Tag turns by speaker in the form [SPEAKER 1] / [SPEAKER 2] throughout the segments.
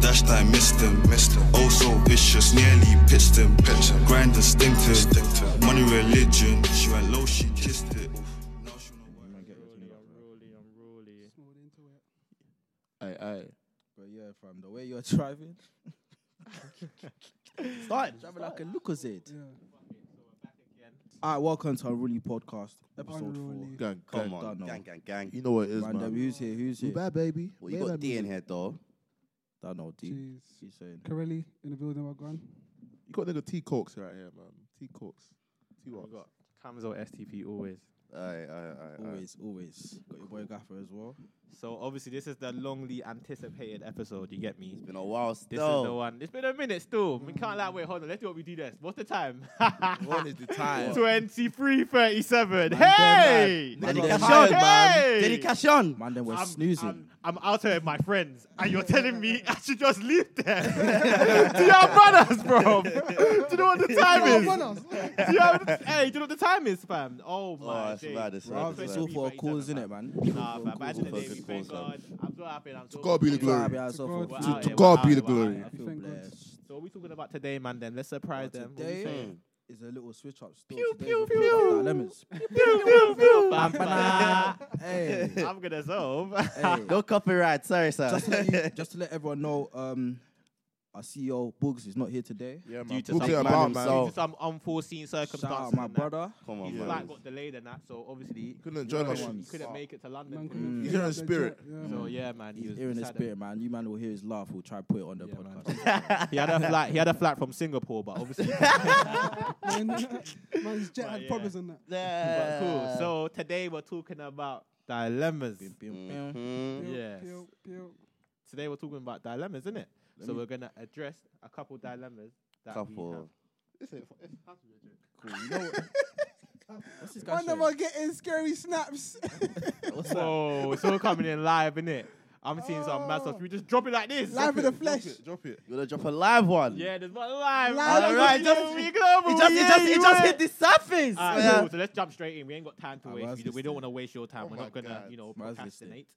[SPEAKER 1] dashed, I missed him. Missed him. Oh, so vicious, nearly pitched him. Pitched him. Grind instinctive. instinctive. Money religion. She went low, she kissed it. Oof. Now she know why.
[SPEAKER 2] unruly, unruly.
[SPEAKER 3] Aye, aye.
[SPEAKER 4] But yeah, fam, the way you're driving,
[SPEAKER 3] Start.
[SPEAKER 4] driving like a Lucozade. Alright, welcome to Unruly Podcast, episode
[SPEAKER 5] Unruly.
[SPEAKER 4] four.
[SPEAKER 3] Gang,
[SPEAKER 4] Come
[SPEAKER 3] gang.
[SPEAKER 4] on, no.
[SPEAKER 5] Gang, gang, gang.
[SPEAKER 3] uh, You know what it is,
[SPEAKER 4] Random,
[SPEAKER 3] man.
[SPEAKER 4] who's here? Who's
[SPEAKER 3] We
[SPEAKER 4] here?
[SPEAKER 3] back, baby.
[SPEAKER 5] Well, you
[SPEAKER 3] Play
[SPEAKER 5] got
[SPEAKER 3] that
[SPEAKER 5] D in
[SPEAKER 3] music.
[SPEAKER 5] here, though.
[SPEAKER 4] That no D.
[SPEAKER 5] Jeez.
[SPEAKER 4] He's saying.
[SPEAKER 5] Corelli in the building, my grand.
[SPEAKER 3] You got nigga T Corks right here, man. T Corks. T
[SPEAKER 2] We
[SPEAKER 3] what?
[SPEAKER 2] got Camzo STP always.
[SPEAKER 5] Aye, aye, aye, aye.
[SPEAKER 4] Always, always. Got your boy Gaffer as well.
[SPEAKER 2] So obviously this is the longly anticipated episode. You get me?
[SPEAKER 5] It's been a while
[SPEAKER 2] This is the
[SPEAKER 5] still.
[SPEAKER 2] one. It's been a minute still. We can't like wait. Hold on. Let's do what we do next. What's the time?
[SPEAKER 3] One is the time.
[SPEAKER 2] Twenty-three thirty-seven.
[SPEAKER 4] Man,
[SPEAKER 2] Hey!
[SPEAKER 4] they're mad. Man,
[SPEAKER 5] Did he
[SPEAKER 4] they're
[SPEAKER 5] cash on,
[SPEAKER 4] tired,
[SPEAKER 2] Hey!
[SPEAKER 5] man? Did he cash on?
[SPEAKER 4] Man, then we're
[SPEAKER 2] I'm,
[SPEAKER 4] snoozing.
[SPEAKER 2] I'm, I'm out here with my friends, and you're telling me I should just leave there. do you have manners, bro? do you know what the time is? do you have, hey, do you know what the time is, fam? Oh my
[SPEAKER 5] Oh, it's
[SPEAKER 2] days.
[SPEAKER 5] mad, it's
[SPEAKER 4] Bro,
[SPEAKER 5] mad.
[SPEAKER 4] it's
[SPEAKER 5] it's
[SPEAKER 4] all
[SPEAKER 5] mad.
[SPEAKER 4] for a cause, innit, man?
[SPEAKER 2] Nah, fam. By the end of the day,
[SPEAKER 5] Focus
[SPEAKER 2] we thank
[SPEAKER 5] calls,
[SPEAKER 2] God. I'm so happy. and I'm so
[SPEAKER 3] God be the
[SPEAKER 2] grateful.
[SPEAKER 3] glory.
[SPEAKER 4] Grab yourself
[SPEAKER 5] To
[SPEAKER 4] up.
[SPEAKER 2] We're
[SPEAKER 5] God.
[SPEAKER 4] Thank
[SPEAKER 2] out
[SPEAKER 3] to
[SPEAKER 2] here,
[SPEAKER 3] God
[SPEAKER 2] we're out
[SPEAKER 3] be
[SPEAKER 2] here,
[SPEAKER 3] the
[SPEAKER 2] we're out
[SPEAKER 3] glory.
[SPEAKER 2] here.
[SPEAKER 4] I feel
[SPEAKER 5] Thank God.
[SPEAKER 4] blessed.
[SPEAKER 2] So what we talking about today, man? Then let's surprise
[SPEAKER 4] Well,
[SPEAKER 2] them. What we
[SPEAKER 4] today-
[SPEAKER 2] saying?
[SPEAKER 5] Mm.
[SPEAKER 4] It's a little switch up still.
[SPEAKER 2] Pew,
[SPEAKER 4] Today's
[SPEAKER 2] pew,
[SPEAKER 4] we're talking about
[SPEAKER 2] pew.
[SPEAKER 4] dilemmas.
[SPEAKER 2] Bam,
[SPEAKER 4] Bam,
[SPEAKER 2] bam.
[SPEAKER 4] bam. Hey,
[SPEAKER 2] I'm gonna solve.
[SPEAKER 4] hey.
[SPEAKER 5] No copyright, sorry, sir.
[SPEAKER 4] just, to let you, just to let everyone know, um, our CEO Boogs is not here today.
[SPEAKER 3] Yeah,
[SPEAKER 2] Due
[SPEAKER 3] man.
[SPEAKER 2] to
[SPEAKER 3] Book it
[SPEAKER 2] some-
[SPEAKER 3] about,
[SPEAKER 5] man,
[SPEAKER 3] man.
[SPEAKER 2] Due to some unforeseen circumstances.
[SPEAKER 4] Shout out my
[SPEAKER 2] and that.
[SPEAKER 4] brother.
[SPEAKER 5] Come on,
[SPEAKER 2] His
[SPEAKER 3] Yeah.
[SPEAKER 2] flight
[SPEAKER 5] man.
[SPEAKER 2] got delayed and that, so obviously
[SPEAKER 3] Couldn't enjoy that
[SPEAKER 2] he
[SPEAKER 3] shit.
[SPEAKER 2] couldn't- he couldn't make it to London.
[SPEAKER 5] Man
[SPEAKER 2] couldn't
[SPEAKER 5] couldn't
[SPEAKER 4] Mm.
[SPEAKER 3] You
[SPEAKER 5] feel
[SPEAKER 3] hear in
[SPEAKER 5] the
[SPEAKER 3] spirit.
[SPEAKER 5] jet, yeah,
[SPEAKER 2] he?
[SPEAKER 5] man.
[SPEAKER 2] So yeah, man, he
[SPEAKER 4] He's
[SPEAKER 2] was
[SPEAKER 4] hearing the
[SPEAKER 2] sad.
[SPEAKER 4] spirit, man. You man will hear his laugh. We'll try and put it on the
[SPEAKER 2] Yeah, man.
[SPEAKER 4] podcast.
[SPEAKER 2] He had a flight. He had a flight from Singapore, but obviously.
[SPEAKER 5] Man,
[SPEAKER 6] Man's jet
[SPEAKER 2] But
[SPEAKER 6] had
[SPEAKER 2] yeah.
[SPEAKER 6] problems and that.
[SPEAKER 2] but cool. So today we're talking about dilemmas.
[SPEAKER 4] Bim, bim,
[SPEAKER 2] Mm.
[SPEAKER 4] bim.
[SPEAKER 5] Mhm.
[SPEAKER 6] Pew,
[SPEAKER 2] Yes.
[SPEAKER 6] pew, pew.
[SPEAKER 2] Today we're talking about dilemmas, isn't it?
[SPEAKER 4] Let
[SPEAKER 2] So
[SPEAKER 4] me-
[SPEAKER 2] we're gonna address a couple dilemmas. That We have.
[SPEAKER 4] Cool.
[SPEAKER 5] Couple.
[SPEAKER 4] You know what? What's this guy
[SPEAKER 6] Man,
[SPEAKER 4] saying?
[SPEAKER 6] them are getting scary snaps.
[SPEAKER 2] Whoa, it's all coming in live, innit? I'm seeing some mad stuff.
[SPEAKER 6] Oh.
[SPEAKER 2] We just drop it like this.
[SPEAKER 6] Live in the flesh.
[SPEAKER 3] Drop it, drop it.
[SPEAKER 5] You gonna drop a live one?
[SPEAKER 2] Yeah, there's one live.
[SPEAKER 6] Live,
[SPEAKER 5] Alright,
[SPEAKER 2] Alright,
[SPEAKER 5] just-
[SPEAKER 2] just be global.
[SPEAKER 5] It just,
[SPEAKER 2] yeah,
[SPEAKER 5] it just,
[SPEAKER 2] you
[SPEAKER 5] it just
[SPEAKER 2] right.
[SPEAKER 5] hit the surface.
[SPEAKER 2] Alright,
[SPEAKER 5] Yeah.
[SPEAKER 2] cool. So let's jump straight in. We ain't got time to
[SPEAKER 4] Ah,
[SPEAKER 2] waste.
[SPEAKER 4] where's
[SPEAKER 2] We, do,
[SPEAKER 4] this
[SPEAKER 2] we don't
[SPEAKER 4] thing?
[SPEAKER 2] want to waste your time.
[SPEAKER 3] Oh
[SPEAKER 2] We're
[SPEAKER 3] my
[SPEAKER 2] not gonna,
[SPEAKER 3] God.
[SPEAKER 2] you know,
[SPEAKER 4] Where's this thing?
[SPEAKER 2] procrastinate.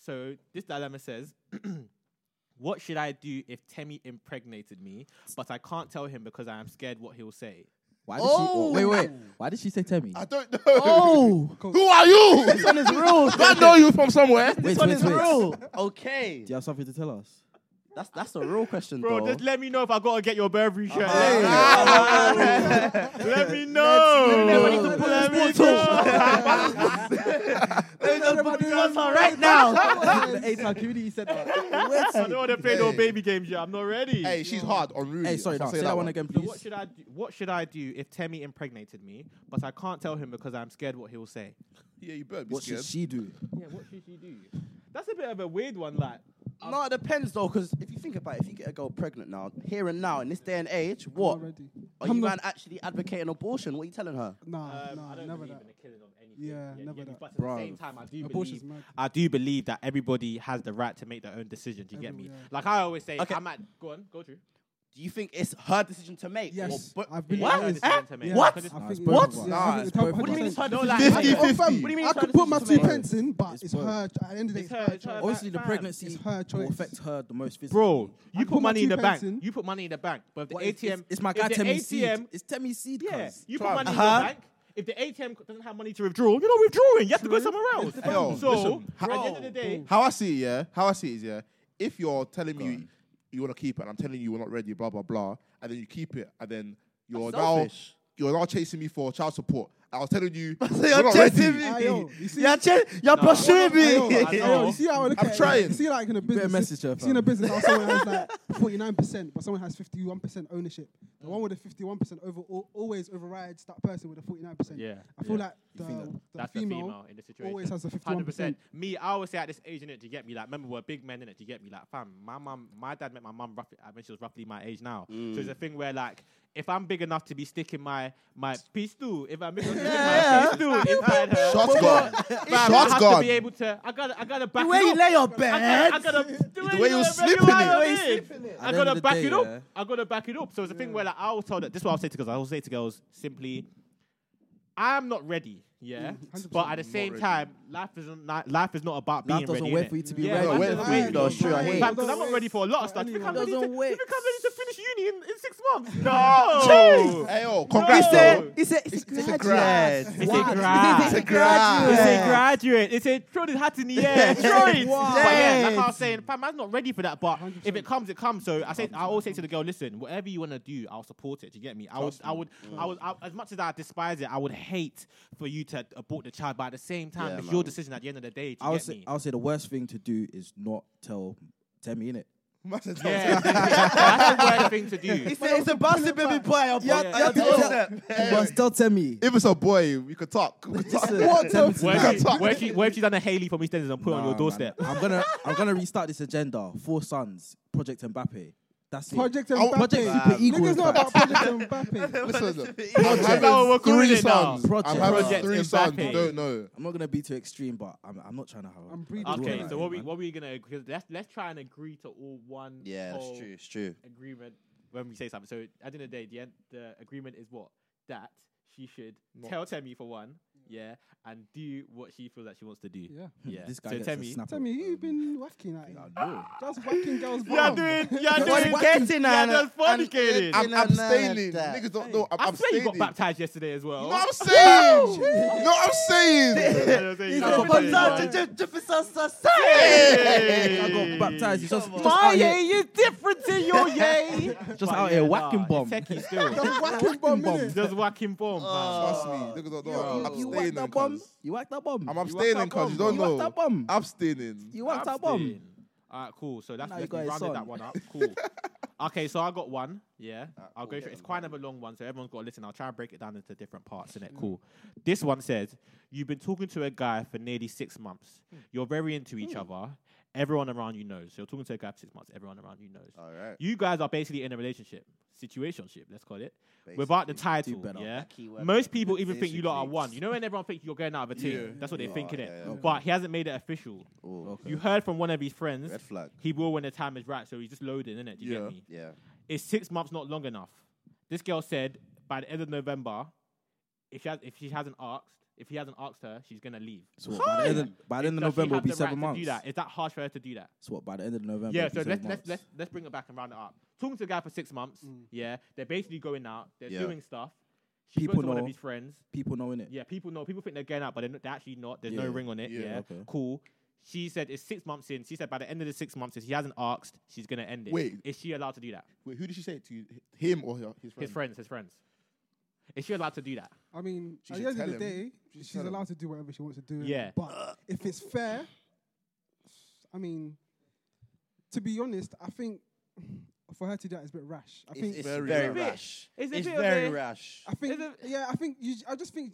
[SPEAKER 2] So this dilemma says, "What should I do if Temi impregnated me, but I can't tell him because I am scared what he'll say?"
[SPEAKER 4] Why did
[SPEAKER 2] Oh,
[SPEAKER 4] she? Wait, wait. Why did she say Temi?
[SPEAKER 3] I don't know.
[SPEAKER 5] Oh,
[SPEAKER 3] Who are you?
[SPEAKER 5] this one is real.
[SPEAKER 3] I know you from somewhere.
[SPEAKER 5] This
[SPEAKER 4] Wait,
[SPEAKER 5] one
[SPEAKER 4] wait,
[SPEAKER 5] is
[SPEAKER 4] wait.
[SPEAKER 5] real. Okay.
[SPEAKER 4] Do you have something to tell us?
[SPEAKER 5] That's that's a real question,
[SPEAKER 2] Bro,
[SPEAKER 5] though.
[SPEAKER 2] just let me know if I gotta get your Burberry shirt.
[SPEAKER 5] Hey.
[SPEAKER 2] let me know.
[SPEAKER 5] Everybody to
[SPEAKER 2] Let me
[SPEAKER 5] put
[SPEAKER 2] know.
[SPEAKER 5] Let me just book this
[SPEAKER 6] Everybody-
[SPEAKER 5] one right now.
[SPEAKER 4] the A-Town community said that.
[SPEAKER 2] I don't want to play no baby games yet. I'm not ready.
[SPEAKER 3] Hey, she's hard on Rudy.
[SPEAKER 4] Hey, sorry,
[SPEAKER 3] I'll
[SPEAKER 4] no, say that one again,
[SPEAKER 2] So what
[SPEAKER 4] please.
[SPEAKER 2] should I do? What should I do if Temi impregnated me, but I can't tell him because I'm scared what he'll say?
[SPEAKER 3] Yeah, you better be
[SPEAKER 4] What should
[SPEAKER 3] scared.
[SPEAKER 4] she do?
[SPEAKER 2] Yeah, what should she do? That's a bit of a weird one, like.
[SPEAKER 5] No, it depends though, because if you think about it, if you get a girl pregnant now, here and now, in this day and age, what?
[SPEAKER 6] Not ready.
[SPEAKER 5] Are
[SPEAKER 6] I'm
[SPEAKER 5] you
[SPEAKER 6] not-
[SPEAKER 5] man actually advocating abortion? What are you telling her?
[SPEAKER 6] Nah,
[SPEAKER 2] Um, I
[SPEAKER 6] nah,
[SPEAKER 2] don't
[SPEAKER 6] never
[SPEAKER 2] believe
[SPEAKER 6] that.
[SPEAKER 2] in the killing of anything.
[SPEAKER 6] Yeah, never that.
[SPEAKER 2] But at
[SPEAKER 4] Bruv.
[SPEAKER 2] the same time, I do
[SPEAKER 6] Abortion's
[SPEAKER 2] believe.
[SPEAKER 6] mad.
[SPEAKER 2] I do believe that everybody has the right to make their own decisions. You get
[SPEAKER 6] Every-
[SPEAKER 2] me?
[SPEAKER 6] yeah.
[SPEAKER 2] Like I always say,
[SPEAKER 5] Okay.
[SPEAKER 2] I might go on, go through.
[SPEAKER 5] Do you think it's her decision to make?
[SPEAKER 6] Yes,
[SPEAKER 5] Or, but,
[SPEAKER 6] I believe
[SPEAKER 5] What?
[SPEAKER 6] it is.
[SPEAKER 5] Eh?
[SPEAKER 6] I
[SPEAKER 2] To
[SPEAKER 6] Yeah.
[SPEAKER 2] make.
[SPEAKER 5] What?
[SPEAKER 2] Because
[SPEAKER 6] think
[SPEAKER 4] it's
[SPEAKER 6] it's
[SPEAKER 4] both
[SPEAKER 5] of
[SPEAKER 6] yeah,
[SPEAKER 5] us.
[SPEAKER 6] I think
[SPEAKER 5] Nah, it's
[SPEAKER 6] it's
[SPEAKER 4] both of
[SPEAKER 5] what do you mean it's her
[SPEAKER 2] No,
[SPEAKER 5] decision
[SPEAKER 2] like-
[SPEAKER 5] to make?
[SPEAKER 3] 50-50.
[SPEAKER 6] Oh, fam,
[SPEAKER 3] What do
[SPEAKER 5] you
[SPEAKER 6] I
[SPEAKER 5] mean it's her
[SPEAKER 6] could put my
[SPEAKER 5] decision
[SPEAKER 6] two
[SPEAKER 5] to make?
[SPEAKER 6] pence in, but
[SPEAKER 4] It's
[SPEAKER 6] it's
[SPEAKER 4] both.
[SPEAKER 6] her. At the end of the day,
[SPEAKER 2] It's
[SPEAKER 6] it's
[SPEAKER 2] her-
[SPEAKER 6] her
[SPEAKER 2] it's her
[SPEAKER 6] choice.
[SPEAKER 4] Obviously, the
[SPEAKER 2] Fam,
[SPEAKER 4] pregnancy
[SPEAKER 6] it's her
[SPEAKER 4] will
[SPEAKER 6] choice.
[SPEAKER 4] affect her the most physically.
[SPEAKER 2] Bro, you
[SPEAKER 6] I
[SPEAKER 2] put
[SPEAKER 6] put my
[SPEAKER 2] money in the
[SPEAKER 6] two
[SPEAKER 2] bank.
[SPEAKER 6] pence in.
[SPEAKER 2] You put money in the bank, but if the
[SPEAKER 4] What if-
[SPEAKER 2] ATM.
[SPEAKER 4] It's, it's my
[SPEAKER 2] if
[SPEAKER 4] guy
[SPEAKER 2] the
[SPEAKER 4] Temi
[SPEAKER 2] ATM.
[SPEAKER 4] Seed. It's Temi Seed.
[SPEAKER 2] Yeah,
[SPEAKER 4] cuz.
[SPEAKER 2] you put
[SPEAKER 3] Fam.
[SPEAKER 2] money in
[SPEAKER 5] Uh-huh.
[SPEAKER 2] the bank. If the ATM doesn't have money to withdraw, you're not withdrawing. You have to go somewhere else.
[SPEAKER 3] Hey, yo,
[SPEAKER 2] so
[SPEAKER 3] listen,
[SPEAKER 2] at the end of the day,
[SPEAKER 3] How I see it, yeah. How I see it is, yeah. If you're telling me you, want to keep it, and I'm telling you we're not ready, blah blah blah, and then you keep it, and then you're
[SPEAKER 5] That's
[SPEAKER 3] now
[SPEAKER 5] selfish.
[SPEAKER 3] you're now chasing me for child support. I was telling you,
[SPEAKER 5] So
[SPEAKER 3] we're
[SPEAKER 5] you're
[SPEAKER 3] not
[SPEAKER 5] chasing
[SPEAKER 3] ready.
[SPEAKER 5] me.
[SPEAKER 6] Ah, yo, you see-
[SPEAKER 5] You're, ch- you're pursuing me.
[SPEAKER 6] Ayo,
[SPEAKER 2] I know.
[SPEAKER 6] ayo, You see how I look
[SPEAKER 3] I'm
[SPEAKER 6] at it?
[SPEAKER 3] trying.
[SPEAKER 6] You see, like in a business,
[SPEAKER 4] message her,
[SPEAKER 6] you see in a
[SPEAKER 4] fam.
[SPEAKER 6] business how someone has like forty nine percent, but someone has fifty one percent ownership. The one with the fifty one percent over al- always overrides that person with the forty nine percent.
[SPEAKER 2] Yeah,
[SPEAKER 6] I feel
[SPEAKER 2] yeah.
[SPEAKER 6] like the,
[SPEAKER 4] think that-
[SPEAKER 6] the
[SPEAKER 2] That's the
[SPEAKER 6] female,
[SPEAKER 2] female in the situation.
[SPEAKER 6] always has the
[SPEAKER 2] 100%.
[SPEAKER 6] 51%.
[SPEAKER 2] Me, I always say at this age, innit, to get me, like, remember, we're big men, innit, to get me, like, fam, my mum, my dad met my mum roughly, I mean, she was roughly my age now. So
[SPEAKER 3] Mm.
[SPEAKER 2] it's a thing where, like, if I'm big enough to be sticking my, my piece too, if I'm big enough to stick my piece too inside her,
[SPEAKER 3] Shots gone.
[SPEAKER 2] fam, I
[SPEAKER 3] Shots
[SPEAKER 2] have to
[SPEAKER 3] gone.
[SPEAKER 2] be able to, I gotta, I gotta back
[SPEAKER 5] The way
[SPEAKER 2] it
[SPEAKER 5] you
[SPEAKER 2] up.
[SPEAKER 5] lay your
[SPEAKER 2] I
[SPEAKER 5] bed.
[SPEAKER 2] gotta, I gotta, the
[SPEAKER 3] way you're slipping
[SPEAKER 2] you know
[SPEAKER 3] it.
[SPEAKER 2] what
[SPEAKER 5] The way
[SPEAKER 2] I mean? I
[SPEAKER 4] At the end of
[SPEAKER 2] gotta
[SPEAKER 4] the
[SPEAKER 2] back
[SPEAKER 4] day,
[SPEAKER 2] it up.
[SPEAKER 4] yeah.
[SPEAKER 2] I gotta back it up. So it's a thing where like, I'll tell that. This is what I'll say to girls. I'll say to girls simply, I'm not ready. Yeah,
[SPEAKER 6] Mm,
[SPEAKER 2] but at the
[SPEAKER 3] Not
[SPEAKER 2] same
[SPEAKER 3] ready.
[SPEAKER 2] time, life isn't not, life is not about being
[SPEAKER 4] Life doesn't
[SPEAKER 2] ready.
[SPEAKER 4] wait
[SPEAKER 2] innit?
[SPEAKER 4] for you to be
[SPEAKER 2] Yeah,
[SPEAKER 4] ready.
[SPEAKER 2] life
[SPEAKER 5] wait
[SPEAKER 2] doesn't
[SPEAKER 5] for
[SPEAKER 2] wait
[SPEAKER 5] you, though, it's true, I hate it.
[SPEAKER 2] because I'm not ready for a lot of stuff. You think I'm
[SPEAKER 6] Anyone.
[SPEAKER 2] ready to,
[SPEAKER 4] Doesn't
[SPEAKER 2] you
[SPEAKER 4] wait.
[SPEAKER 2] think I'm ready to finish uni in, in six months? No.
[SPEAKER 3] Hey, yo,
[SPEAKER 2] He
[SPEAKER 3] congrats,
[SPEAKER 2] said-
[SPEAKER 3] though.
[SPEAKER 5] It's a, it's
[SPEAKER 3] it's
[SPEAKER 5] a
[SPEAKER 3] a
[SPEAKER 5] grad.
[SPEAKER 3] grad.
[SPEAKER 2] It's
[SPEAKER 5] Wow.
[SPEAKER 2] a grad.
[SPEAKER 5] It's a
[SPEAKER 3] grad.
[SPEAKER 5] graduate.
[SPEAKER 2] It's a graduate. It's a throw the hat in the air. Throw it.
[SPEAKER 5] Wow.
[SPEAKER 2] But yeah, like I
[SPEAKER 5] Yes.
[SPEAKER 2] was saying, fam, I'm not ready for that. But if
[SPEAKER 6] 100%.
[SPEAKER 2] it comes, it comes. So I say, I always say to the girl, listen, whatever you want to do, I'll support it. Do you get me? I would, I would, I would, I, as much as I despise it, I would hate for you to abort the child. But at the same time,
[SPEAKER 5] Yeah,
[SPEAKER 2] it's
[SPEAKER 5] man.
[SPEAKER 2] your decision at the end of the day. Do
[SPEAKER 4] I
[SPEAKER 2] you
[SPEAKER 4] would
[SPEAKER 2] get
[SPEAKER 4] say,
[SPEAKER 2] me?
[SPEAKER 4] I would say the worst thing to do is not tell Temi in it.
[SPEAKER 2] Yeah, that's the worst thing to do.
[SPEAKER 5] It's a, it's a bastard baby boy. I'll
[SPEAKER 4] Yeah,
[SPEAKER 5] put-
[SPEAKER 4] yeah,
[SPEAKER 5] I'll
[SPEAKER 4] yeah.
[SPEAKER 5] put
[SPEAKER 4] Yeah.
[SPEAKER 5] that.
[SPEAKER 4] But still Temi.
[SPEAKER 3] If it's a boy, we could talk. We could talk.
[SPEAKER 4] Listen, Temi tonight.
[SPEAKER 2] Where if she, where if she, where if she done a Haley from EastEnders and put it on
[SPEAKER 4] Nah,
[SPEAKER 2] your
[SPEAKER 4] man.
[SPEAKER 2] doorstep?
[SPEAKER 4] I'm gonna I'm gonna restart this agenda. Four sons, Project Mbappe. That's it.
[SPEAKER 6] Project
[SPEAKER 3] I
[SPEAKER 6] Mbappe.
[SPEAKER 3] want-
[SPEAKER 4] Project Super Eagle.
[SPEAKER 6] Niggas
[SPEAKER 4] in
[SPEAKER 6] know about
[SPEAKER 4] fact.
[SPEAKER 6] Project Mbappe.
[SPEAKER 3] Listen,
[SPEAKER 2] That's how we're
[SPEAKER 3] I'm having
[SPEAKER 2] calling
[SPEAKER 3] three
[SPEAKER 2] it now.
[SPEAKER 3] sons. I'm
[SPEAKER 4] Project.
[SPEAKER 3] having
[SPEAKER 2] Project
[SPEAKER 3] three sons who
[SPEAKER 2] Mbappe.
[SPEAKER 3] don't know.
[SPEAKER 4] I'm not gonna be too extreme, but I'm, I'm not trying to have. a-
[SPEAKER 6] I'm
[SPEAKER 4] a
[SPEAKER 6] breathing.
[SPEAKER 4] draw
[SPEAKER 2] Okay,
[SPEAKER 4] line,
[SPEAKER 2] so what we
[SPEAKER 4] man.
[SPEAKER 2] what we gonna because let's let's try and agree to all one.
[SPEAKER 5] Yeah,
[SPEAKER 2] whole
[SPEAKER 5] that's true. It's true.
[SPEAKER 2] Agreement when we say something. So at the end of the day, the end, the agreement is what that she should tell Temi for one, yeah, and do what she feels that she wants to do.
[SPEAKER 6] Yeah.
[SPEAKER 2] yeah.
[SPEAKER 4] This guy
[SPEAKER 2] so
[SPEAKER 4] gets a
[SPEAKER 2] Temi,
[SPEAKER 4] snapper.
[SPEAKER 6] Tell me, you've been whacking at him.
[SPEAKER 4] I know.
[SPEAKER 6] Just whacking girls'
[SPEAKER 2] you're
[SPEAKER 6] bum.
[SPEAKER 2] doing, you're
[SPEAKER 5] That's what
[SPEAKER 2] doing,
[SPEAKER 5] he's getting
[SPEAKER 2] you're
[SPEAKER 5] at,
[SPEAKER 2] just
[SPEAKER 5] and-
[SPEAKER 2] fornicating.
[SPEAKER 5] and-
[SPEAKER 2] I
[SPEAKER 3] I'm
[SPEAKER 5] know, none of
[SPEAKER 3] abstaining.
[SPEAKER 5] that.
[SPEAKER 3] Niggas don't know. I'm
[SPEAKER 2] swear you got
[SPEAKER 3] abstaining.
[SPEAKER 2] baptized yesterday as well.
[SPEAKER 3] No, I'm saying. No, I'm
[SPEAKER 2] I
[SPEAKER 3] saying.
[SPEAKER 2] don't think you
[SPEAKER 5] He's
[SPEAKER 2] got
[SPEAKER 5] a
[SPEAKER 2] baptized,
[SPEAKER 5] bastard,
[SPEAKER 2] man.
[SPEAKER 5] ju- ju- ju- so- so- so-
[SPEAKER 4] I got baptized. It's just, just
[SPEAKER 2] My
[SPEAKER 4] out here,
[SPEAKER 2] yay is different to your yay.
[SPEAKER 4] just out here whacking bomb.
[SPEAKER 2] Techie still.
[SPEAKER 6] Just whacking bum, innit?
[SPEAKER 2] Just whacking bomb. fam.
[SPEAKER 4] Oh,
[SPEAKER 3] Trust me. Niggas don't know. I'm
[SPEAKER 4] You whacked
[SPEAKER 3] abstaining.
[SPEAKER 4] that bomb.
[SPEAKER 3] cuz.
[SPEAKER 4] You whacked that bomb.
[SPEAKER 3] I'm
[SPEAKER 4] You
[SPEAKER 3] abstaining because you don't
[SPEAKER 4] whacked that
[SPEAKER 3] know.
[SPEAKER 4] bomb.
[SPEAKER 3] Abstaining.
[SPEAKER 4] You whacked that bomb.
[SPEAKER 2] All right, cool. So that's
[SPEAKER 4] Now
[SPEAKER 2] let's
[SPEAKER 4] you got
[SPEAKER 2] we
[SPEAKER 4] his
[SPEAKER 2] rounded that
[SPEAKER 4] son.
[SPEAKER 2] one up. Cool. okay, so I got one. Yeah, I'll
[SPEAKER 5] cool,
[SPEAKER 2] go through.
[SPEAKER 5] get
[SPEAKER 2] It's
[SPEAKER 5] them
[SPEAKER 2] quite a long one, so everyone's got to listen. I'll try and break it down into different parts. Isn't it cool? This one says you've been talking to a guy for nearly six months.
[SPEAKER 4] Hmm.
[SPEAKER 2] You're very into each other. Everyone around you knows. So you're talking to a guy for six months. Everyone around you knows.
[SPEAKER 5] All right.
[SPEAKER 2] You guys are basically in a relationship, situationship, let's call it, without the title.
[SPEAKER 4] better.
[SPEAKER 2] Yeah.
[SPEAKER 5] Keyword
[SPEAKER 2] Most
[SPEAKER 5] better.
[SPEAKER 2] people even think you lot are
[SPEAKER 5] Basically.
[SPEAKER 2] one. You know when everyone thinks you're going out of a team.
[SPEAKER 3] Yeah.
[SPEAKER 2] That's what they're
[SPEAKER 5] Yeah.
[SPEAKER 2] thinking.
[SPEAKER 5] Yeah,
[SPEAKER 2] it.
[SPEAKER 5] yeah, okay.
[SPEAKER 2] But he hasn't made it official.
[SPEAKER 4] Oh,
[SPEAKER 5] Ooh,
[SPEAKER 2] You heard from one of his friends.
[SPEAKER 5] Red flag.
[SPEAKER 2] He will when the time is right. So he's just loading, isn't it? Do you
[SPEAKER 3] Yeah.
[SPEAKER 2] get me?
[SPEAKER 5] Yeah.
[SPEAKER 2] Is six months not long enough? This girl said by the end of November, if she, has, if she hasn't asked, if he hasn't asked her, she's gonna leave.
[SPEAKER 4] So what, by the end of, by the end of
[SPEAKER 2] Does she
[SPEAKER 4] November will
[SPEAKER 2] have
[SPEAKER 4] be
[SPEAKER 2] the
[SPEAKER 4] seven
[SPEAKER 2] right to
[SPEAKER 4] months.
[SPEAKER 2] Do that? Is that harsh for her to do that?
[SPEAKER 4] So what? By the end of November.
[SPEAKER 2] Yeah,
[SPEAKER 4] it'll be
[SPEAKER 2] so let's,
[SPEAKER 4] seven
[SPEAKER 2] let's
[SPEAKER 4] months.
[SPEAKER 2] let's let's bring it back and round it up. Talking to the guy for six months, yeah, they're basically going out, they're
[SPEAKER 5] Yeah.
[SPEAKER 2] doing stuff. She
[SPEAKER 4] People
[SPEAKER 2] goes to one of
[SPEAKER 4] know.
[SPEAKER 2] his friends.
[SPEAKER 4] people knowing it.
[SPEAKER 2] Yeah, people know. People think they're going out, but they're, not, they're actually not. There's no
[SPEAKER 4] Yeah.
[SPEAKER 2] ring on it. Yeah,
[SPEAKER 3] Yeah,
[SPEAKER 4] okay.
[SPEAKER 2] cool. She said it's six months in. She said by the end of the six months, if he hasn't asked, she's gonna end it.
[SPEAKER 3] Wait.
[SPEAKER 2] is she allowed to do that?
[SPEAKER 3] Wait, who did she say it to? Him or her- his friend?
[SPEAKER 2] His friends, his friends. Is she allowed to do that?
[SPEAKER 6] I mean,
[SPEAKER 3] She
[SPEAKER 6] at
[SPEAKER 3] should
[SPEAKER 6] the end of the
[SPEAKER 3] tell
[SPEAKER 6] day,
[SPEAKER 3] him. She should
[SPEAKER 6] she's
[SPEAKER 3] tell him.
[SPEAKER 6] allowed to do whatever she wants to do.
[SPEAKER 2] Yeah.
[SPEAKER 6] But if it's fair, I mean, to be honest, I think for her to do that is a bit rash. I think
[SPEAKER 5] It's, it's
[SPEAKER 3] very
[SPEAKER 5] very,
[SPEAKER 3] rash.
[SPEAKER 5] rash.
[SPEAKER 2] It's a
[SPEAKER 5] It's
[SPEAKER 2] bit of
[SPEAKER 5] very
[SPEAKER 2] a-
[SPEAKER 5] rash.
[SPEAKER 6] I think,
[SPEAKER 2] Is it-
[SPEAKER 6] yeah, I think you, I just think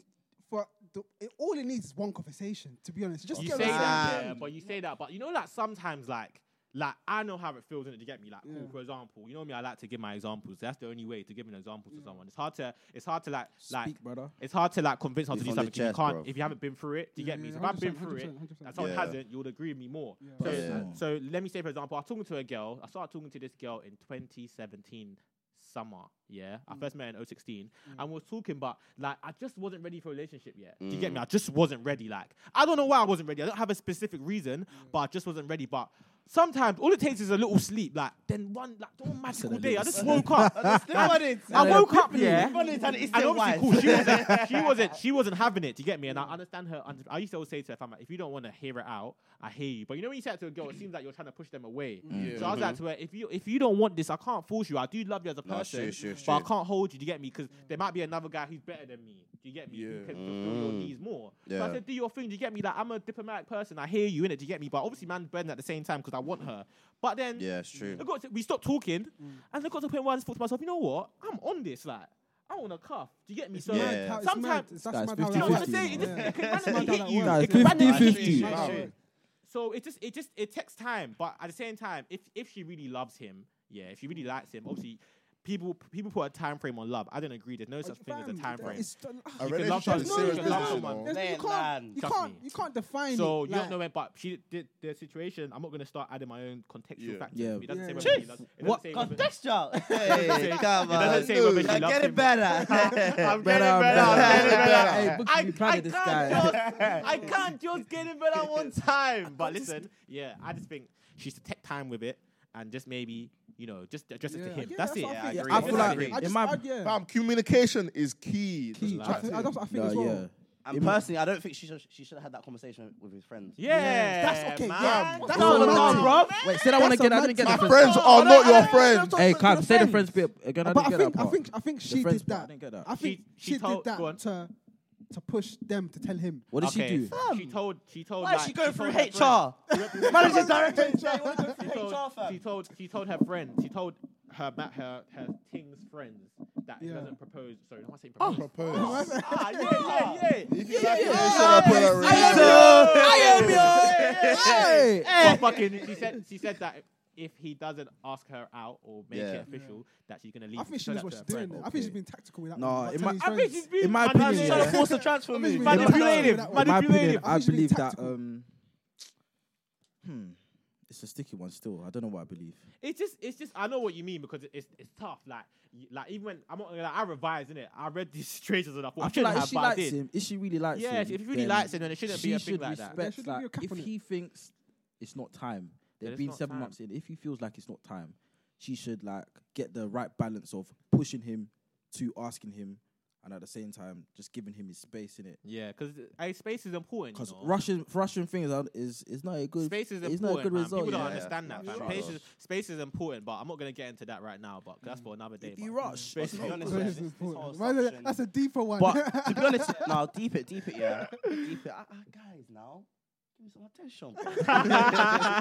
[SPEAKER 6] for the, it, all it needs is one conversation. To be honest, just
[SPEAKER 2] You
[SPEAKER 6] get
[SPEAKER 2] say
[SPEAKER 6] on the same
[SPEAKER 2] that,
[SPEAKER 6] page.
[SPEAKER 2] yeah, but you say that, but you know, like sometimes, like, like I know how it feels, and to get me, like, cool,
[SPEAKER 6] Yeah.
[SPEAKER 2] for example, you know me, I like to give my examples. That's the only way to give an example to someone. It's hard to, it's hard to like, like,
[SPEAKER 4] Speak, brother.
[SPEAKER 2] it's hard to like convince someone to
[SPEAKER 5] It's
[SPEAKER 2] do
[SPEAKER 5] on the
[SPEAKER 2] something if you
[SPEAKER 5] chest,
[SPEAKER 2] can't
[SPEAKER 5] bro.
[SPEAKER 2] if you haven't been through it. Do you
[SPEAKER 6] Yeah,
[SPEAKER 2] get me?
[SPEAKER 6] yeah,
[SPEAKER 2] So if I've been
[SPEAKER 6] 100%,
[SPEAKER 2] through it
[SPEAKER 6] 100%,
[SPEAKER 2] and someone
[SPEAKER 5] Yeah.
[SPEAKER 2] hasn't, you would agree with me more.
[SPEAKER 6] Yeah.
[SPEAKER 2] So,
[SPEAKER 5] Personal.
[SPEAKER 2] so let me say, for example, I was talking to a girl. I started talking to this girl in 2017 summer. Yeah, I first met her in 016, and we was talking, but like I just wasn't ready for a relationship yet. Do you get me? I just wasn't ready. Like I don't know why I wasn't ready. I don't have a specific reason, but I just wasn't ready. But Sometimes all it takes is a little sleep, like then one like one magical day. I just woke up. I, I woke up, yeah. And obviously, cool. She wasn't, she wasn't, she wasn't having it. Do you get me? And I understand her. under- I used to always say to her, "Fam, like, if you don't want to hear it out, I hear you." But you know when you say that to a girl, it seems like you're trying to push them away.
[SPEAKER 3] Yeah.
[SPEAKER 2] So I was like to her, "If you if you don't want this, I can't force you. I do love you as a
[SPEAKER 5] No,
[SPEAKER 2] person,
[SPEAKER 5] sure, sure,
[SPEAKER 2] but I
[SPEAKER 5] sure.
[SPEAKER 2] can't hold you. Do you get me? Because there might be another guy who's better than me. Do you get me? Who
[SPEAKER 3] Yeah. Mm.
[SPEAKER 2] can fulfill your needs more? So I
[SPEAKER 5] Yeah.
[SPEAKER 2] said, "Do your thing. Do you get me? Like I'm a diplomatic person. I hear you in it. Do you get me? But obviously, man's burden at the same time because I want her. But then,
[SPEAKER 5] Yeah, it's true.
[SPEAKER 2] I got to- we stopped talking,
[SPEAKER 6] Mm.
[SPEAKER 2] and I got to the point where I just thought to myself, you know what? I'm on this. Like, I want a cuff. Do you get me? So
[SPEAKER 5] mad.
[SPEAKER 6] Mad
[SPEAKER 5] Yeah.
[SPEAKER 6] how- it's mad.
[SPEAKER 2] sometimes.
[SPEAKER 6] That's
[SPEAKER 4] Guys,
[SPEAKER 6] mad how
[SPEAKER 2] You know what I'm
[SPEAKER 4] 50-50.
[SPEAKER 2] saying? It, just, it can randomly
[SPEAKER 6] Mad how
[SPEAKER 2] hit
[SPEAKER 6] that
[SPEAKER 2] you.
[SPEAKER 6] works.
[SPEAKER 2] It
[SPEAKER 4] Guys,
[SPEAKER 2] can randomly hit
[SPEAKER 4] 50-50.
[SPEAKER 2] you.
[SPEAKER 3] Wow.
[SPEAKER 6] Wow.
[SPEAKER 2] So it just, it just, it takes time. But at the same time, if if she really loves him, yeah, if she really likes him, obviously people people put a time frame on love. I don't agree. There's no such thing as a
[SPEAKER 6] Fam,
[SPEAKER 2] time
[SPEAKER 6] that
[SPEAKER 2] frame.
[SPEAKER 6] is-
[SPEAKER 3] A
[SPEAKER 2] can love
[SPEAKER 3] relationship
[SPEAKER 2] someone,
[SPEAKER 3] is
[SPEAKER 2] you
[SPEAKER 6] no,
[SPEAKER 2] can
[SPEAKER 3] serious
[SPEAKER 6] there's no-
[SPEAKER 2] love
[SPEAKER 3] now,
[SPEAKER 2] someone.
[SPEAKER 3] you know.
[SPEAKER 6] there's- You can't, you
[SPEAKER 2] Trust
[SPEAKER 6] can't,
[SPEAKER 2] me.
[SPEAKER 6] you can't define.
[SPEAKER 2] So
[SPEAKER 6] it,
[SPEAKER 2] you
[SPEAKER 6] like,
[SPEAKER 2] don't know it, but she did the situation. I'm not gonna start adding my own contextual
[SPEAKER 3] Yeah.
[SPEAKER 2] factors.
[SPEAKER 4] Yeah.
[SPEAKER 2] It doesn't say
[SPEAKER 6] Yeah.
[SPEAKER 2] whether she loves. It doesn't say whether-
[SPEAKER 5] Contextual.
[SPEAKER 2] Hey, come on. I get it
[SPEAKER 5] better.
[SPEAKER 2] I'm getting
[SPEAKER 4] Better,
[SPEAKER 2] better. I'm
[SPEAKER 4] better,
[SPEAKER 2] getting better.
[SPEAKER 4] better. Hey, Books, be proud of this guy.
[SPEAKER 2] Just, I can't just get it better one time. But listen, yeah, I just think she should take time with it and just maybe, you know, just address it
[SPEAKER 6] Yeah,
[SPEAKER 2] to him.
[SPEAKER 6] yeah,
[SPEAKER 2] that's,
[SPEAKER 6] that's
[SPEAKER 2] it.
[SPEAKER 6] what I
[SPEAKER 2] Yeah,
[SPEAKER 6] think.
[SPEAKER 2] agree.
[SPEAKER 4] I feel
[SPEAKER 2] Yeah,
[SPEAKER 4] like-
[SPEAKER 2] agree.
[SPEAKER 6] I
[SPEAKER 4] it
[SPEAKER 6] just,
[SPEAKER 4] might-
[SPEAKER 6] I, yeah.
[SPEAKER 3] Fam, communication is key.
[SPEAKER 6] Key. I
[SPEAKER 3] That's
[SPEAKER 6] think-
[SPEAKER 3] it.
[SPEAKER 6] I- that's what I think
[SPEAKER 4] Nah,
[SPEAKER 6] as
[SPEAKER 4] yeah.
[SPEAKER 6] well.
[SPEAKER 5] And personally, I don't think she should, she should have had that conversation with his friends.
[SPEAKER 2] yeah,
[SPEAKER 6] That's okay,
[SPEAKER 2] Man.
[SPEAKER 6] yeah. That's
[SPEAKER 2] Come
[SPEAKER 6] all
[SPEAKER 2] on,
[SPEAKER 6] I'm saying.
[SPEAKER 2] bro.
[SPEAKER 4] Wait, say that one
[SPEAKER 6] That's
[SPEAKER 4] again.
[SPEAKER 6] a
[SPEAKER 4] I didn't get
[SPEAKER 3] My
[SPEAKER 4] the
[SPEAKER 3] friends are not your friends.
[SPEAKER 4] Hey, can't say the friends bit again. I
[SPEAKER 6] but
[SPEAKER 4] didn't
[SPEAKER 6] I
[SPEAKER 4] get
[SPEAKER 6] think,
[SPEAKER 4] that
[SPEAKER 6] I
[SPEAKER 4] part.
[SPEAKER 6] think I think she
[SPEAKER 4] friends
[SPEAKER 6] did
[SPEAKER 4] part, I
[SPEAKER 6] that.
[SPEAKER 4] didn't get that.
[SPEAKER 6] I think
[SPEAKER 2] She- she
[SPEAKER 6] she did
[SPEAKER 2] told- go on.
[SPEAKER 6] that to to push them to tell him.
[SPEAKER 4] What did she
[SPEAKER 2] Okay,
[SPEAKER 4] do?
[SPEAKER 2] She told. She told.
[SPEAKER 5] Why is
[SPEAKER 2] like,
[SPEAKER 5] she going through
[SPEAKER 2] told her friend-
[SPEAKER 5] HR? Manager, director, HR.
[SPEAKER 2] She told, she told she told her friend she told her ma- her her thing's friends that he
[SPEAKER 6] Yeah.
[SPEAKER 2] doesn't propose. Sorry, I'm not saying propose.
[SPEAKER 3] Propose.
[SPEAKER 2] Ah, yeah, yeah, yeah.
[SPEAKER 3] Yeah, yeah, yeah.
[SPEAKER 4] Hey!
[SPEAKER 2] But fucking, she said she said that if he doesn't ask her out or make
[SPEAKER 3] Yeah.
[SPEAKER 2] it official, that she's gonna leave.
[SPEAKER 6] I think she
[SPEAKER 2] tell
[SPEAKER 6] knows
[SPEAKER 2] that
[SPEAKER 6] what
[SPEAKER 2] to
[SPEAKER 6] she's
[SPEAKER 2] her
[SPEAKER 6] doing.
[SPEAKER 2] friend.
[SPEAKER 6] there. I think she's been tactical with that.
[SPEAKER 4] No,
[SPEAKER 6] one, not
[SPEAKER 4] it
[SPEAKER 6] telling
[SPEAKER 4] might-
[SPEAKER 2] I
[SPEAKER 6] his
[SPEAKER 2] think
[SPEAKER 6] friends.
[SPEAKER 2] she's been
[SPEAKER 4] In my
[SPEAKER 2] manipulated.
[SPEAKER 4] opinion,
[SPEAKER 5] Trying to
[SPEAKER 4] yeah.
[SPEAKER 5] force a
[SPEAKER 6] Obviously,
[SPEAKER 5] transfer move.
[SPEAKER 6] we didn't
[SPEAKER 2] Manipulative,
[SPEAKER 6] have that
[SPEAKER 4] In
[SPEAKER 6] one.
[SPEAKER 4] my opinion,
[SPEAKER 2] Manipulative.
[SPEAKER 4] I
[SPEAKER 6] She's been
[SPEAKER 4] believe that.
[SPEAKER 6] tactical.
[SPEAKER 4] Um, hmm, it's a sticky one still. I don't know what I believe.
[SPEAKER 2] It's just, it's just. I know what you mean because it's it's tough. Like, y- like even when I'm not, like, I revised in it. I read these situations and I thought I,
[SPEAKER 4] I feel
[SPEAKER 2] shouldn't
[SPEAKER 4] like if
[SPEAKER 2] have,
[SPEAKER 4] she
[SPEAKER 2] but I
[SPEAKER 4] likes
[SPEAKER 2] did.
[SPEAKER 4] him, if she really likes
[SPEAKER 2] Yeah,
[SPEAKER 4] him,
[SPEAKER 2] if she really
[SPEAKER 4] then
[SPEAKER 2] likes him, then it shouldn't be
[SPEAKER 4] she
[SPEAKER 2] a thing
[SPEAKER 4] should
[SPEAKER 2] like that.
[SPEAKER 6] There
[SPEAKER 4] respect,
[SPEAKER 6] shouldn't be a
[SPEAKER 4] like,
[SPEAKER 6] cap
[SPEAKER 4] if
[SPEAKER 6] on it.
[SPEAKER 4] he thinks it's not time,
[SPEAKER 2] Then
[SPEAKER 4] they've
[SPEAKER 2] it's
[SPEAKER 4] been
[SPEAKER 2] not
[SPEAKER 4] seven
[SPEAKER 2] time.
[SPEAKER 4] months in. If he feels like it's not time, she should like get the right balance of pushing him to asking him, and at the same time just giving him his space in it.
[SPEAKER 2] Yeah, because space is important. you
[SPEAKER 4] Because
[SPEAKER 2] know.
[SPEAKER 4] rushing rushing things out is is not a good
[SPEAKER 2] Space is
[SPEAKER 4] it's
[SPEAKER 2] important.
[SPEAKER 4] not a good
[SPEAKER 2] man.
[SPEAKER 4] result. yeah.
[SPEAKER 2] People don't understand that.
[SPEAKER 3] Yeah.
[SPEAKER 2] Man.
[SPEAKER 3] Sure.
[SPEAKER 2] Space is space is important, but I'm not gonna get into that right now. But that's for another day.
[SPEAKER 4] Mm. If you
[SPEAKER 2] but
[SPEAKER 4] rush,
[SPEAKER 2] space is
[SPEAKER 5] I'll be honest,
[SPEAKER 2] important.
[SPEAKER 5] yeah.
[SPEAKER 6] This
[SPEAKER 5] This-
[SPEAKER 6] is
[SPEAKER 5] this whole
[SPEAKER 6] important. Why is
[SPEAKER 5] assumption.
[SPEAKER 6] it- That's a deeper one.
[SPEAKER 5] But to be honest, now deep it, deep it, yeah, deep it. Ah, ah, guys, now give me some attention.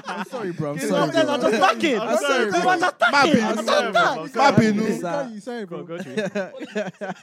[SPEAKER 4] I'm sorry, bro. I'm
[SPEAKER 6] Give
[SPEAKER 4] sorry.
[SPEAKER 6] up then,
[SPEAKER 4] bro.
[SPEAKER 6] I'll just
[SPEAKER 5] back it.
[SPEAKER 2] I'm sorry, bro.
[SPEAKER 5] I'm just back it.
[SPEAKER 3] Mabinu.
[SPEAKER 5] I'm just back
[SPEAKER 4] Sorry,
[SPEAKER 3] My
[SPEAKER 5] it.
[SPEAKER 3] Binu.
[SPEAKER 4] it's, uh,
[SPEAKER 6] Sorry, sorry,
[SPEAKER 2] Go,
[SPEAKER 6] bro.
[SPEAKER 2] go to it.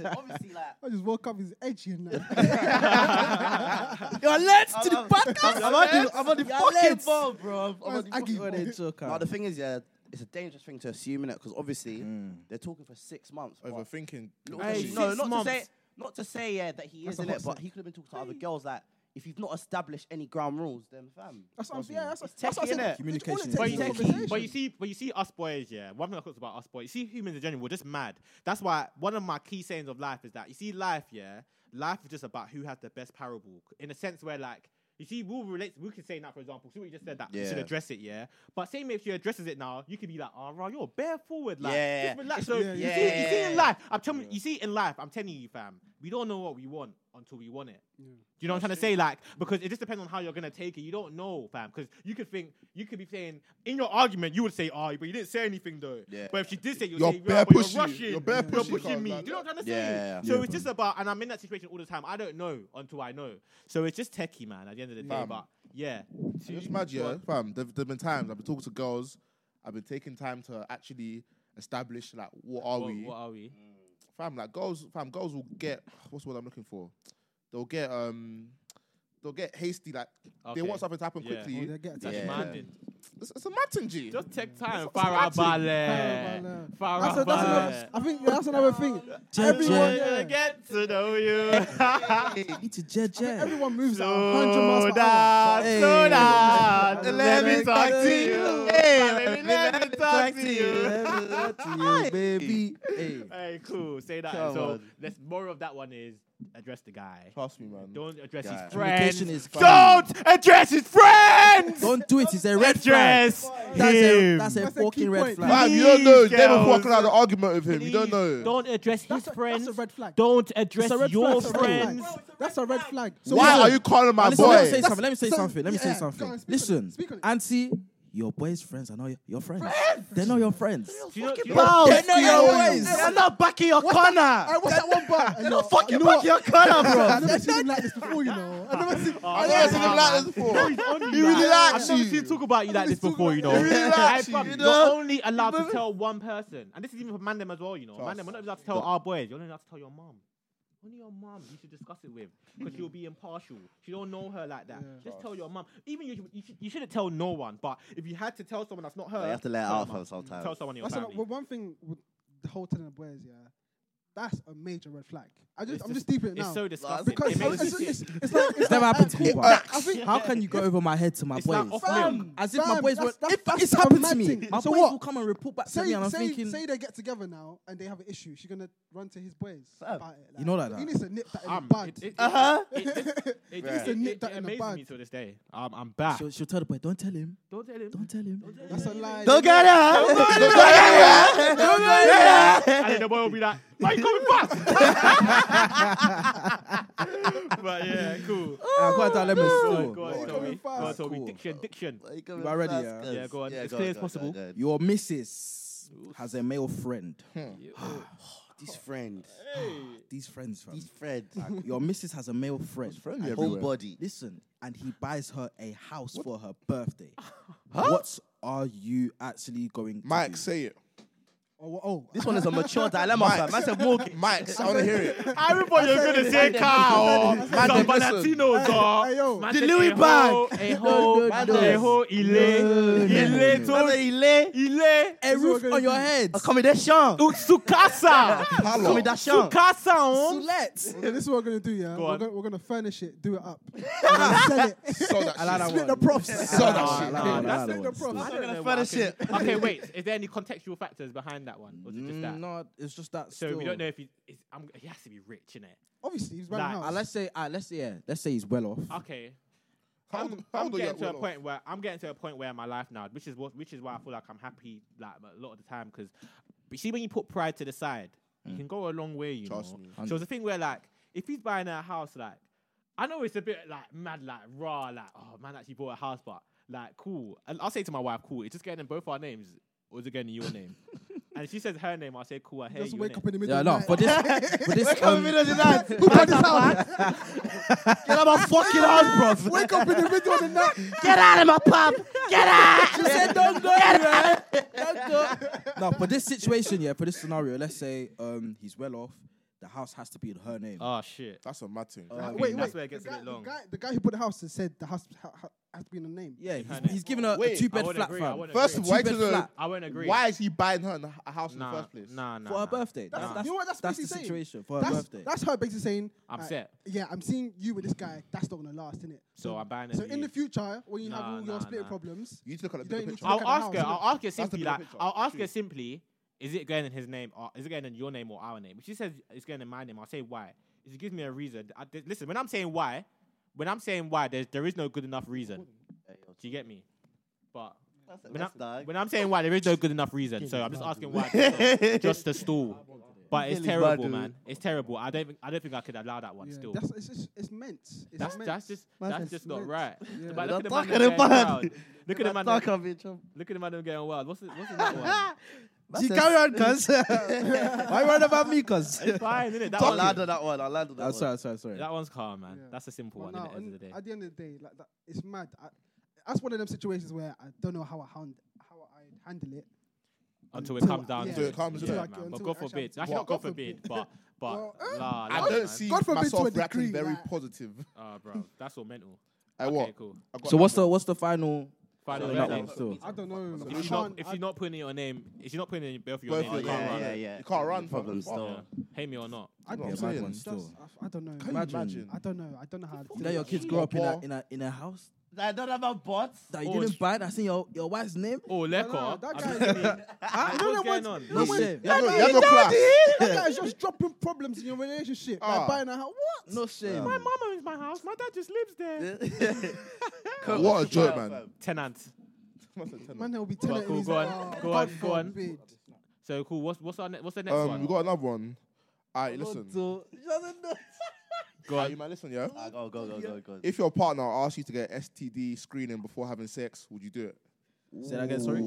[SPEAKER 5] Obviously, like
[SPEAKER 6] I just woke up. He's edgy and that.
[SPEAKER 4] You're late to
[SPEAKER 5] I'm-
[SPEAKER 4] the podcast.
[SPEAKER 5] I'm on the- I'm on the
[SPEAKER 4] You're
[SPEAKER 5] fucking
[SPEAKER 4] late.
[SPEAKER 5] ball, bro. I'm
[SPEAKER 6] Man's
[SPEAKER 5] on the
[SPEAKER 6] Aggie.
[SPEAKER 5] fucking-
[SPEAKER 4] What a joker.
[SPEAKER 5] Now the thing is, yeah, it's a dangerous thing to assume in it because obviously
[SPEAKER 6] Mm.
[SPEAKER 5] they're talking for six months. but
[SPEAKER 3] Overthinking.
[SPEAKER 5] little
[SPEAKER 2] Hey,
[SPEAKER 5] thing- no,
[SPEAKER 2] six
[SPEAKER 5] not
[SPEAKER 2] months.
[SPEAKER 5] to say, not to say, yeah, that he is
[SPEAKER 6] a
[SPEAKER 5] in
[SPEAKER 6] hot
[SPEAKER 5] it, but
[SPEAKER 6] set.
[SPEAKER 5] he could have been talking to other girls. Like, if you've not established any ground rules, then fam,
[SPEAKER 6] That's what I'm saying. Yeah, that's what
[SPEAKER 5] It's
[SPEAKER 6] that's what I
[SPEAKER 5] techie, innit?
[SPEAKER 6] said.
[SPEAKER 4] Communication
[SPEAKER 2] But
[SPEAKER 4] But
[SPEAKER 2] you,
[SPEAKER 4] it's
[SPEAKER 2] see,
[SPEAKER 4] conversation.
[SPEAKER 2] but you see, but you see, us boys, yeah. One thing I talks about us boys, you see, humans in general, we're just mad. That's why one of my key sayings of life is that you see, life, yeah, life is just about who has the best parable. In a sense where, like, you see, we'll relate. We can say that, for example, see what you just said that you should
[SPEAKER 5] Yeah.
[SPEAKER 2] address it, yeah. But same if she addresses it now, you could be like, "Oh, right, you're bare forward, like,
[SPEAKER 5] Yeah.
[SPEAKER 2] just relax."
[SPEAKER 6] It's-
[SPEAKER 2] So
[SPEAKER 6] yeah,
[SPEAKER 2] you,
[SPEAKER 6] yeah.
[SPEAKER 2] see, you see in
[SPEAKER 5] Yeah.
[SPEAKER 2] life, I'm telling you, you see in life, I'm telling you, fam, we don't know what we want until we want it. Do you know what I'm trying to say? Like, because it just depends on how you're gonna take it. You don't know, fam. Because you could think you could be saying in your argument, you would say, "Oh, but you didn't say anything though."
[SPEAKER 5] Yeah.
[SPEAKER 2] But if she did say, you'll
[SPEAKER 3] You're
[SPEAKER 2] say,
[SPEAKER 3] bare
[SPEAKER 2] "Yeah, but
[SPEAKER 3] pushy.
[SPEAKER 2] you're rushing,
[SPEAKER 3] You're bare pushy, cuz,
[SPEAKER 2] me."
[SPEAKER 3] like-
[SPEAKER 2] Do you know what I'm trying to
[SPEAKER 5] Yeah,
[SPEAKER 2] say?
[SPEAKER 5] yeah, yeah.
[SPEAKER 2] So it's just about, and I'm in that situation all the time. I don't know until I know. So it's just techie, man. At the end of the day,
[SPEAKER 3] Fam.
[SPEAKER 2] but yeah,
[SPEAKER 3] So just imagine, yeah, fam. There've, there've been times I've been talking to girls. I've been taking time to actually establish like what are
[SPEAKER 2] What,
[SPEAKER 3] we,
[SPEAKER 2] what are we?
[SPEAKER 3] fam. Like girls, fam. Girls will get what's the word I'm looking for. They'll get um, they'll get hasty. Like
[SPEAKER 2] Okay.
[SPEAKER 3] they want something to happen
[SPEAKER 2] Yeah.
[SPEAKER 6] Oh,
[SPEAKER 3] quickly.
[SPEAKER 6] they get
[SPEAKER 2] That's
[SPEAKER 6] attached.
[SPEAKER 5] Yeah.
[SPEAKER 2] demanding.
[SPEAKER 3] It's, it's a mountain G.
[SPEAKER 2] Just take time. Farah Baleh.
[SPEAKER 6] Farah
[SPEAKER 2] Farah
[SPEAKER 6] That's a- that's another- I think that's another thing. Everyone,
[SPEAKER 2] Everyone
[SPEAKER 6] yeah.
[SPEAKER 2] get to know you.
[SPEAKER 4] It's a JJ.
[SPEAKER 6] everyone moves at 100 miles per hour.
[SPEAKER 2] down,
[SPEAKER 4] Hey.
[SPEAKER 2] slow down.
[SPEAKER 4] Let
[SPEAKER 2] Let
[SPEAKER 4] me
[SPEAKER 2] me talk
[SPEAKER 4] talk
[SPEAKER 2] to
[SPEAKER 4] to
[SPEAKER 2] you.
[SPEAKER 4] you.
[SPEAKER 2] Hey, let me- let me talk to you.
[SPEAKER 4] you, baby. Hey.
[SPEAKER 2] Hey, cool. Say that.
[SPEAKER 5] Come
[SPEAKER 2] so,
[SPEAKER 5] on.
[SPEAKER 2] let's more of that one is address the guy.
[SPEAKER 3] Trust me, man.
[SPEAKER 2] Don't address
[SPEAKER 5] Guy.
[SPEAKER 2] his friends.
[SPEAKER 4] Communication is
[SPEAKER 2] Don't address his friends.
[SPEAKER 4] Don't do it. It's a red flag.
[SPEAKER 2] address
[SPEAKER 4] That's a,
[SPEAKER 2] him.
[SPEAKER 4] that's a
[SPEAKER 6] That's a
[SPEAKER 4] fucking
[SPEAKER 6] key
[SPEAKER 4] red
[SPEAKER 6] point.
[SPEAKER 4] flag.
[SPEAKER 3] Fam, you don't know.
[SPEAKER 2] Please,
[SPEAKER 3] They were
[SPEAKER 2] girls.
[SPEAKER 3] walking out of argument with him. You don't
[SPEAKER 2] Please
[SPEAKER 3] know.
[SPEAKER 2] Don't address
[SPEAKER 6] That's
[SPEAKER 2] his
[SPEAKER 6] a-
[SPEAKER 2] friends.
[SPEAKER 6] That's a red flag.
[SPEAKER 2] Don't address
[SPEAKER 4] It's a red
[SPEAKER 2] your
[SPEAKER 4] flag, it's a red
[SPEAKER 2] friends.
[SPEAKER 4] flag.
[SPEAKER 6] That's a red flag. So
[SPEAKER 3] Why
[SPEAKER 4] Listen,
[SPEAKER 3] are you calling my
[SPEAKER 4] Listen, let me say
[SPEAKER 3] boy?
[SPEAKER 4] something. Let me say
[SPEAKER 6] so-
[SPEAKER 4] something. Let me say
[SPEAKER 6] yeah,
[SPEAKER 4] something.
[SPEAKER 6] go on, speak on it,
[SPEAKER 4] Listen,
[SPEAKER 6] speak on it.
[SPEAKER 4] Auntie, your boy's friends are not your, your friends. They're not your friends.
[SPEAKER 2] Do you know- do you know-
[SPEAKER 5] Bow,
[SPEAKER 4] They know your ways.
[SPEAKER 5] I'm not backing your corner.
[SPEAKER 6] Hey, what's that one bar? You know,
[SPEAKER 5] Fucking back your corner,
[SPEAKER 6] I've
[SPEAKER 5] bro.
[SPEAKER 6] never seen him like this before, you know. I've never seen.
[SPEAKER 2] Oh,
[SPEAKER 3] I never seen him like this before. He really
[SPEAKER 2] I've
[SPEAKER 3] likes
[SPEAKER 2] never
[SPEAKER 3] you.
[SPEAKER 2] seen you talk about you like this
[SPEAKER 6] He's talking
[SPEAKER 2] before, you know.
[SPEAKER 6] about-
[SPEAKER 3] He really
[SPEAKER 2] I
[SPEAKER 3] likes you,
[SPEAKER 2] fuck-
[SPEAKER 3] you
[SPEAKER 2] You're
[SPEAKER 3] know?
[SPEAKER 2] only allowed to tell one person, and this is even for Mandem as well, you know. Mandem, we're not allowed to tell our boys. You're only allowed to tell your mom. Only your mom you should discuss it with, because she'll be impartial. She don't know her like that. Just tell your mom. Even you, you, should, you shouldn't tell no one. But if you had to tell someone that's not her,
[SPEAKER 5] You have to let it
[SPEAKER 2] tell
[SPEAKER 5] out
[SPEAKER 2] your mum.
[SPEAKER 5] sometimes.
[SPEAKER 2] Tell someone in your
[SPEAKER 6] That's
[SPEAKER 2] family.
[SPEAKER 6] another- well, one thing with the whole telling the boys, yeah, that's a major red flag. I just,
[SPEAKER 2] It's
[SPEAKER 6] I'm
[SPEAKER 2] dis-
[SPEAKER 6] just deeping it
[SPEAKER 2] It's
[SPEAKER 6] now.
[SPEAKER 2] so disgusting.
[SPEAKER 6] because
[SPEAKER 2] It makes
[SPEAKER 6] it's,
[SPEAKER 2] me-
[SPEAKER 6] it's, it's like it's
[SPEAKER 4] It's never
[SPEAKER 6] like,
[SPEAKER 4] happened to me.
[SPEAKER 6] alright,
[SPEAKER 4] but
[SPEAKER 6] cool. I think
[SPEAKER 4] How can you go over my head to my
[SPEAKER 2] It's
[SPEAKER 4] boys?
[SPEAKER 2] like off milk.
[SPEAKER 4] As if my
[SPEAKER 6] Fam,
[SPEAKER 4] boys were.
[SPEAKER 6] that's- that's-
[SPEAKER 4] if
[SPEAKER 6] that's
[SPEAKER 4] it's happened to
[SPEAKER 6] romantic.
[SPEAKER 4] me, my
[SPEAKER 6] So
[SPEAKER 4] boys
[SPEAKER 6] what?
[SPEAKER 4] will come and report back to
[SPEAKER 6] Say,
[SPEAKER 4] me, and I'm
[SPEAKER 6] say,
[SPEAKER 4] thinking,
[SPEAKER 6] say they get together now and they have an issue. She's gonna run to his boys about it. Like,
[SPEAKER 4] You know like that.
[SPEAKER 6] You need to nip that in
[SPEAKER 2] Um,
[SPEAKER 6] the bud.
[SPEAKER 2] it- it-
[SPEAKER 5] Uh-huh.
[SPEAKER 2] it- it- it- it-
[SPEAKER 6] Bruh.
[SPEAKER 2] it-
[SPEAKER 6] Nip
[SPEAKER 2] It
[SPEAKER 6] that
[SPEAKER 2] it
[SPEAKER 6] in the
[SPEAKER 2] amazes
[SPEAKER 6] bud.
[SPEAKER 2] me to this day. Um, I'm back.
[SPEAKER 4] "Ah, she'll, she'll tell the boy, don't tell him,
[SPEAKER 2] Don't tell him.
[SPEAKER 4] don't tell him.
[SPEAKER 6] that's a lie.
[SPEAKER 5] Don't get it. Don't get it. Don't get it.
[SPEAKER 2] and then the boy will be like, "Why you coming fast?" but yeah, cool.
[SPEAKER 4] Ah, go on, tell him it's
[SPEAKER 2] Go
[SPEAKER 4] still-
[SPEAKER 2] on, go
[SPEAKER 6] Why you
[SPEAKER 2] on,
[SPEAKER 6] coming
[SPEAKER 2] Toby. Go on,
[SPEAKER 6] fast?
[SPEAKER 2] Toby.
[SPEAKER 4] Cool.
[SPEAKER 2] Diction, diction.
[SPEAKER 5] You
[SPEAKER 4] are ready, yeah?
[SPEAKER 2] Yeah, go on. As clear as possible.
[SPEAKER 4] Your missus has a male friend.
[SPEAKER 5] These friends.
[SPEAKER 4] These friends, fam.
[SPEAKER 5] These friends.
[SPEAKER 4] Like, Your missus has a male friend.
[SPEAKER 3] friendly
[SPEAKER 4] And
[SPEAKER 3] everywhere.
[SPEAKER 5] Homebody.
[SPEAKER 4] Listen, and he buys her a house for her birthday. What are you actually going to
[SPEAKER 3] Mike,
[SPEAKER 4] do?
[SPEAKER 3] say it.
[SPEAKER 6] Oh, oh,
[SPEAKER 5] This one is a mature dilemma, fam. Man said walking.
[SPEAKER 3] Mike, I want to hear it.
[SPEAKER 2] I remember you're gonna say cow, some Valentinos, oh.
[SPEAKER 6] Hey, hey, yo.
[SPEAKER 2] or
[SPEAKER 5] The Louis bag.
[SPEAKER 2] a whole,
[SPEAKER 5] no,
[SPEAKER 2] a
[SPEAKER 5] no.
[SPEAKER 2] whole, ile, ile, to, ile,
[SPEAKER 4] A roof
[SPEAKER 6] gonna
[SPEAKER 4] on your
[SPEAKER 6] do?
[SPEAKER 4] head.
[SPEAKER 5] Accommodation.
[SPEAKER 2] sukasa, oh.
[SPEAKER 5] Accommodation.
[SPEAKER 2] sukasa, um.
[SPEAKER 4] Let.
[SPEAKER 6] Okay, this is what we're gonna do, yeah.
[SPEAKER 2] Go
[SPEAKER 6] we're,
[SPEAKER 2] on.
[SPEAKER 6] gonna, we're gonna furnish it, do it up, and then sell it.
[SPEAKER 3] So that shit.
[SPEAKER 4] that
[SPEAKER 6] Split
[SPEAKER 4] one.
[SPEAKER 6] the props.
[SPEAKER 3] Sell that shit.
[SPEAKER 2] Nah,
[SPEAKER 4] That's
[SPEAKER 2] that's
[SPEAKER 4] the
[SPEAKER 6] the
[SPEAKER 4] one.
[SPEAKER 6] problem.
[SPEAKER 2] I
[SPEAKER 5] I'm
[SPEAKER 2] don't
[SPEAKER 5] gonna
[SPEAKER 2] know
[SPEAKER 5] find
[SPEAKER 2] what I
[SPEAKER 5] a shit.
[SPEAKER 2] can- Okay, wait. Is there any contextual factors behind that one, or is it just that?
[SPEAKER 4] No, it's just that.
[SPEAKER 2] So
[SPEAKER 4] still.
[SPEAKER 2] we don't know if he. Is, I'm, he has to be rich, innit?
[SPEAKER 6] Obviously, he's running
[SPEAKER 2] Nah,
[SPEAKER 6] house.
[SPEAKER 4] Ah, let's say, ah, let's say, yeah, let's say he's well off.
[SPEAKER 2] Okay.
[SPEAKER 3] How
[SPEAKER 2] I'm,
[SPEAKER 3] old- how
[SPEAKER 2] I'm
[SPEAKER 3] old are you
[SPEAKER 2] getting
[SPEAKER 3] at
[SPEAKER 2] to a
[SPEAKER 3] well off?
[SPEAKER 2] point where I'm getting to a point where in my life now, which is what, which is why I feel like I'm happy like a lot of the time because, you see, when you put pride to the side,
[SPEAKER 4] Mm.
[SPEAKER 2] you can go a long way. You
[SPEAKER 3] Trust
[SPEAKER 2] know.
[SPEAKER 3] me.
[SPEAKER 2] So it's a thing where like if he's buying a house, like I know it's a bit like mad, like raw, like oh man, actually bought a house, but like cool. And I'll say to my wife, cool. It's just getting in both our names, or is it getting in your name? and if she says her name, I say cool. I hear
[SPEAKER 6] Just
[SPEAKER 2] you.
[SPEAKER 6] wake
[SPEAKER 2] innit?
[SPEAKER 6] up in the middle.
[SPEAKER 4] Yeah,
[SPEAKER 6] of
[SPEAKER 4] no,
[SPEAKER 6] the
[SPEAKER 4] for
[SPEAKER 6] night.
[SPEAKER 4] this, for this,
[SPEAKER 5] Come in
[SPEAKER 4] um,
[SPEAKER 5] the middle of the night.
[SPEAKER 6] Who bought this house?
[SPEAKER 5] Get out of my fucking house, bro.
[SPEAKER 6] Wake up in the middle of the night.
[SPEAKER 5] Get out of my pub. Get out.
[SPEAKER 4] don't go, man. Don't go. No, for this situation, yeah, for this scenario, let's say um, he's well off. The house has to be in her name.
[SPEAKER 2] Oh shit.
[SPEAKER 3] That's a mad thing.
[SPEAKER 2] I
[SPEAKER 6] Wait,
[SPEAKER 2] think
[SPEAKER 6] wait.
[SPEAKER 2] that's where it gets
[SPEAKER 6] the
[SPEAKER 2] a
[SPEAKER 6] guy,
[SPEAKER 2] bit long.
[SPEAKER 6] The guy, the guy who bought the house has said the house ha, ha, has to be in the name.
[SPEAKER 4] yeah, he's,
[SPEAKER 2] her name.
[SPEAKER 4] he's given her a
[SPEAKER 3] Wait,
[SPEAKER 4] two-bed
[SPEAKER 2] I would
[SPEAKER 4] flat,
[SPEAKER 2] agree, I
[SPEAKER 4] fam.
[SPEAKER 2] would
[SPEAKER 3] First
[SPEAKER 2] agree.
[SPEAKER 3] of all, I need
[SPEAKER 4] Two-bed
[SPEAKER 3] to know,
[SPEAKER 4] flat.
[SPEAKER 2] I won't agree.
[SPEAKER 3] why is he buying her in a- a house in the
[SPEAKER 2] Nah,
[SPEAKER 3] first place?
[SPEAKER 2] nah, nah.
[SPEAKER 4] for her
[SPEAKER 2] nah.
[SPEAKER 4] birthday. That's,
[SPEAKER 6] That's-
[SPEAKER 4] that's,
[SPEAKER 6] you know what that's
[SPEAKER 4] that's the
[SPEAKER 6] basically saying?
[SPEAKER 4] situation for her
[SPEAKER 6] That's,
[SPEAKER 4] birthday.
[SPEAKER 6] that's her basically saying.
[SPEAKER 2] I'm
[SPEAKER 6] like,
[SPEAKER 2] set.
[SPEAKER 6] Yeah, I'm seeing you with this guy. That's not gonna last, innit?
[SPEAKER 2] So I'm buying it
[SPEAKER 6] So
[SPEAKER 2] for
[SPEAKER 6] in
[SPEAKER 2] you.
[SPEAKER 6] the future, when you have
[SPEAKER 2] Nah,
[SPEAKER 6] all
[SPEAKER 2] nah,
[SPEAKER 6] your splitting
[SPEAKER 2] nah.
[SPEAKER 6] problems,
[SPEAKER 3] You need to look at the
[SPEAKER 6] You don't
[SPEAKER 3] bigger
[SPEAKER 6] need to
[SPEAKER 3] picture.
[SPEAKER 6] look
[SPEAKER 2] I'll
[SPEAKER 6] at the
[SPEAKER 2] ask her.
[SPEAKER 6] house,
[SPEAKER 2] I'll ask her
[SPEAKER 3] the
[SPEAKER 2] simply.
[SPEAKER 3] bigger
[SPEAKER 2] Like,
[SPEAKER 3] picture.
[SPEAKER 2] I'll ask her
[SPEAKER 3] True.
[SPEAKER 2] simply. Is it going in his name or is it going in your name or our name? If she says it's going in my name, I'll say why. If she gives me a reason, I, th- listen. When I'm saying why, when I'm saying why, there's there is no good enough reason. Do you get me? But when,
[SPEAKER 5] That's
[SPEAKER 2] I,
[SPEAKER 5] dog.
[SPEAKER 2] when I'm saying why, there is no good enough reason. So I'm just asking why, just to- just to stall. But it's
[SPEAKER 5] Really bad,
[SPEAKER 2] terrible,
[SPEAKER 5] dude.
[SPEAKER 2] man. It's terrible. I don't. think- I don't think I could allow that one.
[SPEAKER 6] yeah,
[SPEAKER 2] Still,
[SPEAKER 6] that's it's, it's, it's meant. It's
[SPEAKER 2] that's
[SPEAKER 6] meant.
[SPEAKER 2] that's just
[SPEAKER 5] Man,
[SPEAKER 2] that's
[SPEAKER 5] it's
[SPEAKER 2] just not
[SPEAKER 6] meant.
[SPEAKER 2] right.
[SPEAKER 6] Yeah.
[SPEAKER 2] But
[SPEAKER 5] Don't
[SPEAKER 2] look at the
[SPEAKER 5] talk
[SPEAKER 2] man.
[SPEAKER 5] at the
[SPEAKER 2] that's
[SPEAKER 5] man.
[SPEAKER 2] getting proud. Look at the man.
[SPEAKER 5] Talk
[SPEAKER 2] that's-
[SPEAKER 5] of it, chum.
[SPEAKER 2] Look at the man. that's Getting wild. What's it? What's it? one?
[SPEAKER 5] That's a-
[SPEAKER 4] on, cuz. Why worried about me, cuz?
[SPEAKER 2] It's fine, innit? That
[SPEAKER 5] I'll
[SPEAKER 2] one.
[SPEAKER 5] land on that one. I'll land on that
[SPEAKER 4] Oh,
[SPEAKER 5] one.
[SPEAKER 4] sorry, sorry, sorry.
[SPEAKER 2] That one's calm, man.
[SPEAKER 6] Yeah.
[SPEAKER 2] That's a simple
[SPEAKER 6] But
[SPEAKER 2] one. At
[SPEAKER 6] nah,
[SPEAKER 2] the end
[SPEAKER 6] on-
[SPEAKER 2] of the day,
[SPEAKER 6] At the end of the day, like that, it's mad. I, that's one of them situations where I don't know how I hand, how I handle it.
[SPEAKER 2] until it
[SPEAKER 6] until-
[SPEAKER 2] comes down,
[SPEAKER 6] yeah.
[SPEAKER 2] to
[SPEAKER 3] Until it comes,
[SPEAKER 2] yeah,
[SPEAKER 3] innit?
[SPEAKER 2] man.
[SPEAKER 6] Like, until
[SPEAKER 2] but
[SPEAKER 6] it
[SPEAKER 2] God
[SPEAKER 6] actually
[SPEAKER 2] forbid.
[SPEAKER 6] happens.
[SPEAKER 2] Actually, not
[SPEAKER 3] Well,
[SPEAKER 2] God forbid, but but
[SPEAKER 6] Well, uh,
[SPEAKER 2] la, la,
[SPEAKER 3] I
[SPEAKER 2] man.
[SPEAKER 3] don't see
[SPEAKER 6] God forbid to a
[SPEAKER 3] myself
[SPEAKER 6] degree,
[SPEAKER 3] reacting very
[SPEAKER 6] like-
[SPEAKER 3] positive.
[SPEAKER 2] Ah, bro, that's all mental.
[SPEAKER 3] I
[SPEAKER 2] okay,
[SPEAKER 3] what?
[SPEAKER 2] cool.
[SPEAKER 3] I got
[SPEAKER 4] So
[SPEAKER 3] that
[SPEAKER 4] what's
[SPEAKER 3] one.
[SPEAKER 4] the what's the final?
[SPEAKER 2] Final
[SPEAKER 4] on
[SPEAKER 2] verdict.
[SPEAKER 4] that one still.
[SPEAKER 6] I don't know. I
[SPEAKER 2] If you're not
[SPEAKER 6] can't-
[SPEAKER 2] if
[SPEAKER 6] I-
[SPEAKER 2] you're not putting in your name, if you're not putting in both your
[SPEAKER 3] Both
[SPEAKER 2] names,
[SPEAKER 3] your
[SPEAKER 2] you can't
[SPEAKER 3] names,
[SPEAKER 2] run.
[SPEAKER 3] yeah,
[SPEAKER 5] yeah.
[SPEAKER 3] You can't run.
[SPEAKER 5] Problems
[SPEAKER 3] fam.
[SPEAKER 5] still.
[SPEAKER 2] Yeah. Hate me or not,
[SPEAKER 6] I
[SPEAKER 4] Yeah,
[SPEAKER 6] don't
[SPEAKER 3] That's what I'm
[SPEAKER 6] know.
[SPEAKER 4] mad
[SPEAKER 3] saying.
[SPEAKER 4] one
[SPEAKER 6] That's-
[SPEAKER 4] still.
[SPEAKER 6] I- I don't know.
[SPEAKER 3] Can you
[SPEAKER 4] Imagine.
[SPEAKER 3] imagine?
[SPEAKER 6] I don't know. I don't know how.
[SPEAKER 4] That your kids grow up in a in a in a house
[SPEAKER 5] I don't have a bot.
[SPEAKER 4] that you
[SPEAKER 2] Oh,
[SPEAKER 4] didn't
[SPEAKER 2] sh-
[SPEAKER 4] buy. That's in your your wife's name.
[SPEAKER 2] oh
[SPEAKER 6] no,
[SPEAKER 2] Leko,
[SPEAKER 6] that
[SPEAKER 2] I'm
[SPEAKER 6] guy-
[SPEAKER 2] just kidding. Like,
[SPEAKER 6] know that
[SPEAKER 2] what's going
[SPEAKER 6] one-
[SPEAKER 2] on?
[SPEAKER 6] that one-
[SPEAKER 4] shame.
[SPEAKER 3] You have no- you have no class.
[SPEAKER 6] That guy's just dropping problems in your relationship.
[SPEAKER 3] Ah.
[SPEAKER 6] Like buying a house. What?
[SPEAKER 4] No
[SPEAKER 5] Um,
[SPEAKER 4] shame.
[SPEAKER 2] My mum owns my house. My dad just lives there.
[SPEAKER 3] What a joke, man.
[SPEAKER 2] Tenant.
[SPEAKER 6] Man, he'll be
[SPEAKER 2] Well,
[SPEAKER 6] telling
[SPEAKER 2] cool,
[SPEAKER 6] him.
[SPEAKER 2] go on, go on, go on.
[SPEAKER 6] "Oh, forbid.
[SPEAKER 2] So cool. What's what's our ne- what's the next
[SPEAKER 3] Um,
[SPEAKER 2] one?
[SPEAKER 3] we got another one. Alright, listen.
[SPEAKER 2] Go
[SPEAKER 3] Alright, you
[SPEAKER 2] on.
[SPEAKER 3] might listen, yeah.
[SPEAKER 5] Go, go, go, go, go.
[SPEAKER 3] If your partner asks you to get STD screening before having sex, would you do it?
[SPEAKER 4] Say that again. Sorry.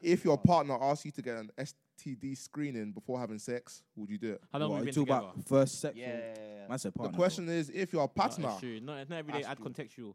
[SPEAKER 3] If your partner asks you to get an STD screening before having sex, would you do it?
[SPEAKER 2] How long
[SPEAKER 4] What,
[SPEAKER 2] we
[SPEAKER 4] you
[SPEAKER 2] been
[SPEAKER 4] talk
[SPEAKER 2] together?
[SPEAKER 4] about first sex.
[SPEAKER 5] Yeah, yeah, yeah.
[SPEAKER 4] Man said
[SPEAKER 3] The
[SPEAKER 4] partner.
[SPEAKER 3] question is, if your partner,
[SPEAKER 2] Not, true. not, not every day add
[SPEAKER 3] Ask you.
[SPEAKER 2] contextual.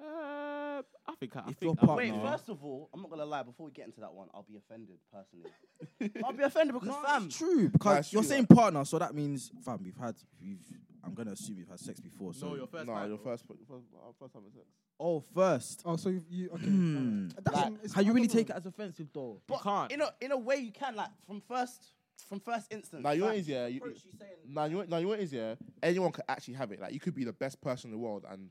[SPEAKER 2] Uh, I think I, I
[SPEAKER 4] If your
[SPEAKER 2] think I-
[SPEAKER 4] partner-
[SPEAKER 5] Wait,
[SPEAKER 4] No.
[SPEAKER 5] first of all, I'm not gonna lie. Before we get into that one, I'll be offended personally. I'll be offended because fam,
[SPEAKER 4] It's true because
[SPEAKER 3] That's
[SPEAKER 4] you're
[SPEAKER 3] true,
[SPEAKER 4] saying
[SPEAKER 3] like-
[SPEAKER 4] partner, so that means fam. We've had. We've, I'm gonna assume you've had sex before. So
[SPEAKER 2] no, your first
[SPEAKER 3] no,
[SPEAKER 2] time.
[SPEAKER 3] your first, first, first time having sex.
[SPEAKER 4] oh, first.
[SPEAKER 6] Oh, so you, you okay?
[SPEAKER 4] Hmm.
[SPEAKER 6] That's,
[SPEAKER 4] Like,
[SPEAKER 6] it's-
[SPEAKER 4] How you
[SPEAKER 6] I
[SPEAKER 4] really
[SPEAKER 6] don't know.
[SPEAKER 4] take it as offensive though?
[SPEAKER 5] but
[SPEAKER 2] can't.
[SPEAKER 5] in a in a way you can like from first from first instance.
[SPEAKER 3] Now you know what
[SPEAKER 5] Like,
[SPEAKER 3] it is, yeah. You,
[SPEAKER 5] bro, she's saying-
[SPEAKER 3] now you know, now you know what it is, yeah. Anyone could actually have it. Like you could be the best person in the world, and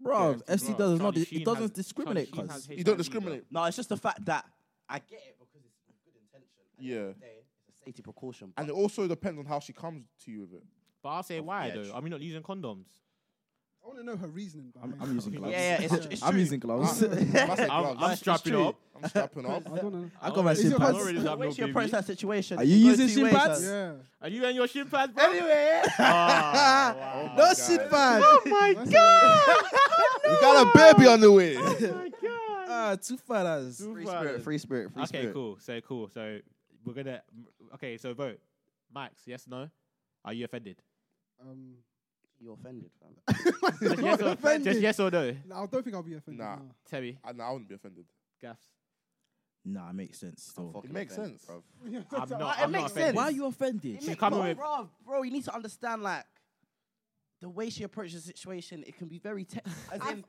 [SPEAKER 4] Bro,
[SPEAKER 3] Yeah,
[SPEAKER 4] FC does not.
[SPEAKER 2] Charlie
[SPEAKER 4] It
[SPEAKER 2] Sheen
[SPEAKER 4] doesn't
[SPEAKER 2] has-
[SPEAKER 4] discriminate,
[SPEAKER 2] Charlie Sheen
[SPEAKER 4] cause
[SPEAKER 2] has
[SPEAKER 3] you don't
[SPEAKER 2] HIV, bro.
[SPEAKER 3] discriminate.
[SPEAKER 5] No, it's just the fact that I get it because it's with good intention. and at the end
[SPEAKER 3] Yeah.
[SPEAKER 5] of the day, it's a safety precaution.
[SPEAKER 3] And it also depends on how she comes to you with it.
[SPEAKER 2] But I'll say why
[SPEAKER 5] Yeah,
[SPEAKER 2] though.
[SPEAKER 5] true.
[SPEAKER 2] Are we not using condoms?
[SPEAKER 6] I want to know her reasoning.
[SPEAKER 4] I'm, I'm using gloves.
[SPEAKER 5] yeah, yeah, it's, it's
[SPEAKER 4] I'm
[SPEAKER 5] true.
[SPEAKER 4] using gloves.
[SPEAKER 3] If I said
[SPEAKER 2] I'm-
[SPEAKER 3] gloves,
[SPEAKER 2] I'm
[SPEAKER 3] it's
[SPEAKER 2] strapping
[SPEAKER 3] true.
[SPEAKER 2] up.
[SPEAKER 3] I'm strapping up.
[SPEAKER 6] I don't know.
[SPEAKER 4] I got my
[SPEAKER 6] Is
[SPEAKER 4] shin
[SPEAKER 6] your
[SPEAKER 4] pads.
[SPEAKER 6] husband-
[SPEAKER 2] Already
[SPEAKER 5] The
[SPEAKER 2] have
[SPEAKER 5] way
[SPEAKER 2] no
[SPEAKER 5] she approached
[SPEAKER 2] baby.
[SPEAKER 5] that situation.
[SPEAKER 4] Are you
[SPEAKER 5] goes
[SPEAKER 4] using
[SPEAKER 5] two
[SPEAKER 4] shin
[SPEAKER 5] ways,
[SPEAKER 4] pads?
[SPEAKER 5] like-
[SPEAKER 6] Yeah.
[SPEAKER 2] Are you and your shin pads, bro?
[SPEAKER 5] Anyway,
[SPEAKER 2] wow.
[SPEAKER 4] No shit pad.
[SPEAKER 2] my
[SPEAKER 6] That's it.
[SPEAKER 3] We got a baby on the way.
[SPEAKER 2] my god.
[SPEAKER 4] Ah, two fellas.
[SPEAKER 2] Too
[SPEAKER 5] free
[SPEAKER 2] far.
[SPEAKER 5] spirit, free spirit, free
[SPEAKER 2] okay,
[SPEAKER 5] spirit.
[SPEAKER 2] cool. So cool. So we're gonna. Okay, so vote. Max, yes, no. Are you offended?
[SPEAKER 6] Um,
[SPEAKER 5] You're offended, fam.
[SPEAKER 2] Just yes, or, just yes or no.
[SPEAKER 6] no, I don't think I'll be offended.
[SPEAKER 3] Nah.
[SPEAKER 6] no.
[SPEAKER 2] Terry,
[SPEAKER 3] and I wouldn't be offended.
[SPEAKER 2] gaffs.
[SPEAKER 4] Nah, it makes sense. Still.
[SPEAKER 3] It makes sense.
[SPEAKER 5] Bro.
[SPEAKER 2] I'm not.
[SPEAKER 5] It
[SPEAKER 2] I'm not
[SPEAKER 5] makes
[SPEAKER 2] offended.
[SPEAKER 5] sense.
[SPEAKER 4] Why are you offended?
[SPEAKER 5] It
[SPEAKER 2] She's
[SPEAKER 5] makes-
[SPEAKER 2] coming
[SPEAKER 5] bro,
[SPEAKER 2] with-
[SPEAKER 5] bro, bro, you need to understand, like, the way she approaches the situation, it can be very. Te- as in,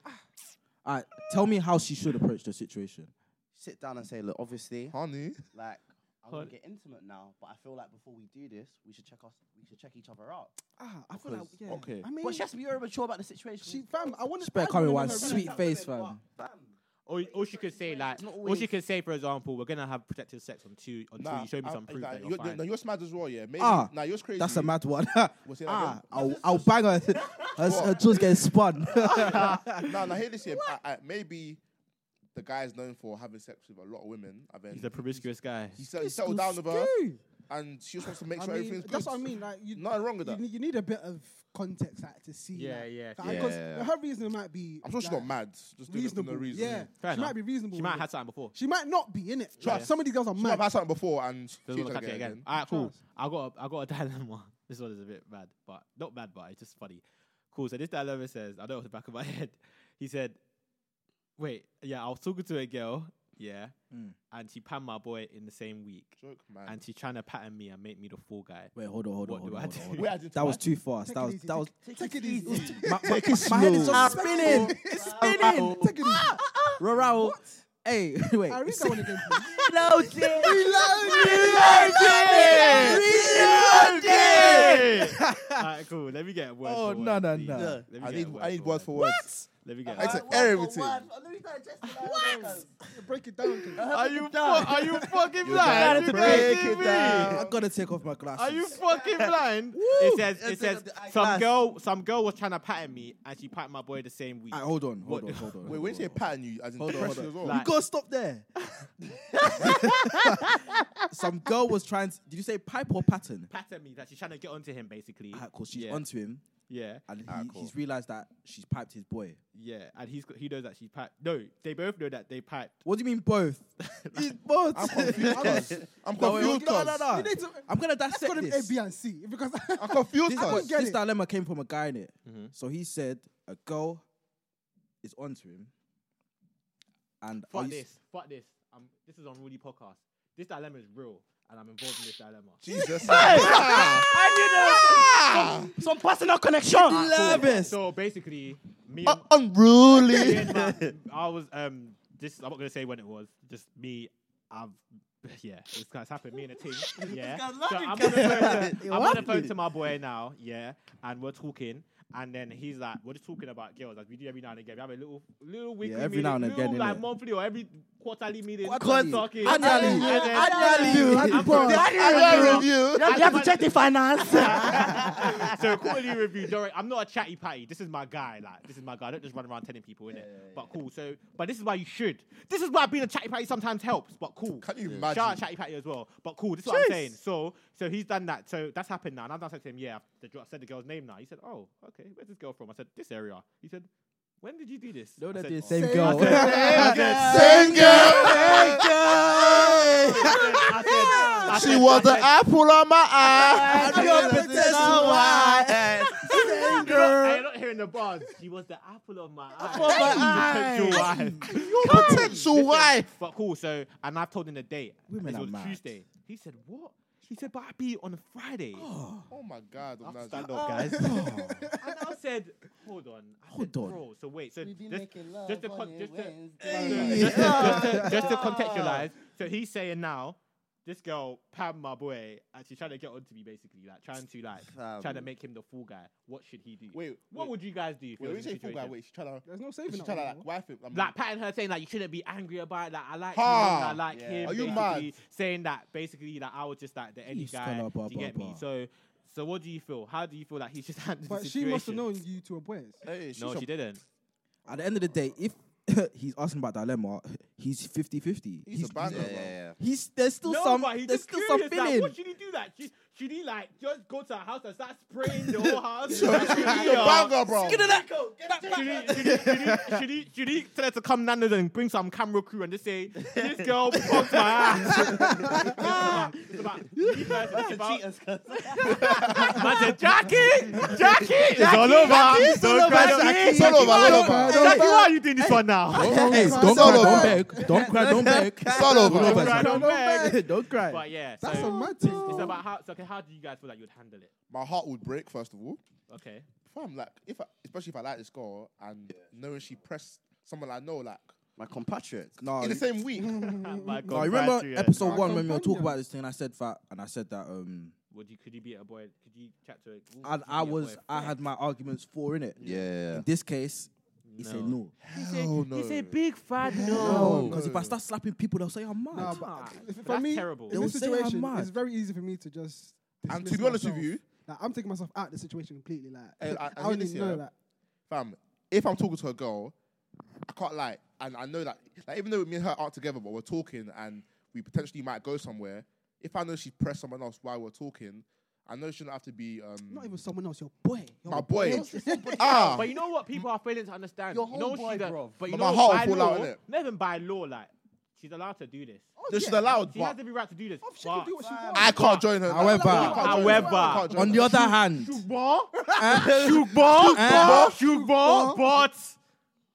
[SPEAKER 4] All right, tell me how she should approach the situation.
[SPEAKER 5] sit down and say, look, obviously,
[SPEAKER 3] Honey,
[SPEAKER 5] like, I want
[SPEAKER 2] Hon-
[SPEAKER 5] to get intimate now, but I feel like before we do this, we should check us, we should check each other out.
[SPEAKER 6] Ah, I feel like
[SPEAKER 5] Because-
[SPEAKER 6] yeah.
[SPEAKER 3] okay.
[SPEAKER 6] I mean,
[SPEAKER 5] But she has to be very mature about the situation.
[SPEAKER 6] she fam. I want
[SPEAKER 4] She better come with one sweet
[SPEAKER 5] Like,
[SPEAKER 4] face,
[SPEAKER 5] women,
[SPEAKER 4] fam.
[SPEAKER 5] but, fam,
[SPEAKER 2] Or, or she could say like,
[SPEAKER 5] It's not
[SPEAKER 2] or she
[SPEAKER 5] always-
[SPEAKER 2] could say, for example, we're gonna have protective sex until until
[SPEAKER 3] nah,
[SPEAKER 2] you show me
[SPEAKER 3] I-
[SPEAKER 2] some proof
[SPEAKER 3] nah,
[SPEAKER 2] that
[SPEAKER 3] you're,
[SPEAKER 2] you're fine.
[SPEAKER 3] nah, you're smart as well, yeah. Maybe,
[SPEAKER 4] Ah,
[SPEAKER 3] nah, you're crazy.
[SPEAKER 4] That's a mad one.
[SPEAKER 3] Was it like
[SPEAKER 4] ah,
[SPEAKER 3] that?
[SPEAKER 4] I'll, I'll bang her. Her, her jaw's getting spun.
[SPEAKER 3] nah, nah, hear this here. I, I, maybe the guy's known for having sex with a lot of women. And then
[SPEAKER 2] He's a promiscuous guy.
[SPEAKER 3] he, set- he settled down with her, and she just wants to make
[SPEAKER 6] I
[SPEAKER 3] sure
[SPEAKER 6] mean,
[SPEAKER 3] everything's good.
[SPEAKER 6] that's what I mean. Like, you,
[SPEAKER 3] Nothing wrong with
[SPEAKER 6] you
[SPEAKER 3] that.
[SPEAKER 6] need- You, need a bit of context like, to see.
[SPEAKER 2] Yeah,
[SPEAKER 6] like,
[SPEAKER 2] yeah,
[SPEAKER 6] like,
[SPEAKER 2] yeah,
[SPEAKER 6] 'cause
[SPEAKER 5] yeah.
[SPEAKER 6] Her reason might be.
[SPEAKER 3] I'm sure she's
[SPEAKER 6] like,
[SPEAKER 3] not mad. Just doing it for
[SPEAKER 6] Reasonable.
[SPEAKER 3] no reason.
[SPEAKER 6] Yeah, she
[SPEAKER 2] Fair enough.
[SPEAKER 6] might be reasonable.
[SPEAKER 2] She might
[SPEAKER 6] with
[SPEAKER 2] have had
[SPEAKER 6] it.
[SPEAKER 2] something before.
[SPEAKER 6] She might not be in it.
[SPEAKER 3] Trust.
[SPEAKER 6] Some of these girls are
[SPEAKER 3] She might have
[SPEAKER 6] mad.
[SPEAKER 3] had something before, and she
[SPEAKER 2] Doesn't
[SPEAKER 3] tried
[SPEAKER 2] look
[SPEAKER 3] to
[SPEAKER 2] like
[SPEAKER 3] get
[SPEAKER 2] it
[SPEAKER 3] again.
[SPEAKER 2] again. All right, cool.
[SPEAKER 6] Trust.
[SPEAKER 2] I got a, I got a dilemma. This one is a bit bad, but not bad, but it's just funny. Cool. So this dilemma says, I know off the back of my head. He said, "Wait, yeah, I was talking to a girl, yeah,
[SPEAKER 4] Mm.
[SPEAKER 2] and she panned my boy in the same week,
[SPEAKER 3] Joke, man.
[SPEAKER 2] and she trying to pattern me and make me the fool guy."
[SPEAKER 4] Wait, hold on, hold on, hold
[SPEAKER 2] What do
[SPEAKER 4] on.
[SPEAKER 2] I
[SPEAKER 4] Hold
[SPEAKER 2] do?
[SPEAKER 4] on, hold
[SPEAKER 3] Wait,
[SPEAKER 4] on.
[SPEAKER 3] I did
[SPEAKER 4] That was
[SPEAKER 3] what?
[SPEAKER 4] too fast. That was
[SPEAKER 6] Take it
[SPEAKER 4] that was.
[SPEAKER 6] easy, Take it easy.
[SPEAKER 4] My, my,
[SPEAKER 3] it
[SPEAKER 4] my head is
[SPEAKER 3] slow.
[SPEAKER 4] just spinning. It's spinning.
[SPEAKER 6] Take it easy.
[SPEAKER 2] Ah!
[SPEAKER 4] Rorao. ah. Hey, wait.
[SPEAKER 6] I read that one again. please.
[SPEAKER 2] All right, cool. Let me get word.
[SPEAKER 4] Oh,
[SPEAKER 2] for word,
[SPEAKER 4] no, no,
[SPEAKER 2] please.
[SPEAKER 4] no.
[SPEAKER 2] Let me
[SPEAKER 3] I
[SPEAKER 2] get
[SPEAKER 3] need, I need word for
[SPEAKER 2] word.
[SPEAKER 3] word.
[SPEAKER 2] Let me get.
[SPEAKER 3] I
[SPEAKER 2] word.
[SPEAKER 3] said everything.
[SPEAKER 5] What?
[SPEAKER 6] Break it down. please.
[SPEAKER 2] Are you fu- are you fucking
[SPEAKER 4] gotta
[SPEAKER 2] blind? You can't
[SPEAKER 4] break
[SPEAKER 2] see me.
[SPEAKER 4] I gotta take off my glasses.
[SPEAKER 2] Are you fucking blind? it says
[SPEAKER 5] That's
[SPEAKER 2] it says
[SPEAKER 5] the- the
[SPEAKER 2] some
[SPEAKER 5] eyeglass.
[SPEAKER 2] girl some girl was trying to pattern me and she patted my boy the same week.
[SPEAKER 4] Alright, hold on,
[SPEAKER 2] What
[SPEAKER 4] hold on,
[SPEAKER 2] the-
[SPEAKER 4] hold on.
[SPEAKER 3] Wait, when you say pattern, you as in
[SPEAKER 4] Hold on,
[SPEAKER 3] depression
[SPEAKER 4] hold
[SPEAKER 3] as well.
[SPEAKER 2] Like-
[SPEAKER 4] you gotta stop there. Some girl was trying. To, did you say pipe or pattern?
[SPEAKER 2] pattern me that she's trying to get onto him basically.
[SPEAKER 4] Alright, cool. Ah, She's
[SPEAKER 2] yeah.
[SPEAKER 4] onto him,
[SPEAKER 2] yeah,
[SPEAKER 4] and he,
[SPEAKER 3] Alright, Ah, cool.
[SPEAKER 4] he's realized that she's piped his boy.
[SPEAKER 2] yeah, and he's he knows that she's piped. No, they both know that they piped.
[SPEAKER 4] What do you mean both? It's both.
[SPEAKER 3] I'm confused, cuz. I'm
[SPEAKER 4] No, wait,
[SPEAKER 3] confused,
[SPEAKER 4] no, no,
[SPEAKER 3] cuz.
[SPEAKER 4] no.
[SPEAKER 6] You need to.
[SPEAKER 4] I'm gonna
[SPEAKER 6] That's
[SPEAKER 4] dissect
[SPEAKER 6] got him A,
[SPEAKER 4] this.
[SPEAKER 6] B, and C because
[SPEAKER 3] I'm confused,
[SPEAKER 4] This,
[SPEAKER 6] I
[SPEAKER 4] was-
[SPEAKER 6] don't
[SPEAKER 3] cuz.
[SPEAKER 6] get
[SPEAKER 4] this
[SPEAKER 6] it.
[SPEAKER 4] dilemma came from a guy in it.
[SPEAKER 2] Mhm.
[SPEAKER 4] So he said a girl is onto him, and are
[SPEAKER 2] Fuck
[SPEAKER 4] you s-
[SPEAKER 2] this, fuck this. Um, this is on Rudy podcast. This dilemma is real, and I'm involved in this dilemma.
[SPEAKER 3] Jesus.
[SPEAKER 5] Some personal connection.
[SPEAKER 4] Nervous. Oh,
[SPEAKER 2] So basically, me and, me
[SPEAKER 3] Unruly.
[SPEAKER 2] and my, I was um this I'm not gonna say when it was. Just me, I've yeah, it's kind of happened. Me and a team. Yeah. So I'm on the phone to- I'm on the phone to my boy now. Yeah, and we're talking. And then he's like, "We're just talking about girls, as we do every now and again. We have a little, little weekly,
[SPEAKER 4] every
[SPEAKER 2] meeting,
[SPEAKER 4] now and
[SPEAKER 2] little,
[SPEAKER 4] again,
[SPEAKER 2] like
[SPEAKER 4] innit?
[SPEAKER 2] monthly or every quarterly meeting.
[SPEAKER 4] Quarterly.
[SPEAKER 2] Talking.
[SPEAKER 4] Annually.
[SPEAKER 2] And then-
[SPEAKER 4] Annually.
[SPEAKER 2] I'm
[SPEAKER 4] Annually.
[SPEAKER 2] from-
[SPEAKER 3] Annual review.
[SPEAKER 5] You have to check the finance.
[SPEAKER 2] so quarterly review. Don't worry, I'm not a chatty patty. This is my guy. Like this is my guy. I don't just run around telling people in it. but cool. So, but this is why you should. This is why being a chatty patty sometimes helps. But cool.
[SPEAKER 3] Can you
[SPEAKER 2] Shout out
[SPEAKER 3] imagine?
[SPEAKER 2] chatty patty as well. But cool. This is what I'm saying. So, so he's done that. So that's happened now. And I've now said to him, yeah. The, dr- I said the girl's name now. He said, oh, okay. Where's this girl from? I said this area. He said, when did you do this?
[SPEAKER 4] No,
[SPEAKER 2] I
[SPEAKER 4] they're
[SPEAKER 2] said,
[SPEAKER 4] the
[SPEAKER 2] "Oh."
[SPEAKER 4] same
[SPEAKER 6] Same
[SPEAKER 4] girl.
[SPEAKER 2] I said,
[SPEAKER 3] Same
[SPEAKER 2] I said- I said- I
[SPEAKER 3] She
[SPEAKER 2] said-
[SPEAKER 3] was
[SPEAKER 2] I
[SPEAKER 3] the
[SPEAKER 2] said-
[SPEAKER 3] apple on my eye.
[SPEAKER 4] And your potential why?
[SPEAKER 2] You're not, hey, you're not hearing the bars. She was the apple of my eye. Potential wife.
[SPEAKER 3] Potential wife.
[SPEAKER 2] But cool. So, and I've told him the date.
[SPEAKER 4] Women
[SPEAKER 2] it
[SPEAKER 4] are
[SPEAKER 2] was
[SPEAKER 4] mad.
[SPEAKER 2] Tuesday. He said, "What?" He said, "But I be on a Friday."
[SPEAKER 3] Oh my god.
[SPEAKER 2] I
[SPEAKER 3] I'm not-
[SPEAKER 2] stand up, guys. and I said, "Hold on, I
[SPEAKER 4] Hold
[SPEAKER 2] said,
[SPEAKER 4] on.
[SPEAKER 2] Bro, so wait, so
[SPEAKER 5] We've been
[SPEAKER 2] just,
[SPEAKER 5] making love
[SPEAKER 2] just to
[SPEAKER 5] on
[SPEAKER 2] con-
[SPEAKER 5] a
[SPEAKER 2] just to-
[SPEAKER 5] Wednesday.
[SPEAKER 2] just to- just to- just to contextualize. So he's saying now, this girl Pam, my boy, and she's trying to get onto me basically, like trying to like
[SPEAKER 5] Fam.
[SPEAKER 2] trying to make him the fool guy. What should he do?
[SPEAKER 3] Wait,
[SPEAKER 2] what
[SPEAKER 3] wait.
[SPEAKER 2] would you guys do?
[SPEAKER 3] Wait,
[SPEAKER 2] If you
[SPEAKER 3] when
[SPEAKER 2] were
[SPEAKER 3] you
[SPEAKER 2] in the
[SPEAKER 3] say full guy,
[SPEAKER 2] situation?
[SPEAKER 3] wait, she's trying to.
[SPEAKER 6] There's no
[SPEAKER 3] She's
[SPEAKER 6] saving
[SPEAKER 3] trying
[SPEAKER 6] that.
[SPEAKER 3] to like
[SPEAKER 6] one,
[SPEAKER 3] wife him. I'm
[SPEAKER 2] like patting her saying like you shouldn't be angry about it. Like I like him.
[SPEAKER 3] Ha!
[SPEAKER 2] I like
[SPEAKER 5] Yeah.
[SPEAKER 2] him.
[SPEAKER 3] Are you
[SPEAKER 2] basically,
[SPEAKER 3] mad?
[SPEAKER 2] Saying that basically that I was just like the any
[SPEAKER 4] Please,
[SPEAKER 2] guy.
[SPEAKER 4] colour, blah,
[SPEAKER 2] do you get
[SPEAKER 4] blah,
[SPEAKER 2] me?
[SPEAKER 4] blah.
[SPEAKER 2] So, so what do you feel? How do you feel that he should handle
[SPEAKER 6] But
[SPEAKER 2] the
[SPEAKER 6] she
[SPEAKER 2] situation?
[SPEAKER 6] must have known you to a boy.
[SPEAKER 3] Hey, she's
[SPEAKER 2] No,
[SPEAKER 3] a-
[SPEAKER 2] she didn't.
[SPEAKER 4] At the end of the day, if he's asking about dilemma, he's 50 50.
[SPEAKER 3] He's, a banger,
[SPEAKER 5] Yeah,
[SPEAKER 3] bro.
[SPEAKER 5] yeah,
[SPEAKER 4] He's there's still
[SPEAKER 2] no,
[SPEAKER 4] some
[SPEAKER 2] but he's
[SPEAKER 4] there's
[SPEAKER 2] just
[SPEAKER 4] still some
[SPEAKER 2] curious, like,
[SPEAKER 4] feeling.
[SPEAKER 2] what should he do? Like, should, should he like just go to her house and start spraying the whole house? Should
[SPEAKER 3] He's
[SPEAKER 2] he,
[SPEAKER 3] a
[SPEAKER 2] uh,
[SPEAKER 3] banger, bro.
[SPEAKER 2] should he- should he- should he- should he- should he tell her to come Nando's and bring some camera crew and just say, this girl fucked my ass? it's about, you guys, it's about, Man said, Jackie! Jackie! It's all over. It's all over.
[SPEAKER 3] It's all over, all over.
[SPEAKER 2] Jackie, why are you doing this one now?
[SPEAKER 4] Hey, don't cry,
[SPEAKER 3] Solo, bro.
[SPEAKER 4] don't beg, don't cry, don't beg.
[SPEAKER 3] Solo, bro.
[SPEAKER 4] Don't
[SPEAKER 3] Don't
[SPEAKER 4] cry,
[SPEAKER 2] don't beg.
[SPEAKER 4] Don't cry.
[SPEAKER 2] But yeah,
[SPEAKER 6] That's a
[SPEAKER 2] so
[SPEAKER 6] mad
[SPEAKER 2] it's,
[SPEAKER 6] thing.
[SPEAKER 2] it's about how, so, okay, how do you guys feel like you'd handle it?
[SPEAKER 3] My heart would break first of all.
[SPEAKER 2] Okay.
[SPEAKER 3] Fam, like if I, especially if I like this girl and knowing she pressed someone I know, like
[SPEAKER 5] My compatriots.
[SPEAKER 4] No,
[SPEAKER 3] in the same week.
[SPEAKER 2] My God,
[SPEAKER 4] no, you remember
[SPEAKER 2] Patriot.
[SPEAKER 4] episode
[SPEAKER 6] My
[SPEAKER 4] one when we were talking
[SPEAKER 6] companion.
[SPEAKER 4] about this thing? I said that, and I said that um,
[SPEAKER 2] Would you, could you be a boy? Could you chat to a
[SPEAKER 4] and I was I had my arguments for in it.
[SPEAKER 5] Yeah.
[SPEAKER 4] In this case, he said
[SPEAKER 2] No.
[SPEAKER 4] no.
[SPEAKER 2] He
[SPEAKER 3] Hell Oh, no.
[SPEAKER 2] big fat
[SPEAKER 3] No.
[SPEAKER 4] Because if I start slapping people, they'll say I'm mad.
[SPEAKER 6] Nah,
[SPEAKER 2] Ah,
[SPEAKER 6] but uh, if- for
[SPEAKER 2] that's
[SPEAKER 6] me,
[SPEAKER 2] terrible.
[SPEAKER 6] in this
[SPEAKER 4] They'll say I'm
[SPEAKER 6] situation,
[SPEAKER 4] mad.
[SPEAKER 6] it's very easy for me to just.
[SPEAKER 3] And to
[SPEAKER 6] dismiss
[SPEAKER 3] be honest with
[SPEAKER 6] myself.
[SPEAKER 3] you,
[SPEAKER 6] like, I'm taking myself out of the situation completely. Like,
[SPEAKER 3] Hey,
[SPEAKER 6] I,
[SPEAKER 3] I- I mean
[SPEAKER 6] already
[SPEAKER 3] this,
[SPEAKER 6] know
[SPEAKER 3] yeah.
[SPEAKER 6] that.
[SPEAKER 3] fam, if I'm talking to a girl, I can't lie, and I know that, like, even though me and her aren't together, but we're talking and we potentially might go somewhere. If I know she pressed someone else while we're talking, I know she shouldn't have to be um,
[SPEAKER 6] Not even someone else, your boy. Your
[SPEAKER 3] my boy.
[SPEAKER 2] No,
[SPEAKER 3] ah,
[SPEAKER 2] but you know what? People are failing to understand.
[SPEAKER 5] Your
[SPEAKER 2] you know
[SPEAKER 5] homeboy,
[SPEAKER 2] she's a-
[SPEAKER 5] bruv.
[SPEAKER 2] But you
[SPEAKER 3] But
[SPEAKER 2] know
[SPEAKER 3] my heart
[SPEAKER 2] by
[SPEAKER 3] will fall
[SPEAKER 2] law,
[SPEAKER 3] out, innit?
[SPEAKER 2] not even by law, like she's allowed to do this.
[SPEAKER 6] Oh,
[SPEAKER 3] this is allowed,
[SPEAKER 2] She
[SPEAKER 3] but
[SPEAKER 2] has every right to do this.
[SPEAKER 6] She
[SPEAKER 2] but
[SPEAKER 6] can do what she wants.
[SPEAKER 3] I can't join her.
[SPEAKER 4] However-
[SPEAKER 3] I can't join her.
[SPEAKER 2] However,
[SPEAKER 3] I can't join
[SPEAKER 4] On
[SPEAKER 3] her.
[SPEAKER 4] the other hand,
[SPEAKER 2] Shugba, Shugba,
[SPEAKER 4] Eh?
[SPEAKER 2] Shugba, but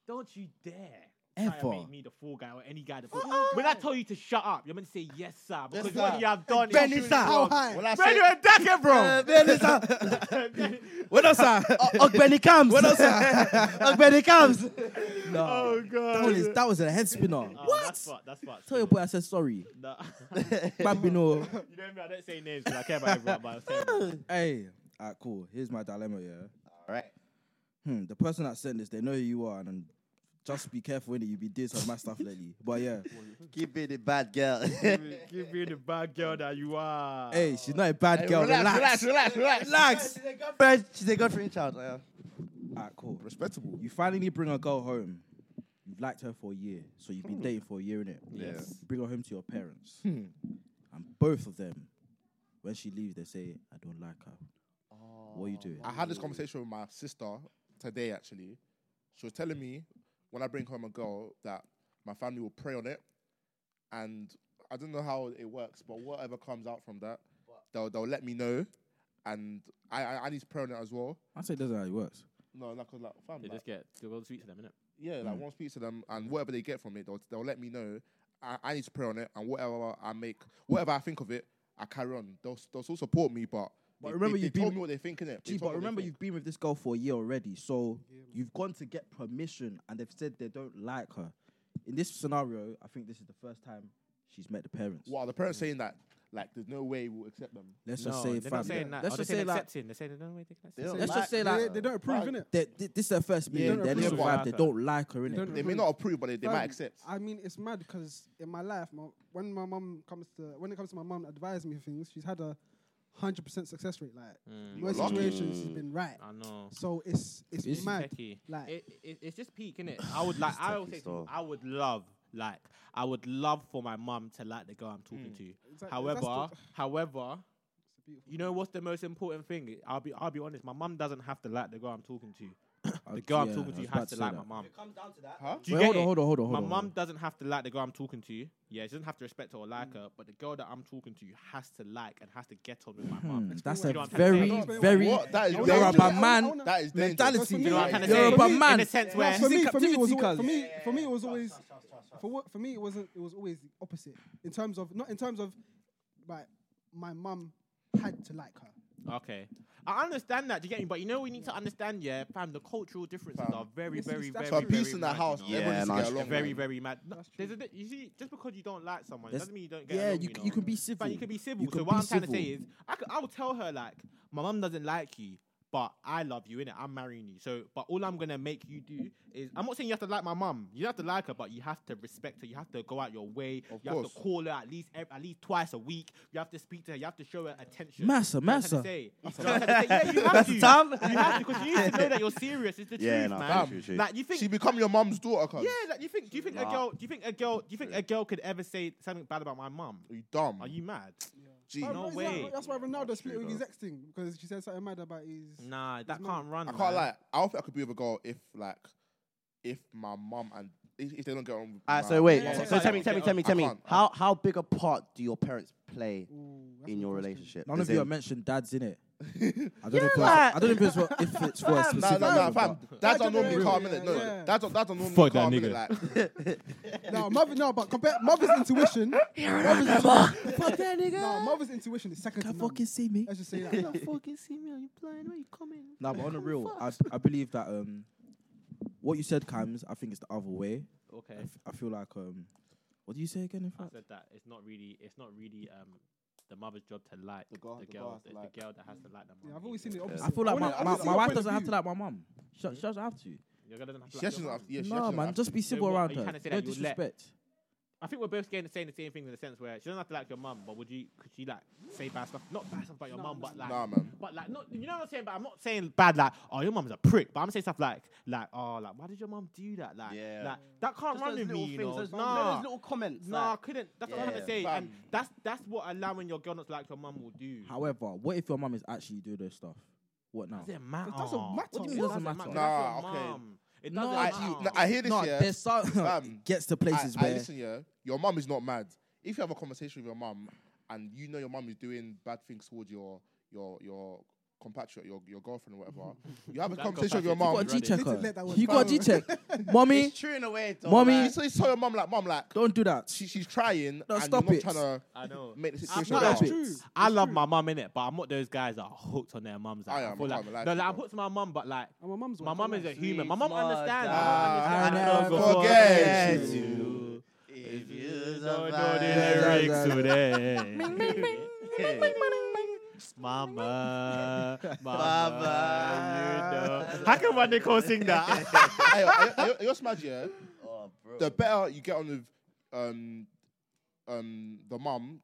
[SPEAKER 2] don't you dare try and
[SPEAKER 4] Ever.
[SPEAKER 2] make me the fool guy or any guy the fool. When I tell you to shut up, you're meant to say yes, sir, because
[SPEAKER 3] sir.
[SPEAKER 2] what you have done
[SPEAKER 3] Ben,
[SPEAKER 2] is
[SPEAKER 3] it's sir. How
[SPEAKER 6] high?
[SPEAKER 3] When I
[SPEAKER 2] Ben,
[SPEAKER 3] say-
[SPEAKER 2] you're a decker, bro.
[SPEAKER 4] Ben, it's a- what else? ah?
[SPEAKER 5] Benny comes.
[SPEAKER 4] What else? ah?
[SPEAKER 5] Benny comes.
[SPEAKER 4] No.
[SPEAKER 2] Oh
[SPEAKER 4] That was,
[SPEAKER 2] god.
[SPEAKER 4] that was a head spinner.
[SPEAKER 2] Oh, That's
[SPEAKER 4] what?
[SPEAKER 2] fucked. That's fucked.
[SPEAKER 4] Tell your boy I said sorry.
[SPEAKER 2] Nah.
[SPEAKER 4] Bambino.
[SPEAKER 2] You know me, I don't say names because I care about everyone, but I was saying
[SPEAKER 4] hey, alright, cool. Here's my dilemma, yeah.
[SPEAKER 5] Right.
[SPEAKER 4] Hmm, the person that sent this, they know who you are, and, then just be careful when you be doing some of my stuff lately. But yeah,
[SPEAKER 5] Give me the bad girl.
[SPEAKER 2] give me the bad girl that you are.
[SPEAKER 4] hey, she's not a bad girl. Relax,
[SPEAKER 5] relax, relax, relax. She's a girlfriend. She's a girlfriend child. Yeah.
[SPEAKER 4] Alright, cool.
[SPEAKER 3] respectable.
[SPEAKER 4] You finally bring a girl home. You've liked her for a year, so you've been dating for a year, innit?
[SPEAKER 2] Yes.
[SPEAKER 4] You bring her home to your parents, and both of them, when she leaves, they say, "I don't like her." What are you doing?
[SPEAKER 3] I had this conversation with my sister today. Actually, she was telling me when I bring home a girl that my family will pray on it, and I don't know how it works, but whatever comes out from that, they'll they'll let me know, and I I, I need to pray on it as well.
[SPEAKER 4] I say, doesn't how it works.
[SPEAKER 3] No, like 'cause, like fam,
[SPEAKER 2] They
[SPEAKER 3] like,
[SPEAKER 2] just get the world sweet to them, innit?
[SPEAKER 3] yeah, like one speaks to them, and whatever they get from it, they'll they'll let me know. I, I need to pray on it, and whatever I make, whatever I think of it, I carry on. They'll they'll still support me, but.
[SPEAKER 4] But
[SPEAKER 3] they-
[SPEAKER 4] remember
[SPEAKER 3] they, they
[SPEAKER 4] you've been-
[SPEAKER 3] told me what they think in it.
[SPEAKER 4] Gee, but remember, you've been with this girl for a year already, so you've gone to get permission, and they've said they don't like her. In this scenario, I think this is the first time she's met the parents.
[SPEAKER 3] What are the parents saying that? Like, there's no way we'll accept them.
[SPEAKER 4] Let's
[SPEAKER 2] no,
[SPEAKER 4] just say,
[SPEAKER 2] they're
[SPEAKER 4] fam,
[SPEAKER 2] not saying that.
[SPEAKER 4] let's just
[SPEAKER 2] Oh, they're
[SPEAKER 4] say
[SPEAKER 2] saying
[SPEAKER 4] like,
[SPEAKER 2] accepting. They're saying no way they can accept.
[SPEAKER 5] don't
[SPEAKER 4] let's just say
[SPEAKER 6] They-
[SPEAKER 4] like,
[SPEAKER 6] They don't approve,
[SPEAKER 3] Like-
[SPEAKER 6] innit?
[SPEAKER 4] they- thi- this is their first meeting.
[SPEAKER 6] don't
[SPEAKER 4] Their
[SPEAKER 6] approve
[SPEAKER 4] little
[SPEAKER 6] of
[SPEAKER 4] vibe, they
[SPEAKER 2] her.
[SPEAKER 4] don't like her,
[SPEAKER 6] They don't
[SPEAKER 4] innit?
[SPEAKER 3] They may
[SPEAKER 6] Mhm.
[SPEAKER 3] not approve, but they, they might
[SPEAKER 6] Fam,
[SPEAKER 3] accept.
[SPEAKER 6] I mean, it's mad because in my life, my, when my mum comes to when it comes to my mum advising me things, she's had a hundred percent success rate. Like most
[SPEAKER 3] Hmm. lucky.
[SPEAKER 6] situations, she's been right.
[SPEAKER 2] I know.
[SPEAKER 6] So it's it's
[SPEAKER 4] It's
[SPEAKER 6] mad.
[SPEAKER 2] Techie.
[SPEAKER 6] Like
[SPEAKER 2] it, it, it's just peak, innit? I would like. I always say, to people,
[SPEAKER 5] stuff.
[SPEAKER 2] I would love, like, I would love for my mum to like the girl I'm talking
[SPEAKER 4] Mm.
[SPEAKER 2] to.
[SPEAKER 6] Exactly.
[SPEAKER 2] However,
[SPEAKER 6] That's the-
[SPEAKER 2] however,
[SPEAKER 6] beautiful
[SPEAKER 2] you know what's the most important thing? I'll be, I'll be honest. My mum doesn't have to like the girl I'm talking to. The girl I'm
[SPEAKER 4] yeah, I
[SPEAKER 2] talking to
[SPEAKER 4] was
[SPEAKER 2] has
[SPEAKER 4] about
[SPEAKER 2] to
[SPEAKER 4] to say
[SPEAKER 2] like my
[SPEAKER 4] that.
[SPEAKER 2] mum.
[SPEAKER 5] comes down to that.
[SPEAKER 3] Huh?
[SPEAKER 2] Do you
[SPEAKER 4] Wait,
[SPEAKER 2] get
[SPEAKER 4] hold on,
[SPEAKER 2] it?
[SPEAKER 4] hold on, hold on, hold
[SPEAKER 2] My
[SPEAKER 4] on,
[SPEAKER 2] mum
[SPEAKER 4] hold
[SPEAKER 2] doesn't have to like the girl I'm talking to. Yeah, she doesn't have to respect her or like her, but the girl that I'm talking to has to like and has to get on with my mum.
[SPEAKER 4] Hmm, That's
[SPEAKER 6] You
[SPEAKER 4] a
[SPEAKER 2] know what I'm
[SPEAKER 4] very,
[SPEAKER 2] trying
[SPEAKER 6] to say?
[SPEAKER 4] very
[SPEAKER 3] What? That is
[SPEAKER 6] I wanna-
[SPEAKER 4] You're
[SPEAKER 6] I
[SPEAKER 4] a
[SPEAKER 6] wanna-
[SPEAKER 4] bad
[SPEAKER 3] dangerous.
[SPEAKER 6] I
[SPEAKER 4] man.
[SPEAKER 6] wanna-
[SPEAKER 3] That is dangerous.
[SPEAKER 4] mentality.
[SPEAKER 2] You know what I'm trying to
[SPEAKER 4] You're
[SPEAKER 2] say?
[SPEAKER 4] a bad
[SPEAKER 2] In
[SPEAKER 4] man.
[SPEAKER 2] the sense
[SPEAKER 4] Yeah,
[SPEAKER 2] where-
[SPEAKER 6] for me, for me, it
[SPEAKER 4] Captivity
[SPEAKER 6] was always,
[SPEAKER 4] colours.
[SPEAKER 6] for me, for me, it was always for what for me it wasn't. It was always the opposite in terms of not in terms of like my mum had to like her.
[SPEAKER 2] Okay, I understand that. Do you get me? But you know, we need to understand, yeah, fam. The cultural differences
[SPEAKER 3] Fam.
[SPEAKER 2] are very,
[SPEAKER 6] It's-
[SPEAKER 2] very,
[SPEAKER 6] it's-
[SPEAKER 2] very,
[SPEAKER 6] that's
[SPEAKER 3] For a
[SPEAKER 2] very
[SPEAKER 3] piece in
[SPEAKER 2] mad,
[SPEAKER 3] that
[SPEAKER 2] you
[SPEAKER 3] house,
[SPEAKER 2] know?
[SPEAKER 5] Yeah,
[SPEAKER 3] everyone needs to get
[SPEAKER 5] nice.
[SPEAKER 3] along.
[SPEAKER 2] very,
[SPEAKER 3] man.
[SPEAKER 2] very mad. No,
[SPEAKER 6] That's
[SPEAKER 2] There's a, di- you see, just because you don't like someone
[SPEAKER 4] There's-
[SPEAKER 2] doesn't mean you don't get.
[SPEAKER 4] Yeah,
[SPEAKER 2] along,
[SPEAKER 4] you,
[SPEAKER 2] you,
[SPEAKER 4] c-
[SPEAKER 2] know?
[SPEAKER 4] you can be civil.
[SPEAKER 2] But you can be civil.
[SPEAKER 4] You
[SPEAKER 2] so
[SPEAKER 4] can
[SPEAKER 2] what
[SPEAKER 4] be
[SPEAKER 2] I'm trying to say is,
[SPEAKER 4] civil.
[SPEAKER 2] I, could, I would tell her like, my mum doesn't like you, but I love you, innit? I'm marrying you. So, but all I'm gonna make you do is, I'm not saying you have to like my mum. You don't have to like her, but you have to respect her. You have to go out your way.
[SPEAKER 3] Of
[SPEAKER 2] you have
[SPEAKER 3] course.
[SPEAKER 2] to call her at least ev- at least twice a week. You have to speak to her. You have to show her attention.
[SPEAKER 4] Massa,
[SPEAKER 2] You know what I'm
[SPEAKER 4] massa.
[SPEAKER 2] trying to say? You know what I'm trying to say? Yeah, you have
[SPEAKER 4] That's
[SPEAKER 2] to.
[SPEAKER 4] Tom.
[SPEAKER 2] You have to because you need to know that you're serious. It's the
[SPEAKER 5] Yeah,
[SPEAKER 2] truth,
[SPEAKER 5] no,
[SPEAKER 2] man.
[SPEAKER 5] true, true.
[SPEAKER 2] Like you think
[SPEAKER 3] She become your mum's daughter, cuz.
[SPEAKER 2] yeah, like, you think? Do you think a
[SPEAKER 5] Nah.
[SPEAKER 2] girl? Do you think a girl? Do you think a girl could ever say something bad about my mum?
[SPEAKER 3] Are you dumb?
[SPEAKER 2] Are you mad?
[SPEAKER 3] Gee.
[SPEAKER 6] Bro,
[SPEAKER 2] No
[SPEAKER 6] is that-
[SPEAKER 2] way.
[SPEAKER 6] That's why Ronaldo split with
[SPEAKER 5] though.
[SPEAKER 6] his ex thing because she said something mad about his.
[SPEAKER 2] Nah, that
[SPEAKER 6] mad.
[SPEAKER 2] can't run.
[SPEAKER 3] I
[SPEAKER 2] man.
[SPEAKER 3] can't lie. I don't think I could be with a girl if like if my mum and if, if they don't get on. with
[SPEAKER 5] All right,
[SPEAKER 3] my-
[SPEAKER 5] so wait.
[SPEAKER 6] Yeah,
[SPEAKER 5] so
[SPEAKER 6] yeah,
[SPEAKER 5] so
[SPEAKER 2] yeah.
[SPEAKER 5] tell me, tell me, tell me,
[SPEAKER 3] I
[SPEAKER 5] tell me.
[SPEAKER 3] can't.
[SPEAKER 5] How how big a part do your parents play
[SPEAKER 6] Ooh, that's
[SPEAKER 5] in
[SPEAKER 6] a
[SPEAKER 5] your
[SPEAKER 6] question.
[SPEAKER 5] relationship?
[SPEAKER 4] None of
[SPEAKER 5] As
[SPEAKER 4] you
[SPEAKER 5] in-
[SPEAKER 4] have mentioned dads in it. I don't know if,
[SPEAKER 5] Yeah,
[SPEAKER 4] that's- I
[SPEAKER 5] like-
[SPEAKER 4] don't know if it's for, if it's for a
[SPEAKER 5] Fam,
[SPEAKER 3] Nah,
[SPEAKER 4] specific.
[SPEAKER 3] nah, nah,
[SPEAKER 4] reason,
[SPEAKER 3] fam.
[SPEAKER 4] but-
[SPEAKER 3] That's
[SPEAKER 6] Yeah,
[SPEAKER 3] not normally
[SPEAKER 6] yeah,
[SPEAKER 3] calm,
[SPEAKER 6] yeah,
[SPEAKER 3] innit? No,
[SPEAKER 6] yeah.
[SPEAKER 3] that's not that's not normally
[SPEAKER 2] Fuck that
[SPEAKER 3] calm,
[SPEAKER 2] nigga.
[SPEAKER 3] innit? Like,
[SPEAKER 6] No, mother, no, but compare mother's intuition. mother's,
[SPEAKER 4] Fuck that nigga.
[SPEAKER 6] no, mother's intuition is second to
[SPEAKER 4] Can't
[SPEAKER 6] none.
[SPEAKER 4] fucking see me.
[SPEAKER 6] Let's just say that.
[SPEAKER 2] fucking see me. Are you blind? Where you coming?
[SPEAKER 4] No, but on the real, I, I believe that um, what you said, Cams, I think it's the other way.
[SPEAKER 2] Okay,
[SPEAKER 4] I, f- I feel like um, what do you say again? In
[SPEAKER 2] I
[SPEAKER 4] fact,
[SPEAKER 2] said that it's not really. It's not really um the mother's job to like the,
[SPEAKER 3] girl- the girl
[SPEAKER 2] girl.
[SPEAKER 3] has to
[SPEAKER 2] The, the
[SPEAKER 3] like-
[SPEAKER 2] girl that has to like the mum.
[SPEAKER 6] Yeah, I've always seen the opposite.
[SPEAKER 4] I feel like
[SPEAKER 6] wanna-
[SPEAKER 4] my,
[SPEAKER 6] I wanna
[SPEAKER 4] my,
[SPEAKER 6] see
[SPEAKER 4] my
[SPEAKER 6] your
[SPEAKER 4] wife
[SPEAKER 6] point of
[SPEAKER 4] doesn't have
[SPEAKER 6] view.
[SPEAKER 4] to like my mum. She,
[SPEAKER 2] Hmm?
[SPEAKER 4] she doesn't have to.
[SPEAKER 2] Your girl doesn't have to.
[SPEAKER 3] she
[SPEAKER 2] like
[SPEAKER 3] doesn't
[SPEAKER 2] your
[SPEAKER 3] have.
[SPEAKER 2] mum.
[SPEAKER 3] Yeah, she
[SPEAKER 4] no,
[SPEAKER 3] doesn't
[SPEAKER 4] man,
[SPEAKER 3] have
[SPEAKER 4] just be civil
[SPEAKER 2] what, are
[SPEAKER 4] around
[SPEAKER 2] you trying
[SPEAKER 4] her.
[SPEAKER 2] to say
[SPEAKER 4] No
[SPEAKER 2] that you would let-
[SPEAKER 4] disrespect.
[SPEAKER 2] I think we're both getting saying the same things in the sense where she doesn't have to like your mum, but would you? Could she like say bad stuff? Not bad stuff about your mum, but like.
[SPEAKER 3] Nah, man.
[SPEAKER 2] But like, not you know what I'm saying. But I'm not saying bad. Like, oh, your mum's a prick. But I'm saying stuff like, like, oh, like, why did your mum do that? Like,
[SPEAKER 5] Yeah.
[SPEAKER 2] like that can't
[SPEAKER 5] Just
[SPEAKER 2] run
[SPEAKER 5] those
[SPEAKER 2] with me.
[SPEAKER 5] little
[SPEAKER 2] You
[SPEAKER 5] things,
[SPEAKER 2] know?
[SPEAKER 5] those-
[SPEAKER 2] nah,
[SPEAKER 5] those little comments.
[SPEAKER 2] nah,
[SPEAKER 5] like-
[SPEAKER 2] couldn't. That's
[SPEAKER 5] Yeah,
[SPEAKER 2] what I'm trying to say.
[SPEAKER 3] yeah.
[SPEAKER 2] And that's that's what allowing your girl not to like your mum will do.
[SPEAKER 4] However, what if your mum is actually doing those stuff? What now?
[SPEAKER 2] doesn't matter.
[SPEAKER 6] It doesn't matter.
[SPEAKER 4] What do you mean it doesn't matter?
[SPEAKER 2] Nah,
[SPEAKER 3] Nah, okay.
[SPEAKER 2] It
[SPEAKER 4] No,
[SPEAKER 2] doesn't
[SPEAKER 3] I,
[SPEAKER 2] matter.
[SPEAKER 3] you, I hear this,
[SPEAKER 4] No,
[SPEAKER 3] yeah.
[SPEAKER 4] there's some
[SPEAKER 3] Fam,
[SPEAKER 4] it gets to places
[SPEAKER 3] I, I
[SPEAKER 4] where
[SPEAKER 3] listen, yeah. Your mum is not mad. If you have a conversation with your mum and you know your mum is doing bad things towards your your your compatriot, your your girlfriend or whatever, you have a
[SPEAKER 2] That
[SPEAKER 3] conversation with your
[SPEAKER 4] you
[SPEAKER 2] compatriot.
[SPEAKER 4] got a G check
[SPEAKER 3] mum.
[SPEAKER 2] Ready.
[SPEAKER 6] Little
[SPEAKER 4] her.
[SPEAKER 6] let that one
[SPEAKER 4] You got a
[SPEAKER 6] go.
[SPEAKER 4] G check, mommy.
[SPEAKER 5] It's true in a way, though.
[SPEAKER 4] Mommy.
[SPEAKER 5] like-
[SPEAKER 3] You say tell your mum like, mum like,
[SPEAKER 4] Don't do that.
[SPEAKER 3] she, she's trying
[SPEAKER 4] No,
[SPEAKER 3] and
[SPEAKER 4] stop
[SPEAKER 3] you're
[SPEAKER 4] it.
[SPEAKER 3] not trying to
[SPEAKER 2] I know.
[SPEAKER 3] make the
[SPEAKER 2] I'm
[SPEAKER 3] situation
[SPEAKER 2] not
[SPEAKER 3] better.
[SPEAKER 4] Stop
[SPEAKER 2] that's
[SPEAKER 4] it.
[SPEAKER 2] true.
[SPEAKER 6] It's
[SPEAKER 2] I love
[SPEAKER 6] true.
[SPEAKER 2] my mum in it, but I'm not those guys that are hooked on their mums. Like,
[SPEAKER 3] I
[SPEAKER 2] I,
[SPEAKER 3] am,
[SPEAKER 2] feel
[SPEAKER 3] I
[SPEAKER 2] like,
[SPEAKER 3] can't lie
[SPEAKER 2] no,
[SPEAKER 3] to
[SPEAKER 2] like,
[SPEAKER 3] you,
[SPEAKER 2] I'm
[SPEAKER 3] bro.
[SPEAKER 2] hooked on my mum, but like
[SPEAKER 6] And my mum's
[SPEAKER 2] my
[SPEAKER 6] wife,
[SPEAKER 2] mum
[SPEAKER 6] I'm
[SPEAKER 2] is a
[SPEAKER 6] like,
[SPEAKER 2] human. My
[SPEAKER 5] sweet
[SPEAKER 2] mum
[SPEAKER 5] mother.
[SPEAKER 2] understands.
[SPEAKER 5] I
[SPEAKER 2] My mum understands.
[SPEAKER 4] never
[SPEAKER 3] forget
[SPEAKER 2] Forget
[SPEAKER 3] you.
[SPEAKER 2] you. If you don't
[SPEAKER 5] survive-
[SPEAKER 2] know the lyrics today. Mama, mama,
[SPEAKER 5] Mama.
[SPEAKER 2] you know. How can one Nicole sing that?
[SPEAKER 3] Hey, yo, are you- are you- are you smart, yeah?
[SPEAKER 5] Oh, bro.
[SPEAKER 3] the better you get on with um um the mum,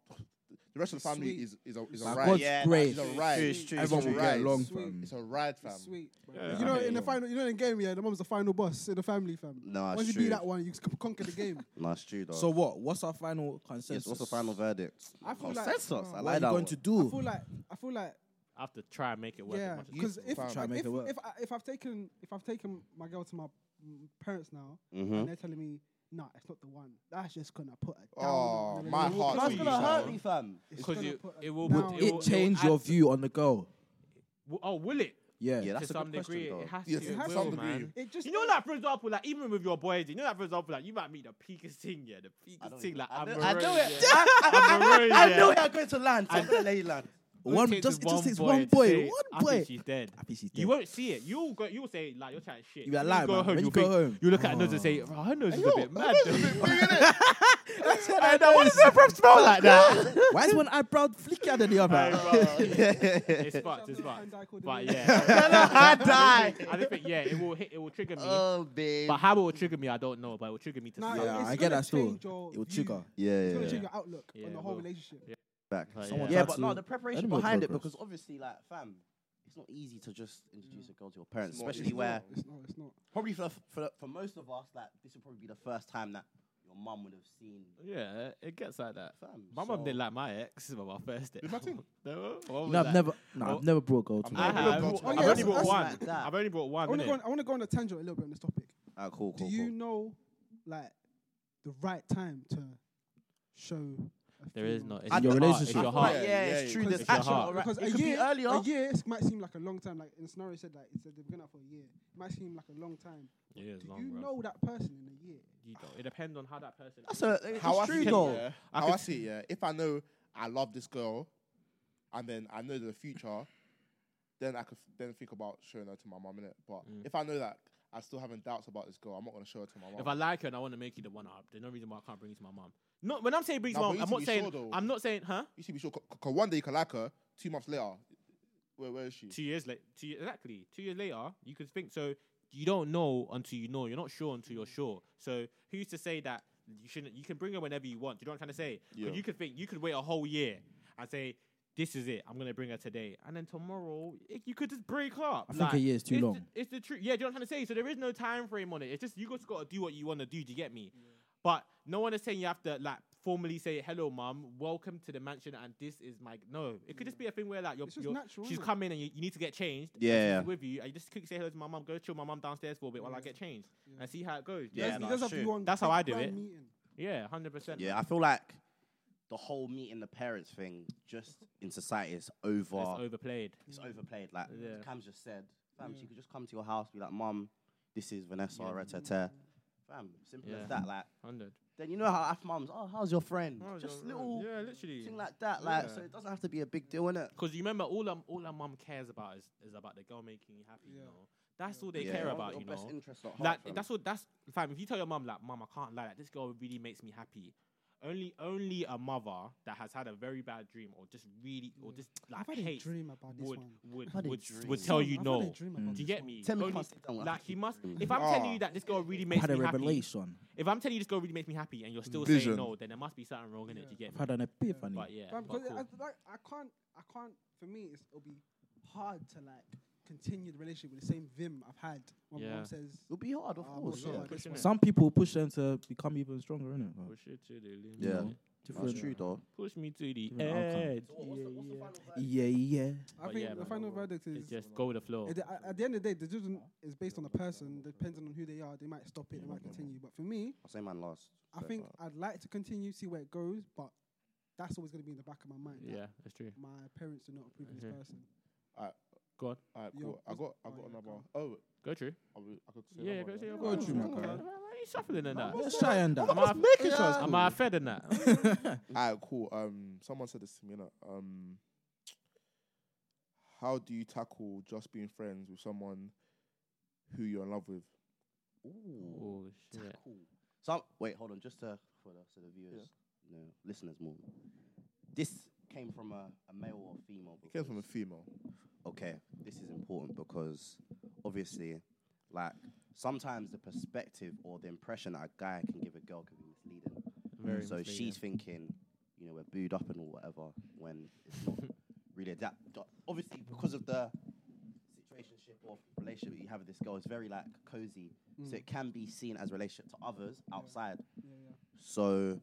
[SPEAKER 3] the rest of the family
[SPEAKER 6] Sweet.
[SPEAKER 3] is is a is a
[SPEAKER 4] By
[SPEAKER 3] ride.
[SPEAKER 4] God's
[SPEAKER 5] Yeah,
[SPEAKER 4] grace,
[SPEAKER 3] It's a ride.
[SPEAKER 5] True, true,
[SPEAKER 4] everyone
[SPEAKER 3] true.
[SPEAKER 4] will get
[SPEAKER 3] Right.
[SPEAKER 4] along,
[SPEAKER 6] Sweet.
[SPEAKER 4] fam.
[SPEAKER 3] It's a ride, fam.
[SPEAKER 6] It's sweet. bro.
[SPEAKER 2] Yeah,
[SPEAKER 6] you
[SPEAKER 2] I
[SPEAKER 6] know,
[SPEAKER 2] hear
[SPEAKER 6] in the
[SPEAKER 4] you.
[SPEAKER 6] final, you know, in the game, yeah, the mom's the final boss in the family, fam.
[SPEAKER 5] Nah,
[SPEAKER 6] Once
[SPEAKER 5] it's
[SPEAKER 6] you
[SPEAKER 5] true.
[SPEAKER 6] do that one, you c- conquer the game.
[SPEAKER 5] Nah, it's true, though.
[SPEAKER 4] So what? What's our final consensus?
[SPEAKER 5] yes, what's the final verdict?
[SPEAKER 6] I
[SPEAKER 4] Oh,
[SPEAKER 6] feel like-
[SPEAKER 5] Consensus.
[SPEAKER 6] What
[SPEAKER 5] I
[SPEAKER 6] are
[SPEAKER 4] What are
[SPEAKER 5] like
[SPEAKER 4] you
[SPEAKER 5] that.
[SPEAKER 4] going
[SPEAKER 5] one.
[SPEAKER 4] to
[SPEAKER 6] I
[SPEAKER 4] do?
[SPEAKER 6] feel like, I feel like,
[SPEAKER 2] I have to try and make it work.
[SPEAKER 6] yeah,
[SPEAKER 2] as much as
[SPEAKER 6] because
[SPEAKER 2] possible.
[SPEAKER 6] if
[SPEAKER 3] Fam.
[SPEAKER 4] Try and make
[SPEAKER 6] if,
[SPEAKER 4] it work.
[SPEAKER 6] if, I, if I've taken if I've taken my girl to my mm, parents now,
[SPEAKER 5] Mhm.
[SPEAKER 4] Mm-hmm.
[SPEAKER 6] and they're telling me, nah, it's not the one. That's just gonna put a down.
[SPEAKER 3] Oh,
[SPEAKER 6] on the
[SPEAKER 3] my
[SPEAKER 6] relationship.
[SPEAKER 3] heart
[SPEAKER 5] That's
[SPEAKER 3] to you,
[SPEAKER 5] gonna hurt
[SPEAKER 3] son.
[SPEAKER 5] me, fam.
[SPEAKER 6] It's
[SPEAKER 2] because
[SPEAKER 6] gonna
[SPEAKER 2] you-
[SPEAKER 6] put a
[SPEAKER 2] it will-
[SPEAKER 6] down.
[SPEAKER 2] it
[SPEAKER 4] It
[SPEAKER 2] will-
[SPEAKER 4] changed
[SPEAKER 2] add
[SPEAKER 4] your
[SPEAKER 2] to-
[SPEAKER 4] view on the girl.
[SPEAKER 2] W- oh, will it?
[SPEAKER 4] Yeah.
[SPEAKER 5] Yeah,
[SPEAKER 2] to
[SPEAKER 5] that's a
[SPEAKER 2] some
[SPEAKER 5] good question,
[SPEAKER 2] degree,
[SPEAKER 5] though.
[SPEAKER 2] it has
[SPEAKER 3] Yes,
[SPEAKER 2] to.
[SPEAKER 3] to
[SPEAKER 2] it
[SPEAKER 3] some
[SPEAKER 2] will,
[SPEAKER 3] degree.
[SPEAKER 2] man.
[SPEAKER 6] It just
[SPEAKER 2] You know, like for example, like even with your boys, you know, like for example, like you might meet the peakest thing, yeah, the peakest thing, like I'm
[SPEAKER 5] I
[SPEAKER 2] Maroon,
[SPEAKER 5] knew it.
[SPEAKER 2] yeah.
[SPEAKER 5] I-
[SPEAKER 2] I'm Maroon,
[SPEAKER 5] I I
[SPEAKER 2] yeah.
[SPEAKER 5] knew it. I'm going to land. so I'm going to let you land.
[SPEAKER 2] All it
[SPEAKER 4] One
[SPEAKER 2] takes
[SPEAKER 4] just
[SPEAKER 2] is
[SPEAKER 4] it just takes
[SPEAKER 2] boy
[SPEAKER 4] one
[SPEAKER 2] to
[SPEAKER 4] boy.
[SPEAKER 2] say,
[SPEAKER 4] One
[SPEAKER 2] I
[SPEAKER 4] boy.
[SPEAKER 2] think she's dead.
[SPEAKER 4] I think she's
[SPEAKER 2] You
[SPEAKER 4] dead.
[SPEAKER 2] won't see it. You'll go. You'll say like you're chatting shit.
[SPEAKER 4] You are
[SPEAKER 2] When
[SPEAKER 4] lying,
[SPEAKER 2] go
[SPEAKER 4] man.
[SPEAKER 2] home,
[SPEAKER 4] When
[SPEAKER 2] you'll
[SPEAKER 4] you go
[SPEAKER 2] think-
[SPEAKER 4] home.
[SPEAKER 2] You look at her nose and say, oh, her nose is a bit mad. though."
[SPEAKER 4] I know. Why does
[SPEAKER 2] Does her breath smell like that?
[SPEAKER 4] Why is one eyebrow flicker than the
[SPEAKER 2] Hey,
[SPEAKER 4] other?
[SPEAKER 2] bro. It's fucked. It's fucked. But yeah,
[SPEAKER 5] I die.
[SPEAKER 2] I just think yeah, it will hit. It will trigger me.
[SPEAKER 5] Oh, babe.
[SPEAKER 2] But how it will trigger me, I don't know. But it will trigger me to
[SPEAKER 6] Nah,
[SPEAKER 2] see.
[SPEAKER 4] Yeah,
[SPEAKER 6] it's
[SPEAKER 4] I
[SPEAKER 6] gonna
[SPEAKER 4] get that still.
[SPEAKER 6] change your
[SPEAKER 4] It will
[SPEAKER 6] view.
[SPEAKER 4] trigger.
[SPEAKER 5] Yeah,
[SPEAKER 6] It's gonna
[SPEAKER 5] yeah,
[SPEAKER 6] change
[SPEAKER 5] yeah.
[SPEAKER 6] your outlook
[SPEAKER 2] Yeah,
[SPEAKER 6] on the
[SPEAKER 2] it
[SPEAKER 6] whole
[SPEAKER 2] will.
[SPEAKER 6] relationship.
[SPEAKER 5] Back.
[SPEAKER 2] But
[SPEAKER 4] Someone
[SPEAKER 2] yeah.
[SPEAKER 5] Yeah,
[SPEAKER 4] Back
[SPEAKER 5] but
[SPEAKER 4] to
[SPEAKER 5] no, the preparation
[SPEAKER 4] animal
[SPEAKER 5] behind it
[SPEAKER 4] progress.
[SPEAKER 5] because obviously, like, fam, it's not easy to just introduce a girl to your parents,
[SPEAKER 3] Mm. not
[SPEAKER 5] especially
[SPEAKER 3] easy.
[SPEAKER 5] where
[SPEAKER 6] It's not. It's not.
[SPEAKER 5] probably for, for for most of us, like, this would probably be the first time that your mum would have seen.
[SPEAKER 2] Yeah, it gets like that.
[SPEAKER 5] Fam,
[SPEAKER 2] My mum
[SPEAKER 5] so-
[SPEAKER 2] didn't like my ex. This is my first date.
[SPEAKER 3] Martin?
[SPEAKER 2] no, what was
[SPEAKER 4] No, I've
[SPEAKER 2] that?
[SPEAKER 4] never. No,
[SPEAKER 2] Well,
[SPEAKER 4] I've never brought a girl to.
[SPEAKER 2] I
[SPEAKER 3] I've never
[SPEAKER 2] have.
[SPEAKER 3] gone
[SPEAKER 2] I've
[SPEAKER 3] to-
[SPEAKER 6] Oh, yeah,
[SPEAKER 2] only brought
[SPEAKER 6] that's-
[SPEAKER 2] one.
[SPEAKER 5] that's like that.
[SPEAKER 2] I've only brought
[SPEAKER 6] I
[SPEAKER 2] one.
[SPEAKER 6] want to
[SPEAKER 2] innit?
[SPEAKER 6] go. On, I want to go on a tangent a little bit on this topic.
[SPEAKER 5] Ah, cool,
[SPEAKER 6] Do you know, like, the right time to show? a
[SPEAKER 2] There is
[SPEAKER 6] female-
[SPEAKER 2] not. It's
[SPEAKER 5] I-
[SPEAKER 2] your
[SPEAKER 4] I-
[SPEAKER 2] relationship.
[SPEAKER 4] I-
[SPEAKER 2] Your
[SPEAKER 5] Like,
[SPEAKER 2] heart.
[SPEAKER 5] yeah,
[SPEAKER 3] Yeah,
[SPEAKER 5] it's
[SPEAKER 3] yeah,
[SPEAKER 5] true.
[SPEAKER 6] because
[SPEAKER 5] There's
[SPEAKER 2] it's your
[SPEAKER 5] action
[SPEAKER 2] heart.
[SPEAKER 5] already.
[SPEAKER 6] Because
[SPEAKER 5] It
[SPEAKER 6] a
[SPEAKER 5] could be
[SPEAKER 6] year,
[SPEAKER 5] earlier.
[SPEAKER 6] a year might seem like a long time. Like in scenario said, like it said they've been out for a year. It might seem like a long time.
[SPEAKER 2] It is
[SPEAKER 6] Do
[SPEAKER 2] long,
[SPEAKER 6] you
[SPEAKER 2] bro.
[SPEAKER 6] know that person in a year?
[SPEAKER 2] You don't. It depends on how that person.
[SPEAKER 5] That's a, it's
[SPEAKER 3] How I
[SPEAKER 5] true
[SPEAKER 3] see it,
[SPEAKER 5] though.
[SPEAKER 3] yeah.
[SPEAKER 2] I
[SPEAKER 3] How
[SPEAKER 2] could-
[SPEAKER 3] I see it, yeah. If I know I love this girl, and then I know the future, then I could f- then think about showing her to my mum innit? But if I know that I still having doubts about this girl, I'm not gonna show her to my mum.
[SPEAKER 2] If I like her and I want to make you the one up, there's no reason why I can't bring you to my mom. No, when I'm saying bring
[SPEAKER 3] Nah, but
[SPEAKER 2] to my
[SPEAKER 3] you
[SPEAKER 2] mom, I'm
[SPEAKER 3] need to be
[SPEAKER 2] not saying
[SPEAKER 3] sure though.
[SPEAKER 2] I'm not saying huh.
[SPEAKER 3] you should be sure, because one day you can like her, two months later, where where is she?
[SPEAKER 2] Two years later, two years, exactly. Two years later, you could think so. You don't know until you know. You're not sure until
[SPEAKER 4] Mm.
[SPEAKER 2] you're sure. So who's to say that you shouldn't? You can bring her whenever you want. Do you know what I'm trying to say? 'Cause
[SPEAKER 3] Yeah.
[SPEAKER 2] You could think you could wait a whole year and say. This is it. I'm gonna bring her today, and then tomorrow it, you could just break up.
[SPEAKER 4] I think a year is too
[SPEAKER 2] it's
[SPEAKER 4] long.
[SPEAKER 2] The, it's the truth. Yeah, do you know what I'm trying to say? So there is no time frame on it. It's just you just got to do what you want to do. Do you get me? But no one is saying you have to like formally say hello, mom, welcome to the mansion, and this is my no. It could just be a thing where like you're,
[SPEAKER 6] It's just
[SPEAKER 2] you're
[SPEAKER 6] natural,
[SPEAKER 2] she's
[SPEAKER 6] innit?
[SPEAKER 2] come in and you, you need to get changed. and
[SPEAKER 5] Yeah,
[SPEAKER 2] she's
[SPEAKER 5] yeah.
[SPEAKER 2] With you, I just quickly say hello to my mom. Go chill my mom downstairs for a bit while I
[SPEAKER 6] Yeah.
[SPEAKER 2] get changed
[SPEAKER 6] Yeah.
[SPEAKER 2] and see how it goes.
[SPEAKER 5] Yeah,
[SPEAKER 6] Does-
[SPEAKER 5] nah,
[SPEAKER 6] does have
[SPEAKER 5] true.
[SPEAKER 6] you on
[SPEAKER 2] That's how
[SPEAKER 6] big
[SPEAKER 2] I do
[SPEAKER 6] grand
[SPEAKER 2] it.
[SPEAKER 6] Meeting.
[SPEAKER 2] yeah, hundred percent.
[SPEAKER 5] Yeah, I feel like the whole meeting the parents thing just in society is over.
[SPEAKER 2] it's overplayed.
[SPEAKER 5] It's overplayed. Like
[SPEAKER 2] Yeah.
[SPEAKER 5] as Cam's just said, fam,
[SPEAKER 3] Mm.
[SPEAKER 5] she could just come to your house, be like, "Mum, this is Vanessa." Yeah. Fam, simple
[SPEAKER 2] Yeah.
[SPEAKER 5] as that. Like
[SPEAKER 2] Hundred.
[SPEAKER 5] then you know how af mums, oh, how's your friend?
[SPEAKER 2] How's
[SPEAKER 5] just
[SPEAKER 2] your friend?
[SPEAKER 5] little
[SPEAKER 2] Yeah, literally.
[SPEAKER 5] thing like that. Like
[SPEAKER 2] Yeah.
[SPEAKER 5] so, it doesn't have to be a big deal, innit?
[SPEAKER 2] Because you remember, all um, all our mum cares about is, is about the girl making you happy. You
[SPEAKER 6] Yeah.
[SPEAKER 2] know, that's all they
[SPEAKER 5] Yeah.
[SPEAKER 2] care
[SPEAKER 5] Your
[SPEAKER 2] about. You
[SPEAKER 5] best
[SPEAKER 2] know,
[SPEAKER 5] interest at heart,
[SPEAKER 2] like
[SPEAKER 5] fam.
[SPEAKER 2] that's what that's fam. If you tell your mum like, mum, I can't lie, like, this girl really makes me happy. Only only a mother that has had a very bad dream or just really or just like
[SPEAKER 6] I've had a
[SPEAKER 2] hates
[SPEAKER 6] dream about this
[SPEAKER 2] would
[SPEAKER 6] one.
[SPEAKER 2] would
[SPEAKER 5] had a
[SPEAKER 2] would,
[SPEAKER 5] dream.
[SPEAKER 2] would tell you
[SPEAKER 6] I've
[SPEAKER 2] no.
[SPEAKER 6] had a dream about
[SPEAKER 2] Do
[SPEAKER 6] this
[SPEAKER 2] you get
[SPEAKER 6] one.
[SPEAKER 2] me?
[SPEAKER 5] Mm. Tell me
[SPEAKER 2] Only-
[SPEAKER 5] can't sit down, like,
[SPEAKER 2] like he must. If
[SPEAKER 5] Mm.
[SPEAKER 2] I'm telling
[SPEAKER 3] Ah.
[SPEAKER 2] you that this girl really
[SPEAKER 4] I've
[SPEAKER 2] makes
[SPEAKER 4] had a
[SPEAKER 2] me happy,
[SPEAKER 4] revelation.
[SPEAKER 2] if I'm telling you this girl really makes me happy, and you're still saying
[SPEAKER 3] Vision.
[SPEAKER 2] no, then there must be something wrong in it. Do you get
[SPEAKER 4] I've
[SPEAKER 2] me?
[SPEAKER 4] had an epiphany.
[SPEAKER 2] But yeah,
[SPEAKER 6] Fam,
[SPEAKER 2] but
[SPEAKER 6] 'cause
[SPEAKER 2] cool.
[SPEAKER 6] I, like, I can't, I can't. For me, it's, it'll be hard to like continue the relationship with the same vim I've had when my
[SPEAKER 2] Yeah.
[SPEAKER 6] mom says,
[SPEAKER 5] It'll be hard, of
[SPEAKER 6] Ah,
[SPEAKER 5] course.
[SPEAKER 6] well,
[SPEAKER 5] Oh, Yeah,
[SPEAKER 6] yeah.
[SPEAKER 2] Push it.
[SPEAKER 4] Some people push them to become even stronger, innit? Like,
[SPEAKER 2] Push it to the limit.
[SPEAKER 5] Yeah.
[SPEAKER 4] you know,
[SPEAKER 5] that's
[SPEAKER 4] different.
[SPEAKER 5] true though.
[SPEAKER 2] Push me to the
[SPEAKER 4] Different outcome.
[SPEAKER 2] edge.
[SPEAKER 4] Yeah, yeah.
[SPEAKER 6] I
[SPEAKER 2] But
[SPEAKER 6] think
[SPEAKER 2] yeah,
[SPEAKER 6] the
[SPEAKER 2] man,
[SPEAKER 6] final verdict is.
[SPEAKER 2] It's just go with the flow.
[SPEAKER 6] at the, at the end of the day, the judgment is based on the person, depending on who they are. They might stop it, they might continue. But for me,
[SPEAKER 5] I'll say man last.
[SPEAKER 6] I
[SPEAKER 5] so
[SPEAKER 6] think
[SPEAKER 5] far.
[SPEAKER 6] I'd like to continue, see where it goes, but that's always going to be in the back of my mind. that
[SPEAKER 2] Yeah, that's true.
[SPEAKER 6] My parents do not approve of this
[SPEAKER 2] Mhm.
[SPEAKER 6] person.
[SPEAKER 2] Go on.
[SPEAKER 3] Alright,
[SPEAKER 6] Yo,
[SPEAKER 3] cool. I
[SPEAKER 6] what's-
[SPEAKER 3] got I
[SPEAKER 6] oh,
[SPEAKER 3] got
[SPEAKER 6] yeah,
[SPEAKER 3] another.
[SPEAKER 6] go
[SPEAKER 3] Oh,
[SPEAKER 2] Go through.
[SPEAKER 3] I, was, I could say
[SPEAKER 2] Yeah, yeah,
[SPEAKER 3] another
[SPEAKER 2] go
[SPEAKER 3] one,
[SPEAKER 4] Go
[SPEAKER 2] through.
[SPEAKER 4] through, my
[SPEAKER 2] Why
[SPEAKER 4] guy.
[SPEAKER 2] are you shuffling in that?
[SPEAKER 4] Let's try and
[SPEAKER 2] Am I making Am I fed in that?
[SPEAKER 3] Alright, cool. Um, someone said this to me. innit? Um, how do you tackle just being friends with someone who you're in love with?
[SPEAKER 5] Ooh,
[SPEAKER 2] Oh shit.
[SPEAKER 5] tackle. So wait, hold on, just to for the, so the viewers, no listeners more. This came from a, a male or female.
[SPEAKER 3] It came from a
[SPEAKER 5] because-
[SPEAKER 3] female.
[SPEAKER 5] okay, this is important because obviously, like sometimes the perspective or the impression that a guy can give a girl can be misleading.
[SPEAKER 2] Very
[SPEAKER 5] so
[SPEAKER 2] misleading.
[SPEAKER 5] she's thinking, you know, we're booed up and all whatever when it's not really that. Obviously, because of the situationship or relationship that you have with this girl, it's very like cozy.
[SPEAKER 4] Hmm.
[SPEAKER 5] So it can be seen as relationship to others outside.
[SPEAKER 6] Yeah, yeah.
[SPEAKER 5] So.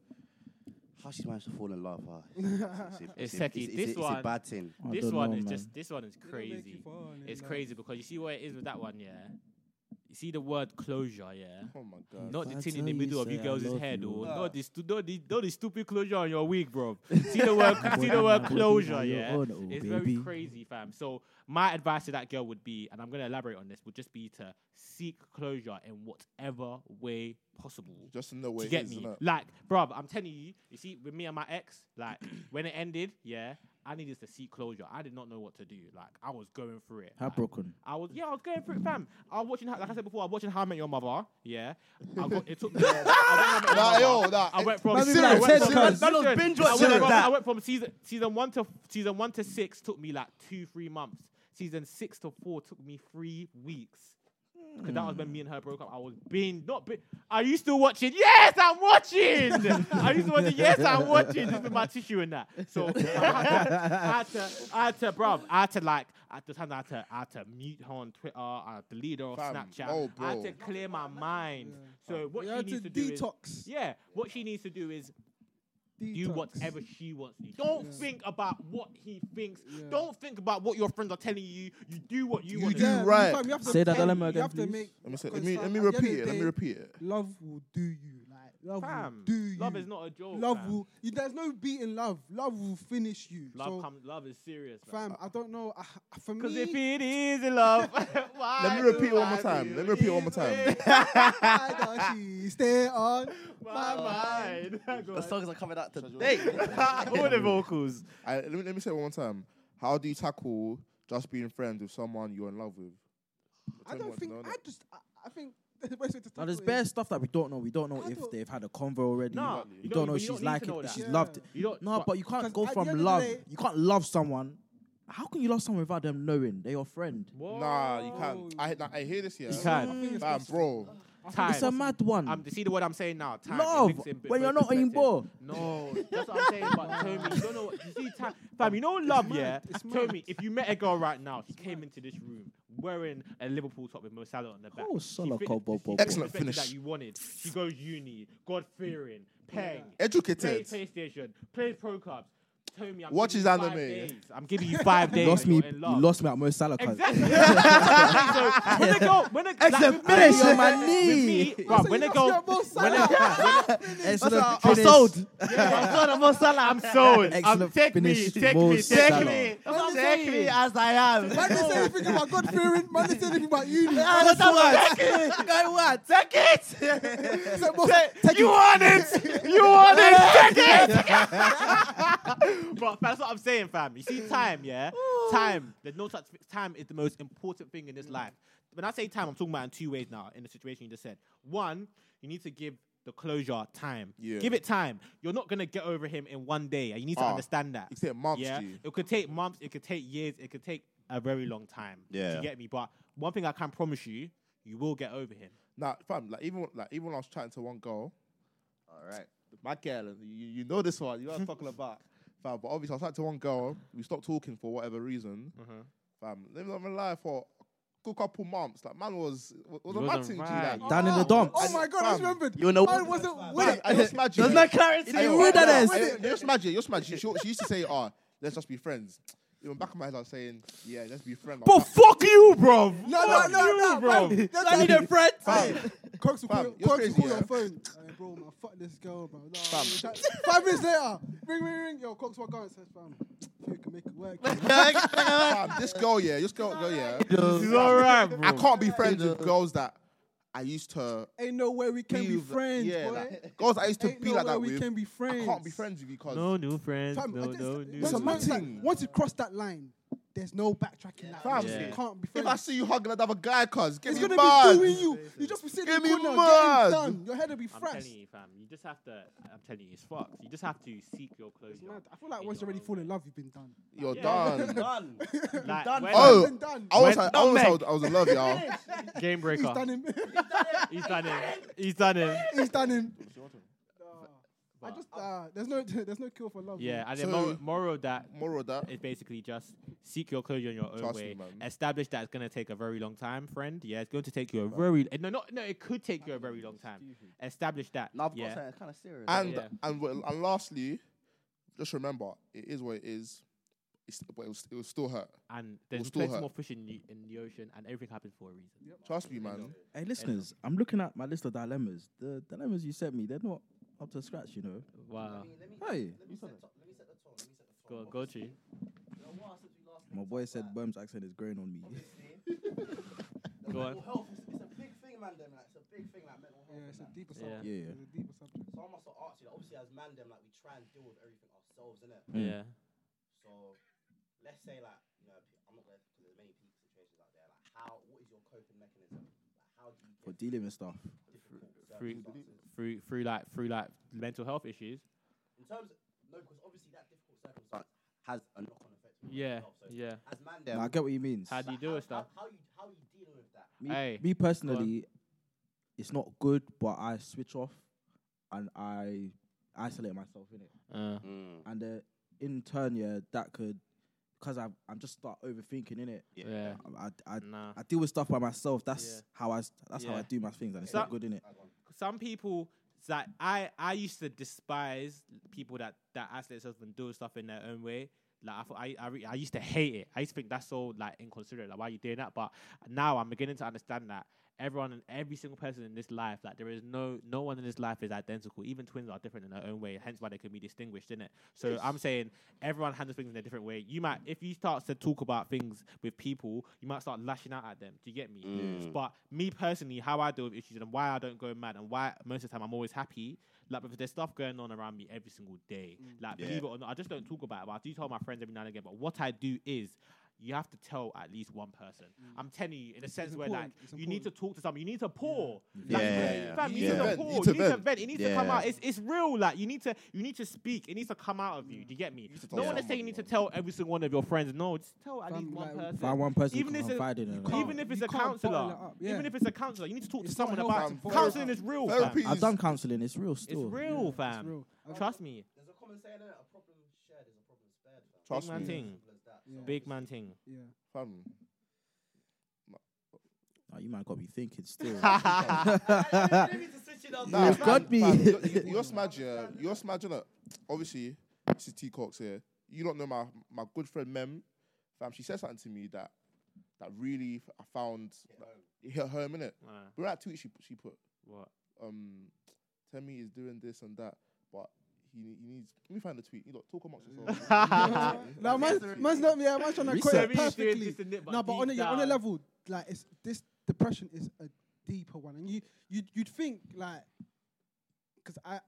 [SPEAKER 5] How she managed to fall in love? ah, huh?
[SPEAKER 2] It's
[SPEAKER 5] a-
[SPEAKER 2] techie.
[SPEAKER 5] it's,
[SPEAKER 2] This
[SPEAKER 5] a- it's
[SPEAKER 2] one-
[SPEAKER 5] a bad thing.
[SPEAKER 4] I
[SPEAKER 2] This
[SPEAKER 4] don't
[SPEAKER 2] one
[SPEAKER 4] know,
[SPEAKER 2] is
[SPEAKER 4] man.
[SPEAKER 2] just. This one is
[SPEAKER 6] It'll make you
[SPEAKER 2] crazy.
[SPEAKER 6] fall in
[SPEAKER 2] It's
[SPEAKER 6] love.
[SPEAKER 2] crazy because you see what it is with that one, yeah. You see the word closure, yeah.
[SPEAKER 3] Oh my god.
[SPEAKER 2] Not
[SPEAKER 4] If
[SPEAKER 2] the
[SPEAKER 4] I
[SPEAKER 2] thing in
[SPEAKER 4] tell
[SPEAKER 2] the
[SPEAKER 4] you
[SPEAKER 2] middle of
[SPEAKER 4] say
[SPEAKER 2] you
[SPEAKER 4] I
[SPEAKER 2] girls'
[SPEAKER 4] love
[SPEAKER 2] head,
[SPEAKER 4] you.
[SPEAKER 2] or not this, stu- not this, not this stupid closure on your wig, bro. See the word, see the word
[SPEAKER 4] Boy,
[SPEAKER 2] closure,
[SPEAKER 4] now you're
[SPEAKER 2] yeah.
[SPEAKER 4] on, oh,
[SPEAKER 2] It's
[SPEAKER 4] baby.
[SPEAKER 2] very crazy, fam. So my advice to that girl would be, and I'm gonna elaborate on this, would just be to seek closure in whatever way possible.
[SPEAKER 3] Just in the
[SPEAKER 2] Do
[SPEAKER 3] way
[SPEAKER 2] you
[SPEAKER 3] it
[SPEAKER 2] get
[SPEAKER 3] is,
[SPEAKER 2] me?
[SPEAKER 3] innit?
[SPEAKER 2] Like, bruv, I'm telling you, you see, with me and my ex, like, when it ended, yeah, I needed to seek closure. I did not know what to do. Like, I was going through it. Like,
[SPEAKER 4] Heartbroken.
[SPEAKER 2] I was yeah, I was going through it, fam. I was watching, How- like I said before, I was watching How I Met Your Mother. Yeah, I got it took. I, watched How I Met Your
[SPEAKER 3] Nah,
[SPEAKER 2] Mother.
[SPEAKER 3] yo, nah,
[SPEAKER 2] I
[SPEAKER 3] it-
[SPEAKER 2] went from
[SPEAKER 4] Man,
[SPEAKER 2] season-
[SPEAKER 4] like
[SPEAKER 2] I went
[SPEAKER 4] ten
[SPEAKER 2] from-
[SPEAKER 4] times.
[SPEAKER 2] no, no,
[SPEAKER 5] Man, binge
[SPEAKER 2] I went
[SPEAKER 5] watching
[SPEAKER 2] from-
[SPEAKER 5] that.
[SPEAKER 2] I went from season season one to season one to six took me like two three months. Season six to four took me three weeks. Cause that was
[SPEAKER 6] Hmm.
[SPEAKER 2] when me and her broke up. I was being not. Be- Are you still watching? Yes, I'm watching. Are you still watching? Yes, I'm watching. This is my tissue and that. So I had to, I had to, I had to, bruv, I had to like at the time I had to, I had to mute her on Twitter. I deleted her on
[SPEAKER 3] Fam,
[SPEAKER 2] Snapchat.
[SPEAKER 3] oh,
[SPEAKER 2] I had
[SPEAKER 3] bro.
[SPEAKER 2] to clear my mind. So what
[SPEAKER 6] We
[SPEAKER 2] she
[SPEAKER 6] had
[SPEAKER 2] needs
[SPEAKER 6] to
[SPEAKER 2] to, do is,
[SPEAKER 6] detox.
[SPEAKER 2] yeah, what she needs to do is do
[SPEAKER 6] Detox.
[SPEAKER 2] whatever she wants to. Don't think about what he thinks.
[SPEAKER 6] Yeah.
[SPEAKER 2] Don't think about what your friends are telling you. You do what you
[SPEAKER 3] You
[SPEAKER 2] want.
[SPEAKER 3] do
[SPEAKER 2] to
[SPEAKER 6] Yeah,
[SPEAKER 2] do.
[SPEAKER 3] right.
[SPEAKER 6] fam, you have to
[SPEAKER 4] Say that
[SPEAKER 6] tell-
[SPEAKER 4] dilemma
[SPEAKER 6] you
[SPEAKER 4] again,
[SPEAKER 6] have to
[SPEAKER 4] please.
[SPEAKER 6] make-
[SPEAKER 3] Let me say, let
[SPEAKER 6] because,
[SPEAKER 3] me
[SPEAKER 6] fam,
[SPEAKER 3] let me
[SPEAKER 6] at the end
[SPEAKER 3] repeat
[SPEAKER 6] of
[SPEAKER 3] it.
[SPEAKER 6] the
[SPEAKER 3] Let me
[SPEAKER 6] day,
[SPEAKER 3] repeat it.
[SPEAKER 6] Love will do you. Like love will
[SPEAKER 2] Fam,
[SPEAKER 6] do you.
[SPEAKER 2] love is not a joke.
[SPEAKER 6] Love
[SPEAKER 2] fam.
[SPEAKER 6] will. You, there's no beating love. Love will finish you.
[SPEAKER 2] Love
[SPEAKER 6] so,
[SPEAKER 2] come- Love is serious,
[SPEAKER 6] fam, I don't know. I, for
[SPEAKER 2] Because
[SPEAKER 6] me,
[SPEAKER 2] if it is love, why
[SPEAKER 3] Let me
[SPEAKER 2] do
[SPEAKER 3] repeat one
[SPEAKER 2] I
[SPEAKER 3] more time.
[SPEAKER 2] do
[SPEAKER 3] Let me repeat one more
[SPEAKER 2] this
[SPEAKER 3] time.
[SPEAKER 6] why does she stay on
[SPEAKER 2] My mind.
[SPEAKER 5] The songs are coming out today.
[SPEAKER 2] All the vocals.
[SPEAKER 3] I, let me let me say it one more time. How do you tackle just being friends with someone you're in love with.
[SPEAKER 6] I
[SPEAKER 3] Tell me what
[SPEAKER 6] don't
[SPEAKER 3] to
[SPEAKER 6] think.
[SPEAKER 3] know,
[SPEAKER 6] I
[SPEAKER 3] innit?
[SPEAKER 6] just. I, I think the best way to
[SPEAKER 4] Now, there's
[SPEAKER 6] tackle it
[SPEAKER 4] bare
[SPEAKER 6] is-
[SPEAKER 4] stuff that we don't know. We don't know
[SPEAKER 6] I
[SPEAKER 4] if
[SPEAKER 6] don't-
[SPEAKER 4] they've had a convo already.
[SPEAKER 2] No,
[SPEAKER 4] you,
[SPEAKER 2] you
[SPEAKER 4] don't
[SPEAKER 2] don't-
[SPEAKER 4] know
[SPEAKER 2] you
[SPEAKER 4] if she's
[SPEAKER 2] don't need
[SPEAKER 4] like it,
[SPEAKER 2] to know
[SPEAKER 4] if
[SPEAKER 2] that.
[SPEAKER 4] she's
[SPEAKER 6] Yeah.
[SPEAKER 4] loved it.
[SPEAKER 2] You don't.
[SPEAKER 4] No, but you can't
[SPEAKER 6] because
[SPEAKER 4] go
[SPEAKER 6] at the
[SPEAKER 4] from
[SPEAKER 6] end of the
[SPEAKER 4] love.
[SPEAKER 6] day-
[SPEAKER 4] You can't love someone. How can you love someone without them knowing they're your friend?
[SPEAKER 3] Nah, you can't. I,
[SPEAKER 2] Oh.
[SPEAKER 3] nah, I hear this, yeah.
[SPEAKER 2] You can't.
[SPEAKER 6] I think it's
[SPEAKER 3] Fam,
[SPEAKER 6] possible.
[SPEAKER 3] bro.
[SPEAKER 2] Time.
[SPEAKER 4] It's a mad one.
[SPEAKER 2] Um, see the word I'm saying now. Time. It
[SPEAKER 4] Love,
[SPEAKER 2] links in b-
[SPEAKER 4] when you're
[SPEAKER 2] both
[SPEAKER 4] not on your
[SPEAKER 2] perspectives.
[SPEAKER 4] ball.
[SPEAKER 2] No, that's what I'm saying. But Tommy, you don't know. what- You see, time, fam, you know love, yeah. Tommy, if you met a girl right now, she came into this room wearing a Liverpool top with Mo Salah on the back.
[SPEAKER 4] Oh,
[SPEAKER 2] She
[SPEAKER 4] Salah,
[SPEAKER 2] fit-
[SPEAKER 4] Cobo,
[SPEAKER 2] she fit
[SPEAKER 4] Bobo.
[SPEAKER 3] Excellent
[SPEAKER 2] the perspective
[SPEAKER 3] finish.
[SPEAKER 2] That you wanted. She goes uni, God fearing, peng. Play
[SPEAKER 3] Educated.
[SPEAKER 2] PlayStation, play Pro Clubs. Tommy, I'm
[SPEAKER 3] Watch
[SPEAKER 2] giving
[SPEAKER 3] his
[SPEAKER 2] you five
[SPEAKER 3] anime.
[SPEAKER 2] days. I'm giving you five days.
[SPEAKER 4] You lost
[SPEAKER 2] and
[SPEAKER 4] me.
[SPEAKER 2] you're in
[SPEAKER 4] You
[SPEAKER 2] love.
[SPEAKER 4] lost me at Mo Salah. cuz.
[SPEAKER 2] Exactly. so when they go, when they
[SPEAKER 4] Excellent
[SPEAKER 2] like, with me,
[SPEAKER 4] finish. On my
[SPEAKER 2] with
[SPEAKER 4] knee.
[SPEAKER 2] me, bruv, when they go, when they,
[SPEAKER 4] Excellent
[SPEAKER 5] I'm
[SPEAKER 4] finish.
[SPEAKER 5] sold.
[SPEAKER 2] I'm sold, I'm on Salah, I'm sold.
[SPEAKER 4] Excellent
[SPEAKER 2] Um, take
[SPEAKER 4] finish,
[SPEAKER 2] me, take
[SPEAKER 4] Mo
[SPEAKER 2] me, take
[SPEAKER 4] Salah.
[SPEAKER 2] me. That's what I'm
[SPEAKER 5] Take me
[SPEAKER 2] saying.
[SPEAKER 5] as I am.
[SPEAKER 6] Man didn't say anything about God fearing. Man didn't say anything about you.
[SPEAKER 5] That's what. Go what? Take it.
[SPEAKER 2] You want it! You want it! Take it! But that's what I'm saying, fam. You see, time, yeah? Time. There's no such time is the most important thing in this life. When I say time, I'm talking about in two ways now, in the situation you just said. One, you need to give the closure time.
[SPEAKER 3] Yeah.
[SPEAKER 2] Give it time. You're not gonna get over him in one day, and you need to
[SPEAKER 3] Ah,
[SPEAKER 2] understand that.
[SPEAKER 3] you said months,
[SPEAKER 2] Yeah.
[SPEAKER 3] G.
[SPEAKER 2] It could take months, it could take years, it could take a very long time.
[SPEAKER 5] Yeah.
[SPEAKER 2] You get me? But one thing I can promise you, you will get over him.
[SPEAKER 3] Nah, fam, like even like even when I was chatting to one girl,
[SPEAKER 5] All right.
[SPEAKER 3] my girl, and you, you know this one, you know what I'm talking about. Fam, but obviously I was chatting to one girl, we stopped talking for whatever reason. Fam, living on my life for a good couple months. Like man was was was a mad
[SPEAKER 2] wasn't
[SPEAKER 3] thing, G,
[SPEAKER 2] right.
[SPEAKER 3] like.
[SPEAKER 4] Down in the dump.
[SPEAKER 6] Oh my God! I just
[SPEAKER 3] Fam.
[SPEAKER 6] remembered.
[SPEAKER 5] You know-
[SPEAKER 6] Man wasn't with
[SPEAKER 3] Fam,
[SPEAKER 6] it.
[SPEAKER 3] I just imagine-
[SPEAKER 5] There's no clarity.
[SPEAKER 3] Hey,
[SPEAKER 4] Hey,
[SPEAKER 3] yo,
[SPEAKER 4] rude
[SPEAKER 3] no,
[SPEAKER 4] that is.
[SPEAKER 3] hey, yo, Just imagine, just imagine. She, she used to say, "Oh, let's just be friends." In the back of my head, I was saying, "Yeah, let's be friends."
[SPEAKER 2] But fuck you, bro.
[SPEAKER 6] No, no,
[SPEAKER 2] fuck
[SPEAKER 6] no,
[SPEAKER 2] you,
[SPEAKER 6] no,
[SPEAKER 2] bro.
[SPEAKER 6] man. That's
[SPEAKER 4] I
[SPEAKER 6] like-
[SPEAKER 4] need a friend.
[SPEAKER 6] Cox will
[SPEAKER 3] Fam,
[SPEAKER 6] call,
[SPEAKER 3] you're
[SPEAKER 6] Cox will
[SPEAKER 3] crazy,
[SPEAKER 6] call your
[SPEAKER 3] yeah.
[SPEAKER 6] phone. Hey, bro, man, fuck this girl, bro. No, I'm trying- Five minutes later, ring, ring, ring. Yo, Cox, what going? Says, fam, if you can make it work.
[SPEAKER 3] Fam, this girl, yeah, this girl, girl, yeah.
[SPEAKER 2] It's all right, bro.
[SPEAKER 3] I can't be friends with girls that I used to
[SPEAKER 6] Ain't no way we can
[SPEAKER 3] be
[SPEAKER 6] be
[SPEAKER 3] with-
[SPEAKER 6] friends,
[SPEAKER 3] Yeah,
[SPEAKER 6] boy.
[SPEAKER 3] like, girls I used to
[SPEAKER 6] Ain't
[SPEAKER 3] be
[SPEAKER 6] no
[SPEAKER 3] like
[SPEAKER 6] way
[SPEAKER 3] that
[SPEAKER 6] we
[SPEAKER 3] with.
[SPEAKER 6] can be
[SPEAKER 3] I
[SPEAKER 6] friends.
[SPEAKER 3] can't be friends with you because
[SPEAKER 2] No new friends.
[SPEAKER 6] Fam,
[SPEAKER 2] no,
[SPEAKER 6] I just-
[SPEAKER 2] no
[SPEAKER 6] once, you
[SPEAKER 3] a
[SPEAKER 2] new.
[SPEAKER 3] man-
[SPEAKER 6] once, that-
[SPEAKER 3] thing.
[SPEAKER 6] once you cross that line, there's no backtracking. Like,
[SPEAKER 3] Fam,
[SPEAKER 6] you
[SPEAKER 2] Yeah.
[SPEAKER 6] can't be
[SPEAKER 3] if I
[SPEAKER 6] friends.
[SPEAKER 3] see you hugging another guy, cuz give
[SPEAKER 6] It's
[SPEAKER 3] me
[SPEAKER 6] gonna be
[SPEAKER 3] bars.
[SPEAKER 6] doing you. You just be sitting in
[SPEAKER 3] Give
[SPEAKER 6] the
[SPEAKER 3] me
[SPEAKER 6] corner,
[SPEAKER 3] mad.
[SPEAKER 6] getting done. Your head will be
[SPEAKER 2] I'm
[SPEAKER 6] fresh.
[SPEAKER 2] telling you, fam. You just have to. I'm telling you, it's fucked. You just have to seek your
[SPEAKER 6] It's
[SPEAKER 2] closure.
[SPEAKER 6] mad. I feel like once you already fall in love, you've been done.
[SPEAKER 3] You're
[SPEAKER 2] Yeah.
[SPEAKER 3] done.
[SPEAKER 5] Done.
[SPEAKER 2] Like,
[SPEAKER 5] done.
[SPEAKER 2] when-
[SPEAKER 3] Oh,
[SPEAKER 6] You've been done.
[SPEAKER 3] I was,
[SPEAKER 2] When-
[SPEAKER 3] I, I, was, I,
[SPEAKER 2] Nutmeg.
[SPEAKER 3] was, I was in love, y'all.
[SPEAKER 2] game
[SPEAKER 6] Oh. He's
[SPEAKER 2] breaker.
[SPEAKER 6] done him.
[SPEAKER 2] He's done it. He's done it.
[SPEAKER 6] He's done him. I just uh, there's no there's no cure for love.
[SPEAKER 2] Yeah,
[SPEAKER 6] man.
[SPEAKER 2] and the mor-
[SPEAKER 3] So-
[SPEAKER 2] moral of that
[SPEAKER 3] Moral of that.
[SPEAKER 2] is basically just seek your closure in your own
[SPEAKER 3] Trust me,
[SPEAKER 2] way.
[SPEAKER 3] man.
[SPEAKER 2] Establish that it's gonna take a very long time, friend. Yeah, it's going to take you a very no, no, no. It could take you a very long time. Establish that.
[SPEAKER 5] Now I've got
[SPEAKER 2] yeah.
[SPEAKER 5] something kind of serious.
[SPEAKER 3] And
[SPEAKER 2] Yeah.
[SPEAKER 3] and well, and lastly, just remember, it is what it is. It's, but it will, it will still hurt.
[SPEAKER 2] and there's
[SPEAKER 3] still
[SPEAKER 2] plenty
[SPEAKER 3] hurt.
[SPEAKER 2] more fish in the, in the ocean, and everything happens for a reason.
[SPEAKER 3] Trust me, man.
[SPEAKER 4] Hey, listeners, I'm looking at my list of dilemmas. The dilemmas you sent me, they're not up to scratch, you know.
[SPEAKER 2] Wow.
[SPEAKER 4] Hey,
[SPEAKER 2] Uh, Go, go to
[SPEAKER 3] Mm.
[SPEAKER 2] you.
[SPEAKER 4] my boy said Berm's accent is growing on me.
[SPEAKER 2] Go on.
[SPEAKER 5] Mental health is it's a big thing, man. Them, like, it's a big thing, like mental health.
[SPEAKER 6] Yeah, it's a
[SPEAKER 5] and that.
[SPEAKER 6] deeper
[SPEAKER 2] Yeah.
[SPEAKER 6] subject.
[SPEAKER 4] Yeah.
[SPEAKER 6] It's a deeper subject.
[SPEAKER 5] So I must have asked you. Like, obviously, as man, them, like we try and deal with everything ourselves, innit?
[SPEAKER 2] Yeah.
[SPEAKER 5] So let's say, like, you know, I'm not gonna because there's many people situations out there. Like, how? What is your coping mechanism? Like, how do you
[SPEAKER 4] For
[SPEAKER 5] get
[SPEAKER 4] dealing with stuff.
[SPEAKER 5] difficult
[SPEAKER 2] through,
[SPEAKER 5] circumstances?
[SPEAKER 2] through, through like through like mental health issues.
[SPEAKER 5] In terms, of, no, because obviously that difficult circumstance has a knock-on effect. on your
[SPEAKER 2] Yeah,
[SPEAKER 5] mental health. So
[SPEAKER 2] yeah.
[SPEAKER 5] As man,
[SPEAKER 4] Nah, I
[SPEAKER 5] them,
[SPEAKER 4] get what he means.
[SPEAKER 2] How do you
[SPEAKER 5] like,
[SPEAKER 2] do with
[SPEAKER 5] how,
[SPEAKER 2] stuff?
[SPEAKER 5] how, how you how you dealing with that?
[SPEAKER 4] Me,
[SPEAKER 2] Hey,
[SPEAKER 4] me personally, it's not good, but I switch off and I isolate myself in it.
[SPEAKER 2] Uh,
[SPEAKER 4] And uh, in turn, yeah, that could, because I'm just start overthinking in it.
[SPEAKER 2] yeah,
[SPEAKER 4] I, I,
[SPEAKER 2] nah.
[SPEAKER 4] I deal with stuff by myself. That's
[SPEAKER 2] Yeah.
[SPEAKER 4] how I. s- That's how I
[SPEAKER 2] Yeah.
[SPEAKER 4] do my things, and it's
[SPEAKER 2] So-
[SPEAKER 4] not good in it.
[SPEAKER 2] Some people that I I used to despise people that that isolate themselves and do stuff in their own way. Like I thought I I, re- I used to hate it. I used to think that's so like inconsiderate. Like why are you doing that? But now I'm beginning to understand that everyone and every single person in this life, like there is no no one in this life is identical. Even twins are different in their own way, hence why they can be distinguished, innit? So I'm saying everyone handles things in a different way. You might if you start to talk about things with people, you might start lashing out at them. Do you get me?
[SPEAKER 5] Mm.
[SPEAKER 2] But me personally, how I deal with issues and why I don't go mad and why most of the time I'm always happy. Like, because there's stuff going on around me
[SPEAKER 6] Mm.
[SPEAKER 2] every single day. Like, believe it or not, I just don't talk about it. But I do tell my friends every now and again. But what I do is you have to tell at least one person. I'm telling you, in a sense where like
[SPEAKER 6] important, Mm. it's
[SPEAKER 2] you need to talk to someone. You need to pour. Like,
[SPEAKER 5] Yeah,
[SPEAKER 2] you-
[SPEAKER 5] yeah,
[SPEAKER 2] fam, you
[SPEAKER 5] yeah.
[SPEAKER 2] need
[SPEAKER 5] Yeah.
[SPEAKER 2] to pour.
[SPEAKER 3] You
[SPEAKER 2] You
[SPEAKER 3] need to
[SPEAKER 2] need to
[SPEAKER 3] vent.
[SPEAKER 2] vent. It needs to come
[SPEAKER 5] Yeah.
[SPEAKER 2] out. It's it's real. Like you need to you need to speak. It needs to come out of you. Do you get me?
[SPEAKER 3] need to
[SPEAKER 2] No
[SPEAKER 3] tell
[SPEAKER 2] one is
[SPEAKER 3] someone,
[SPEAKER 2] saying you need to
[SPEAKER 3] bro.
[SPEAKER 2] tell every single one of your friends. No, just tell at
[SPEAKER 6] Fam,
[SPEAKER 2] least one
[SPEAKER 6] like,
[SPEAKER 2] person.
[SPEAKER 4] Find one person
[SPEAKER 2] Even
[SPEAKER 4] you
[SPEAKER 2] if
[SPEAKER 4] can
[SPEAKER 2] it's a-
[SPEAKER 4] confide in. and
[SPEAKER 6] can't-
[SPEAKER 4] like-
[SPEAKER 2] Even if it's
[SPEAKER 6] you
[SPEAKER 2] a
[SPEAKER 6] can't bottle
[SPEAKER 2] counselor,
[SPEAKER 6] it up, yeah.
[SPEAKER 2] even if it's a counselor, you need to talk to
[SPEAKER 6] It's not
[SPEAKER 2] someone
[SPEAKER 6] healthy,
[SPEAKER 2] about
[SPEAKER 3] fam.
[SPEAKER 2] counseling. Is
[SPEAKER 3] Therapy-
[SPEAKER 2] real, fam.
[SPEAKER 3] therapy
[SPEAKER 4] I've done counselling. It's real
[SPEAKER 2] It's
[SPEAKER 4] still.
[SPEAKER 2] real, fam.
[SPEAKER 6] real.
[SPEAKER 2] Trust me,
[SPEAKER 5] There's a common saying, innit? A problem shared is a problem spared. fam.
[SPEAKER 3] Trust
[SPEAKER 2] man
[SPEAKER 3] me,
[SPEAKER 2] thing.
[SPEAKER 5] Simple as that.
[SPEAKER 6] Yeah.
[SPEAKER 5] So
[SPEAKER 2] big man thing.
[SPEAKER 6] Yeah.
[SPEAKER 3] fam.
[SPEAKER 4] Nah, you might got me thinking still.
[SPEAKER 3] Nah,
[SPEAKER 4] You've
[SPEAKER 3] fam,
[SPEAKER 4] got me.
[SPEAKER 3] fam, you're- you- You're smudge, yeah. You're smudge, innit? Obviously, this is T Cox here. You don't know my, my good friend Mem, fam. She said something to me that that really I found like, it hit home, innit?
[SPEAKER 2] Uh,
[SPEAKER 3] But that tweet she she put,
[SPEAKER 2] what?
[SPEAKER 3] um, Temi is doing this and that, but he, he needs. Let me find the tweet. You lot talk amongst yourselves.
[SPEAKER 6] No, man's, man's not. Yeah, man's trying to quit
[SPEAKER 4] Research.
[SPEAKER 6] it
[SPEAKER 2] Maybe he's doing
[SPEAKER 6] perfectly.
[SPEAKER 2] this and that,
[SPEAKER 6] No, but on a,
[SPEAKER 2] deep
[SPEAKER 6] yeah, on a
[SPEAKER 2] down-
[SPEAKER 6] level, like it's this depression is a deeper one, and you you you'd think like, because I,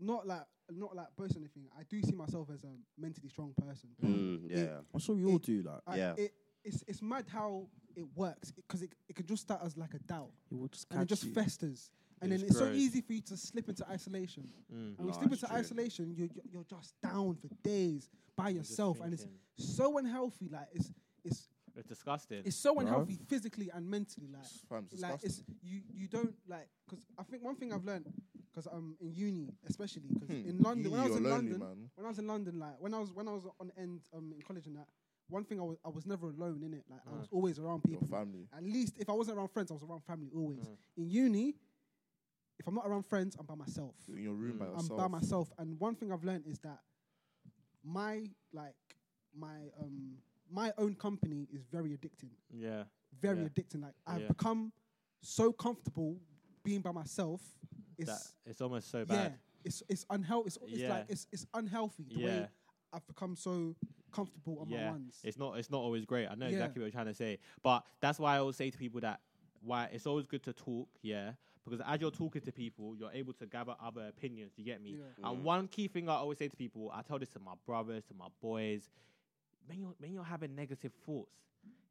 [SPEAKER 6] not like not like boast or anything. I do see myself as a mentally strong person.
[SPEAKER 5] Mm, yeah.
[SPEAKER 4] I'm sure we all do. Like
[SPEAKER 6] I-
[SPEAKER 5] Yeah.
[SPEAKER 6] it, it's it's mad how it works because it it can just start as like a doubt
[SPEAKER 4] it will just
[SPEAKER 6] and it
[SPEAKER 4] catch
[SPEAKER 6] just
[SPEAKER 4] you.
[SPEAKER 6] festers. And
[SPEAKER 2] It
[SPEAKER 6] then
[SPEAKER 2] just
[SPEAKER 6] it's so
[SPEAKER 2] grows.
[SPEAKER 6] easy for you to slip into isolation.
[SPEAKER 2] Mm.
[SPEAKER 6] And when you
[SPEAKER 5] Nah,
[SPEAKER 6] slip
[SPEAKER 5] it's
[SPEAKER 6] into
[SPEAKER 5] true.
[SPEAKER 6] isolation, you're, you're- you're just down for days by
[SPEAKER 2] just
[SPEAKER 6] yourself. And it's
[SPEAKER 2] thinking.
[SPEAKER 6] so unhealthy. Like, it's, it's,
[SPEAKER 2] It's disgusting.
[SPEAKER 6] it's so
[SPEAKER 4] Bruv.
[SPEAKER 6] unhealthy physically and mentally. Like,
[SPEAKER 3] fam, it's
[SPEAKER 6] like it's, you, you don't, like, because I think one thing I've learned, because um, in uni, especially, because
[SPEAKER 3] Hmm.
[SPEAKER 6] in London, when I was
[SPEAKER 3] Uni, you're
[SPEAKER 6] in
[SPEAKER 3] lonely,
[SPEAKER 6] London,
[SPEAKER 3] man.
[SPEAKER 6] when I was in London, like, when I was, when I was on end um, in college and that, one thing I was, I was never alone in it. Like, I was always around
[SPEAKER 3] Your
[SPEAKER 6] people.
[SPEAKER 3] family.
[SPEAKER 6] At least if I wasn't around friends, I was around family always. In uni, if I'm not around friends, I'm by myself.
[SPEAKER 3] You're in your room by
[SPEAKER 6] Mm, I'm
[SPEAKER 3] yourself.
[SPEAKER 6] by myself. And one thing I've learned is that my like my um my own company is very addicting.
[SPEAKER 2] yeah.
[SPEAKER 6] Very
[SPEAKER 2] Yeah.
[SPEAKER 6] addicting. Like I've
[SPEAKER 2] Yeah.
[SPEAKER 6] become so comfortable being by myself. It's
[SPEAKER 2] that, it's almost so
[SPEAKER 6] yeah.
[SPEAKER 2] bad.
[SPEAKER 6] It's it's unhealthy. It's, it's
[SPEAKER 2] Yeah.
[SPEAKER 6] like it's it's unhealthy the way
[SPEAKER 2] Yeah.
[SPEAKER 6] I've become so comfortable on my
[SPEAKER 2] Yeah.
[SPEAKER 6] ones.
[SPEAKER 2] It's not it's not always great. I know
[SPEAKER 6] Yeah.
[SPEAKER 2] exactly what you're trying to say. But that's why I always say to people that why it's always good to talk, yeah. Because as you're talking to people, you're able to gather other opinions. You get me?
[SPEAKER 6] Yeah.
[SPEAKER 4] Mm-hmm.
[SPEAKER 2] And one key thing I always say to people, I tell this to my brothers, to my boys, when you're when you're having negative thoughts,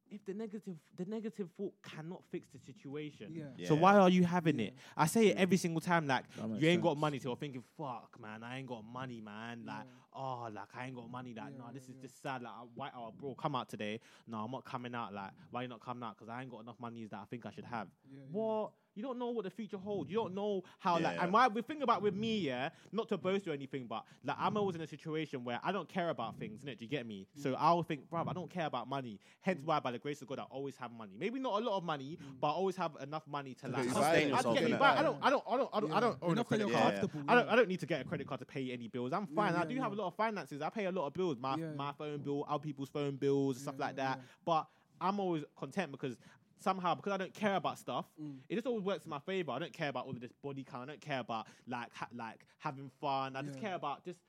[SPEAKER 2] if the negative the negative thought cannot fix the situation,
[SPEAKER 6] Yeah.
[SPEAKER 2] so
[SPEAKER 5] Yeah.
[SPEAKER 2] why are you having it? I say it every single time. Like
[SPEAKER 4] That makes
[SPEAKER 2] you ain't got
[SPEAKER 4] sense.
[SPEAKER 2] money, so you're thinking, "Fuck, man, I ain't got money, man." Like, oh, like I ain't got money. Like, no, this is just sad. Like, I- why? Oh, bro, come out today. No, I'm not coming out. Like, why you not coming out? Because I ain't got enough money that I think I should have. What? You don't know what the future holds. You don't know how. Like,
[SPEAKER 5] Yeah.
[SPEAKER 2] and why we think about with me, yeah, not to boast or anything, but like I'm always in a situation where I don't care about things, innit? Do you get me?
[SPEAKER 6] Mm.
[SPEAKER 2] So I'll think, bruv, I don't care about money. Hence why, by the grace of God, I always have money. Maybe not a lot of money,
[SPEAKER 6] Mm.
[SPEAKER 2] but I always have enough money to like
[SPEAKER 3] get you
[SPEAKER 2] sustain
[SPEAKER 3] by.
[SPEAKER 2] I,
[SPEAKER 5] Yourself,
[SPEAKER 2] get me
[SPEAKER 5] innit?
[SPEAKER 2] by. I don't. I don't. I don't. I don't, I
[SPEAKER 6] Yeah.
[SPEAKER 2] don't own a
[SPEAKER 6] Enough that
[SPEAKER 2] credit
[SPEAKER 6] you're
[SPEAKER 2] card.
[SPEAKER 6] comfortable,
[SPEAKER 2] I don't.
[SPEAKER 6] yeah.
[SPEAKER 2] I don't need to get a credit card to pay any bills. I'm fine. I
[SPEAKER 6] yeah,
[SPEAKER 2] do have a
[SPEAKER 6] yeah.
[SPEAKER 2] lot of finances. I pay a lot of bills. My
[SPEAKER 6] Yeah.
[SPEAKER 2] my phone bill, other people's phone bills, and stuff
[SPEAKER 6] Yeah,
[SPEAKER 2] like
[SPEAKER 6] yeah,
[SPEAKER 2] that. But I'm always content because. Somehow, because I don't care about stuff,
[SPEAKER 6] Mm.
[SPEAKER 2] it just always works in my favor. I don't care about all of this body count. I don't care about like ha- like having fun. I just
[SPEAKER 6] Yeah.
[SPEAKER 2] care about just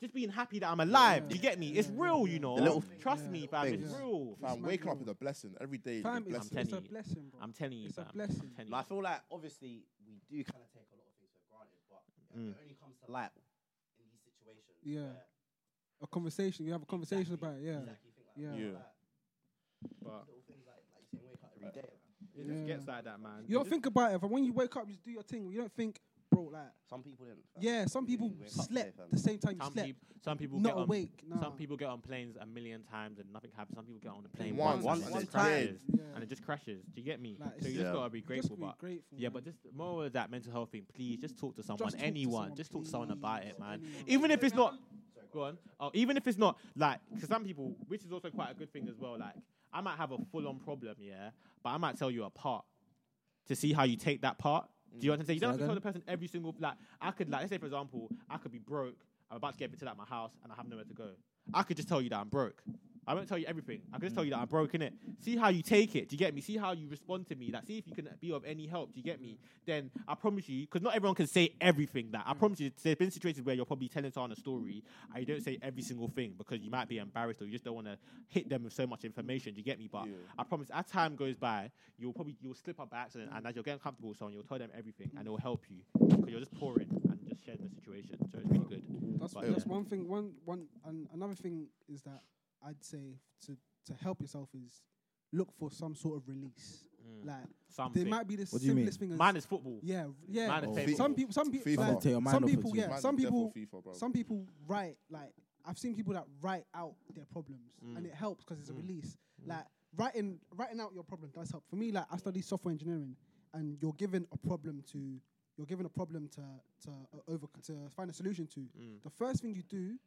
[SPEAKER 2] just being happy that I'm alive.
[SPEAKER 6] Yeah.
[SPEAKER 2] Do you get me?
[SPEAKER 6] Yeah,
[SPEAKER 2] It's
[SPEAKER 6] yeah,
[SPEAKER 2] real,
[SPEAKER 6] yeah.
[SPEAKER 2] you know.
[SPEAKER 5] The little things.
[SPEAKER 2] Trust
[SPEAKER 6] Yeah.
[SPEAKER 2] me, fam. It's
[SPEAKER 5] Things.
[SPEAKER 2] real.
[SPEAKER 3] Fam,
[SPEAKER 6] mad,
[SPEAKER 3] waking up
[SPEAKER 6] bro.
[SPEAKER 3] is a blessing. Every day is a
[SPEAKER 6] Fam, it's,
[SPEAKER 3] blessing.
[SPEAKER 6] it's a
[SPEAKER 2] telling you.
[SPEAKER 6] blessing, bro.
[SPEAKER 2] I'm telling you,
[SPEAKER 6] It's a
[SPEAKER 2] fam.
[SPEAKER 6] blessing.
[SPEAKER 2] I'm telling
[SPEAKER 5] And I
[SPEAKER 2] you.
[SPEAKER 5] feel like obviously we do kind of take a lot of things for granted, but it only comes to light in these situations.
[SPEAKER 6] Yeah.
[SPEAKER 5] where
[SPEAKER 6] A conversation. You have a conversation
[SPEAKER 5] exactly-
[SPEAKER 6] about it. Yeah.
[SPEAKER 5] Exactly. Think like,
[SPEAKER 6] Yeah.
[SPEAKER 5] that,
[SPEAKER 3] Yeah.
[SPEAKER 5] like,
[SPEAKER 2] But
[SPEAKER 5] little things like, like you can wake up every day. like,
[SPEAKER 2] it just
[SPEAKER 6] Yeah.
[SPEAKER 2] gets like that, man.
[SPEAKER 6] You don't think about it. But when you wake up, you just do your thing. You don't think, bro, like,
[SPEAKER 5] Some people didn't. fam.
[SPEAKER 6] yeah, some people
[SPEAKER 5] wake up
[SPEAKER 6] slept
[SPEAKER 5] today,
[SPEAKER 6] the
[SPEAKER 5] fam.
[SPEAKER 6] same time you
[SPEAKER 2] Some,
[SPEAKER 6] slept.
[SPEAKER 2] peop- some people
[SPEAKER 6] Not
[SPEAKER 2] get on,
[SPEAKER 6] awake, nah.
[SPEAKER 2] Some people get on planes a million times and nothing happens. Some people get on a plane
[SPEAKER 3] Once,
[SPEAKER 2] once,
[SPEAKER 5] once,
[SPEAKER 2] and
[SPEAKER 5] once
[SPEAKER 2] it crashes,
[SPEAKER 6] time. Yeah.
[SPEAKER 2] and it just crashes. Do you get me?
[SPEAKER 6] Like,
[SPEAKER 2] so
[SPEAKER 6] it's
[SPEAKER 2] you just
[SPEAKER 5] Yeah.
[SPEAKER 2] gotta be grateful,
[SPEAKER 6] just be
[SPEAKER 2] but
[SPEAKER 6] grateful,
[SPEAKER 2] yeah,
[SPEAKER 6] man.
[SPEAKER 2] but just more of that mental health thing. Please, just talk to someone,
[SPEAKER 6] talk to
[SPEAKER 2] anyone,
[SPEAKER 6] someone,
[SPEAKER 2] just talk to someone about it,
[SPEAKER 6] please.
[SPEAKER 2] man.
[SPEAKER 6] Anyone.
[SPEAKER 2] Even if it's not, go on. Oh, even if it's not like, because some people, which is also quite a good thing as well. Like, I might have a full-on problem, yeah, but I might tell you a part to see how you take that part. Do you understand? You don't have to tell the person every single like. I could like let's say for example, I could be broke. I'm about to get evicted out my house and I have nowhere to go. I could just tell you that I'm broke. I won't tell you everything. I could just tell you that I'm broke in it. See how you take it. Do you get me? See how you respond to me. Like see if you can be of any help. Do you get me? Then I promise you, because not everyone can say everything. That I promise you, there's been situations where you're probably telling someone a story and you don't say every single thing because you might be embarrassed or you just don't want to hit them with so much information. Do you get me? But
[SPEAKER 3] Yeah.
[SPEAKER 2] I promise, as time goes by, you'll probably you'll slip up by accident, and as you're getting comfortable with someone, you'll tell them everything, and it'll help you because you're just pouring and just sharing the situation. So it's really good.
[SPEAKER 6] That's,
[SPEAKER 2] But
[SPEAKER 6] that's
[SPEAKER 2] yeah.
[SPEAKER 6] one thing. One, one, and another thing is that I'd say to to help yourself is look for some sort of release. Like
[SPEAKER 2] Mm. Something.
[SPEAKER 6] there might be the
[SPEAKER 4] do you mean? Oh.
[SPEAKER 6] simplest thing. as-
[SPEAKER 2] Mine is football.
[SPEAKER 6] yeah, yeah.
[SPEAKER 2] Mine is
[SPEAKER 3] FIFA.
[SPEAKER 6] Some people, some people,
[SPEAKER 3] FIFA.
[SPEAKER 6] like,
[SPEAKER 3] Tell
[SPEAKER 4] your man
[SPEAKER 6] some
[SPEAKER 4] off
[SPEAKER 6] people,
[SPEAKER 4] for
[SPEAKER 6] yeah,
[SPEAKER 3] Mine
[SPEAKER 6] some
[SPEAKER 3] is
[SPEAKER 6] people,
[SPEAKER 3] definitely FIFA, bro.
[SPEAKER 6] some people write like I've seen people that write out their problems, and it helps because it's a release. Like writing, writing out your problem does help. For me, like I study software engineering, and you're given a problem to, you're given a problem to to uh, over to find a solution to. The first thing you do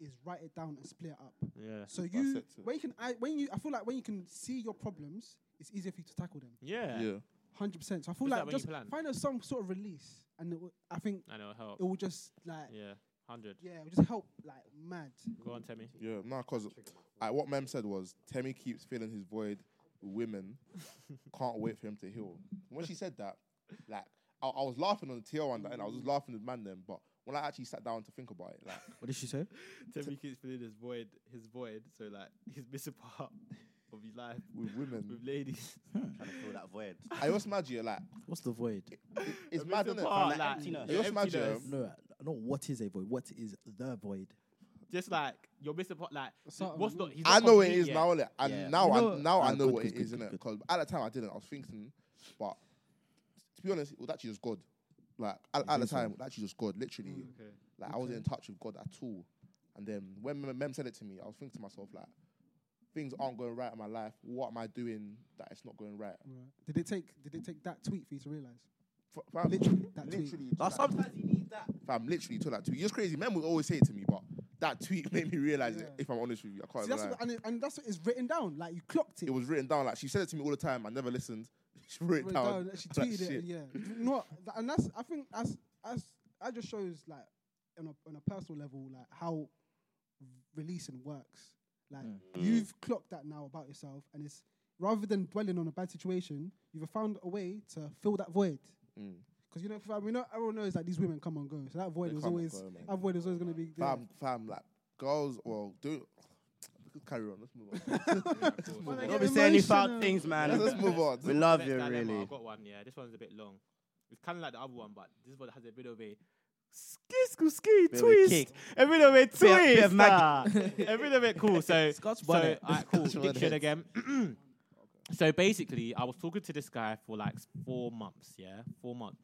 [SPEAKER 6] is write it down and split it up.
[SPEAKER 2] Yeah.
[SPEAKER 6] So you,
[SPEAKER 3] it too.
[SPEAKER 6] when you can, I, when you, I feel like when you can see your problems, it's easier for you to tackle them.
[SPEAKER 2] Yeah.
[SPEAKER 3] yeah.
[SPEAKER 6] Hundred percent. So I feel
[SPEAKER 2] Is that
[SPEAKER 6] like
[SPEAKER 2] when you
[SPEAKER 6] just
[SPEAKER 2] plan?
[SPEAKER 6] find us some sort of release, and it will, I think
[SPEAKER 2] I know, help.
[SPEAKER 6] it will just like yeah,
[SPEAKER 2] Yeah. 100.
[SPEAKER 6] it will just help like mad.
[SPEAKER 2] Go on, Temi.
[SPEAKER 3] Yeah, no, because what Mem said was Temi keeps filling his void with women, can't wait for him to heal. When she said that, like, I, I was laughing on the TL one, and I was just laughing with man then, but when I actually sat down to think about it, like,
[SPEAKER 4] What did she say?
[SPEAKER 2] Temi keeps filling his void, his void, so like he's missing part of his life
[SPEAKER 3] with women,
[SPEAKER 2] with ladies.
[SPEAKER 5] Trying to fill that void.
[SPEAKER 3] I just imagine, like,
[SPEAKER 4] What's the void?
[SPEAKER 3] it- it's
[SPEAKER 2] Missing
[SPEAKER 3] mad, is
[SPEAKER 2] part,
[SPEAKER 5] Like
[SPEAKER 2] like,
[SPEAKER 5] emptiness.
[SPEAKER 2] your
[SPEAKER 3] Just imagine,
[SPEAKER 2] emptiness.
[SPEAKER 4] No, not what is a void. What is the void?
[SPEAKER 2] Just like you're missing part. Like
[SPEAKER 6] Something
[SPEAKER 2] what's
[SPEAKER 6] wrong.
[SPEAKER 2] not? he's
[SPEAKER 3] I
[SPEAKER 2] not
[SPEAKER 3] know it
[SPEAKER 2] complete
[SPEAKER 3] is
[SPEAKER 2] yet.
[SPEAKER 3] now, innit? and
[SPEAKER 5] Yeah.
[SPEAKER 3] now,
[SPEAKER 4] You know
[SPEAKER 3] I,
[SPEAKER 4] what-
[SPEAKER 3] now I
[SPEAKER 4] Ah,
[SPEAKER 3] know
[SPEAKER 4] good,
[SPEAKER 3] what it
[SPEAKER 4] good,
[SPEAKER 3] is,
[SPEAKER 4] good, good.
[SPEAKER 3] innit? Because at the time I didn't. I was thinking, but to be honest, it was actually just God. Like at, at the time, it was actually just God. Literally, like I wasn't in touch with God at all. And then when Mem- Mem said it to me, I was thinking to myself, like, things aren't going right in my life. What am I doing that it's not going right?
[SPEAKER 6] Did it take? Did it take that tweet for you to realize?
[SPEAKER 3] F- Fam,
[SPEAKER 6] Literally, that tweet.
[SPEAKER 3] literally,
[SPEAKER 5] Like,
[SPEAKER 3] to that,
[SPEAKER 5] sometimes you need that.
[SPEAKER 3] fam, literally to that tweet. It's crazy. Mem would always say it to me, but that tweet made me realize it.
[SPEAKER 6] Yeah.
[SPEAKER 3] If I'm honest with you, I can't.
[SPEAKER 6] See, that's
[SPEAKER 3] lie.
[SPEAKER 6] what, and, it, and that's what is written down. Like you clocked it.
[SPEAKER 3] it was written down. Like she said it to me all the time. I never listened. She wrote it
[SPEAKER 6] wrote it
[SPEAKER 3] down.
[SPEAKER 6] down, and she tweeted it.
[SPEAKER 3] shit.
[SPEAKER 6] and Yeah, no, th- and that's I think that's that's that just shows like on a on a personal level like how releasing works. Like
[SPEAKER 3] Mm.
[SPEAKER 6] you've clocked that now about yourself, and it's rather than dwelling on a bad situation, you've found a way to fill that void. Because you know, fam, we know everyone knows that these women come and go, so that void
[SPEAKER 3] Mm. They
[SPEAKER 6] was
[SPEAKER 3] come and
[SPEAKER 6] always
[SPEAKER 3] go, man.
[SPEAKER 6] that void was always going to be there.
[SPEAKER 3] Fam, fam, like girls. Well, do carry on. Let's move on.
[SPEAKER 6] Man, I
[SPEAKER 5] Don't be
[SPEAKER 6] get
[SPEAKER 5] saying these
[SPEAKER 6] emotional.
[SPEAKER 5] foul things, man.
[SPEAKER 3] Let's just move on.
[SPEAKER 5] We love
[SPEAKER 2] Next
[SPEAKER 5] you,
[SPEAKER 2] dilemma,
[SPEAKER 5] really.
[SPEAKER 2] I've got one, yeah. This one's a bit long. It's kind of like the other one, but this one has a bit of a ski, ski, ski
[SPEAKER 5] of a
[SPEAKER 2] twist.
[SPEAKER 5] kick.
[SPEAKER 2] A bit of a twist.
[SPEAKER 5] of- bit of
[SPEAKER 2] nah. a bit of it. Cool. So,
[SPEAKER 4] Scotch
[SPEAKER 2] so
[SPEAKER 4] bonnet.
[SPEAKER 2] alright, cool.
[SPEAKER 5] Scotch
[SPEAKER 2] Diction
[SPEAKER 5] bonnet.
[SPEAKER 2] again. so basically, I was talking to this guy for like four months. Yeah, four months.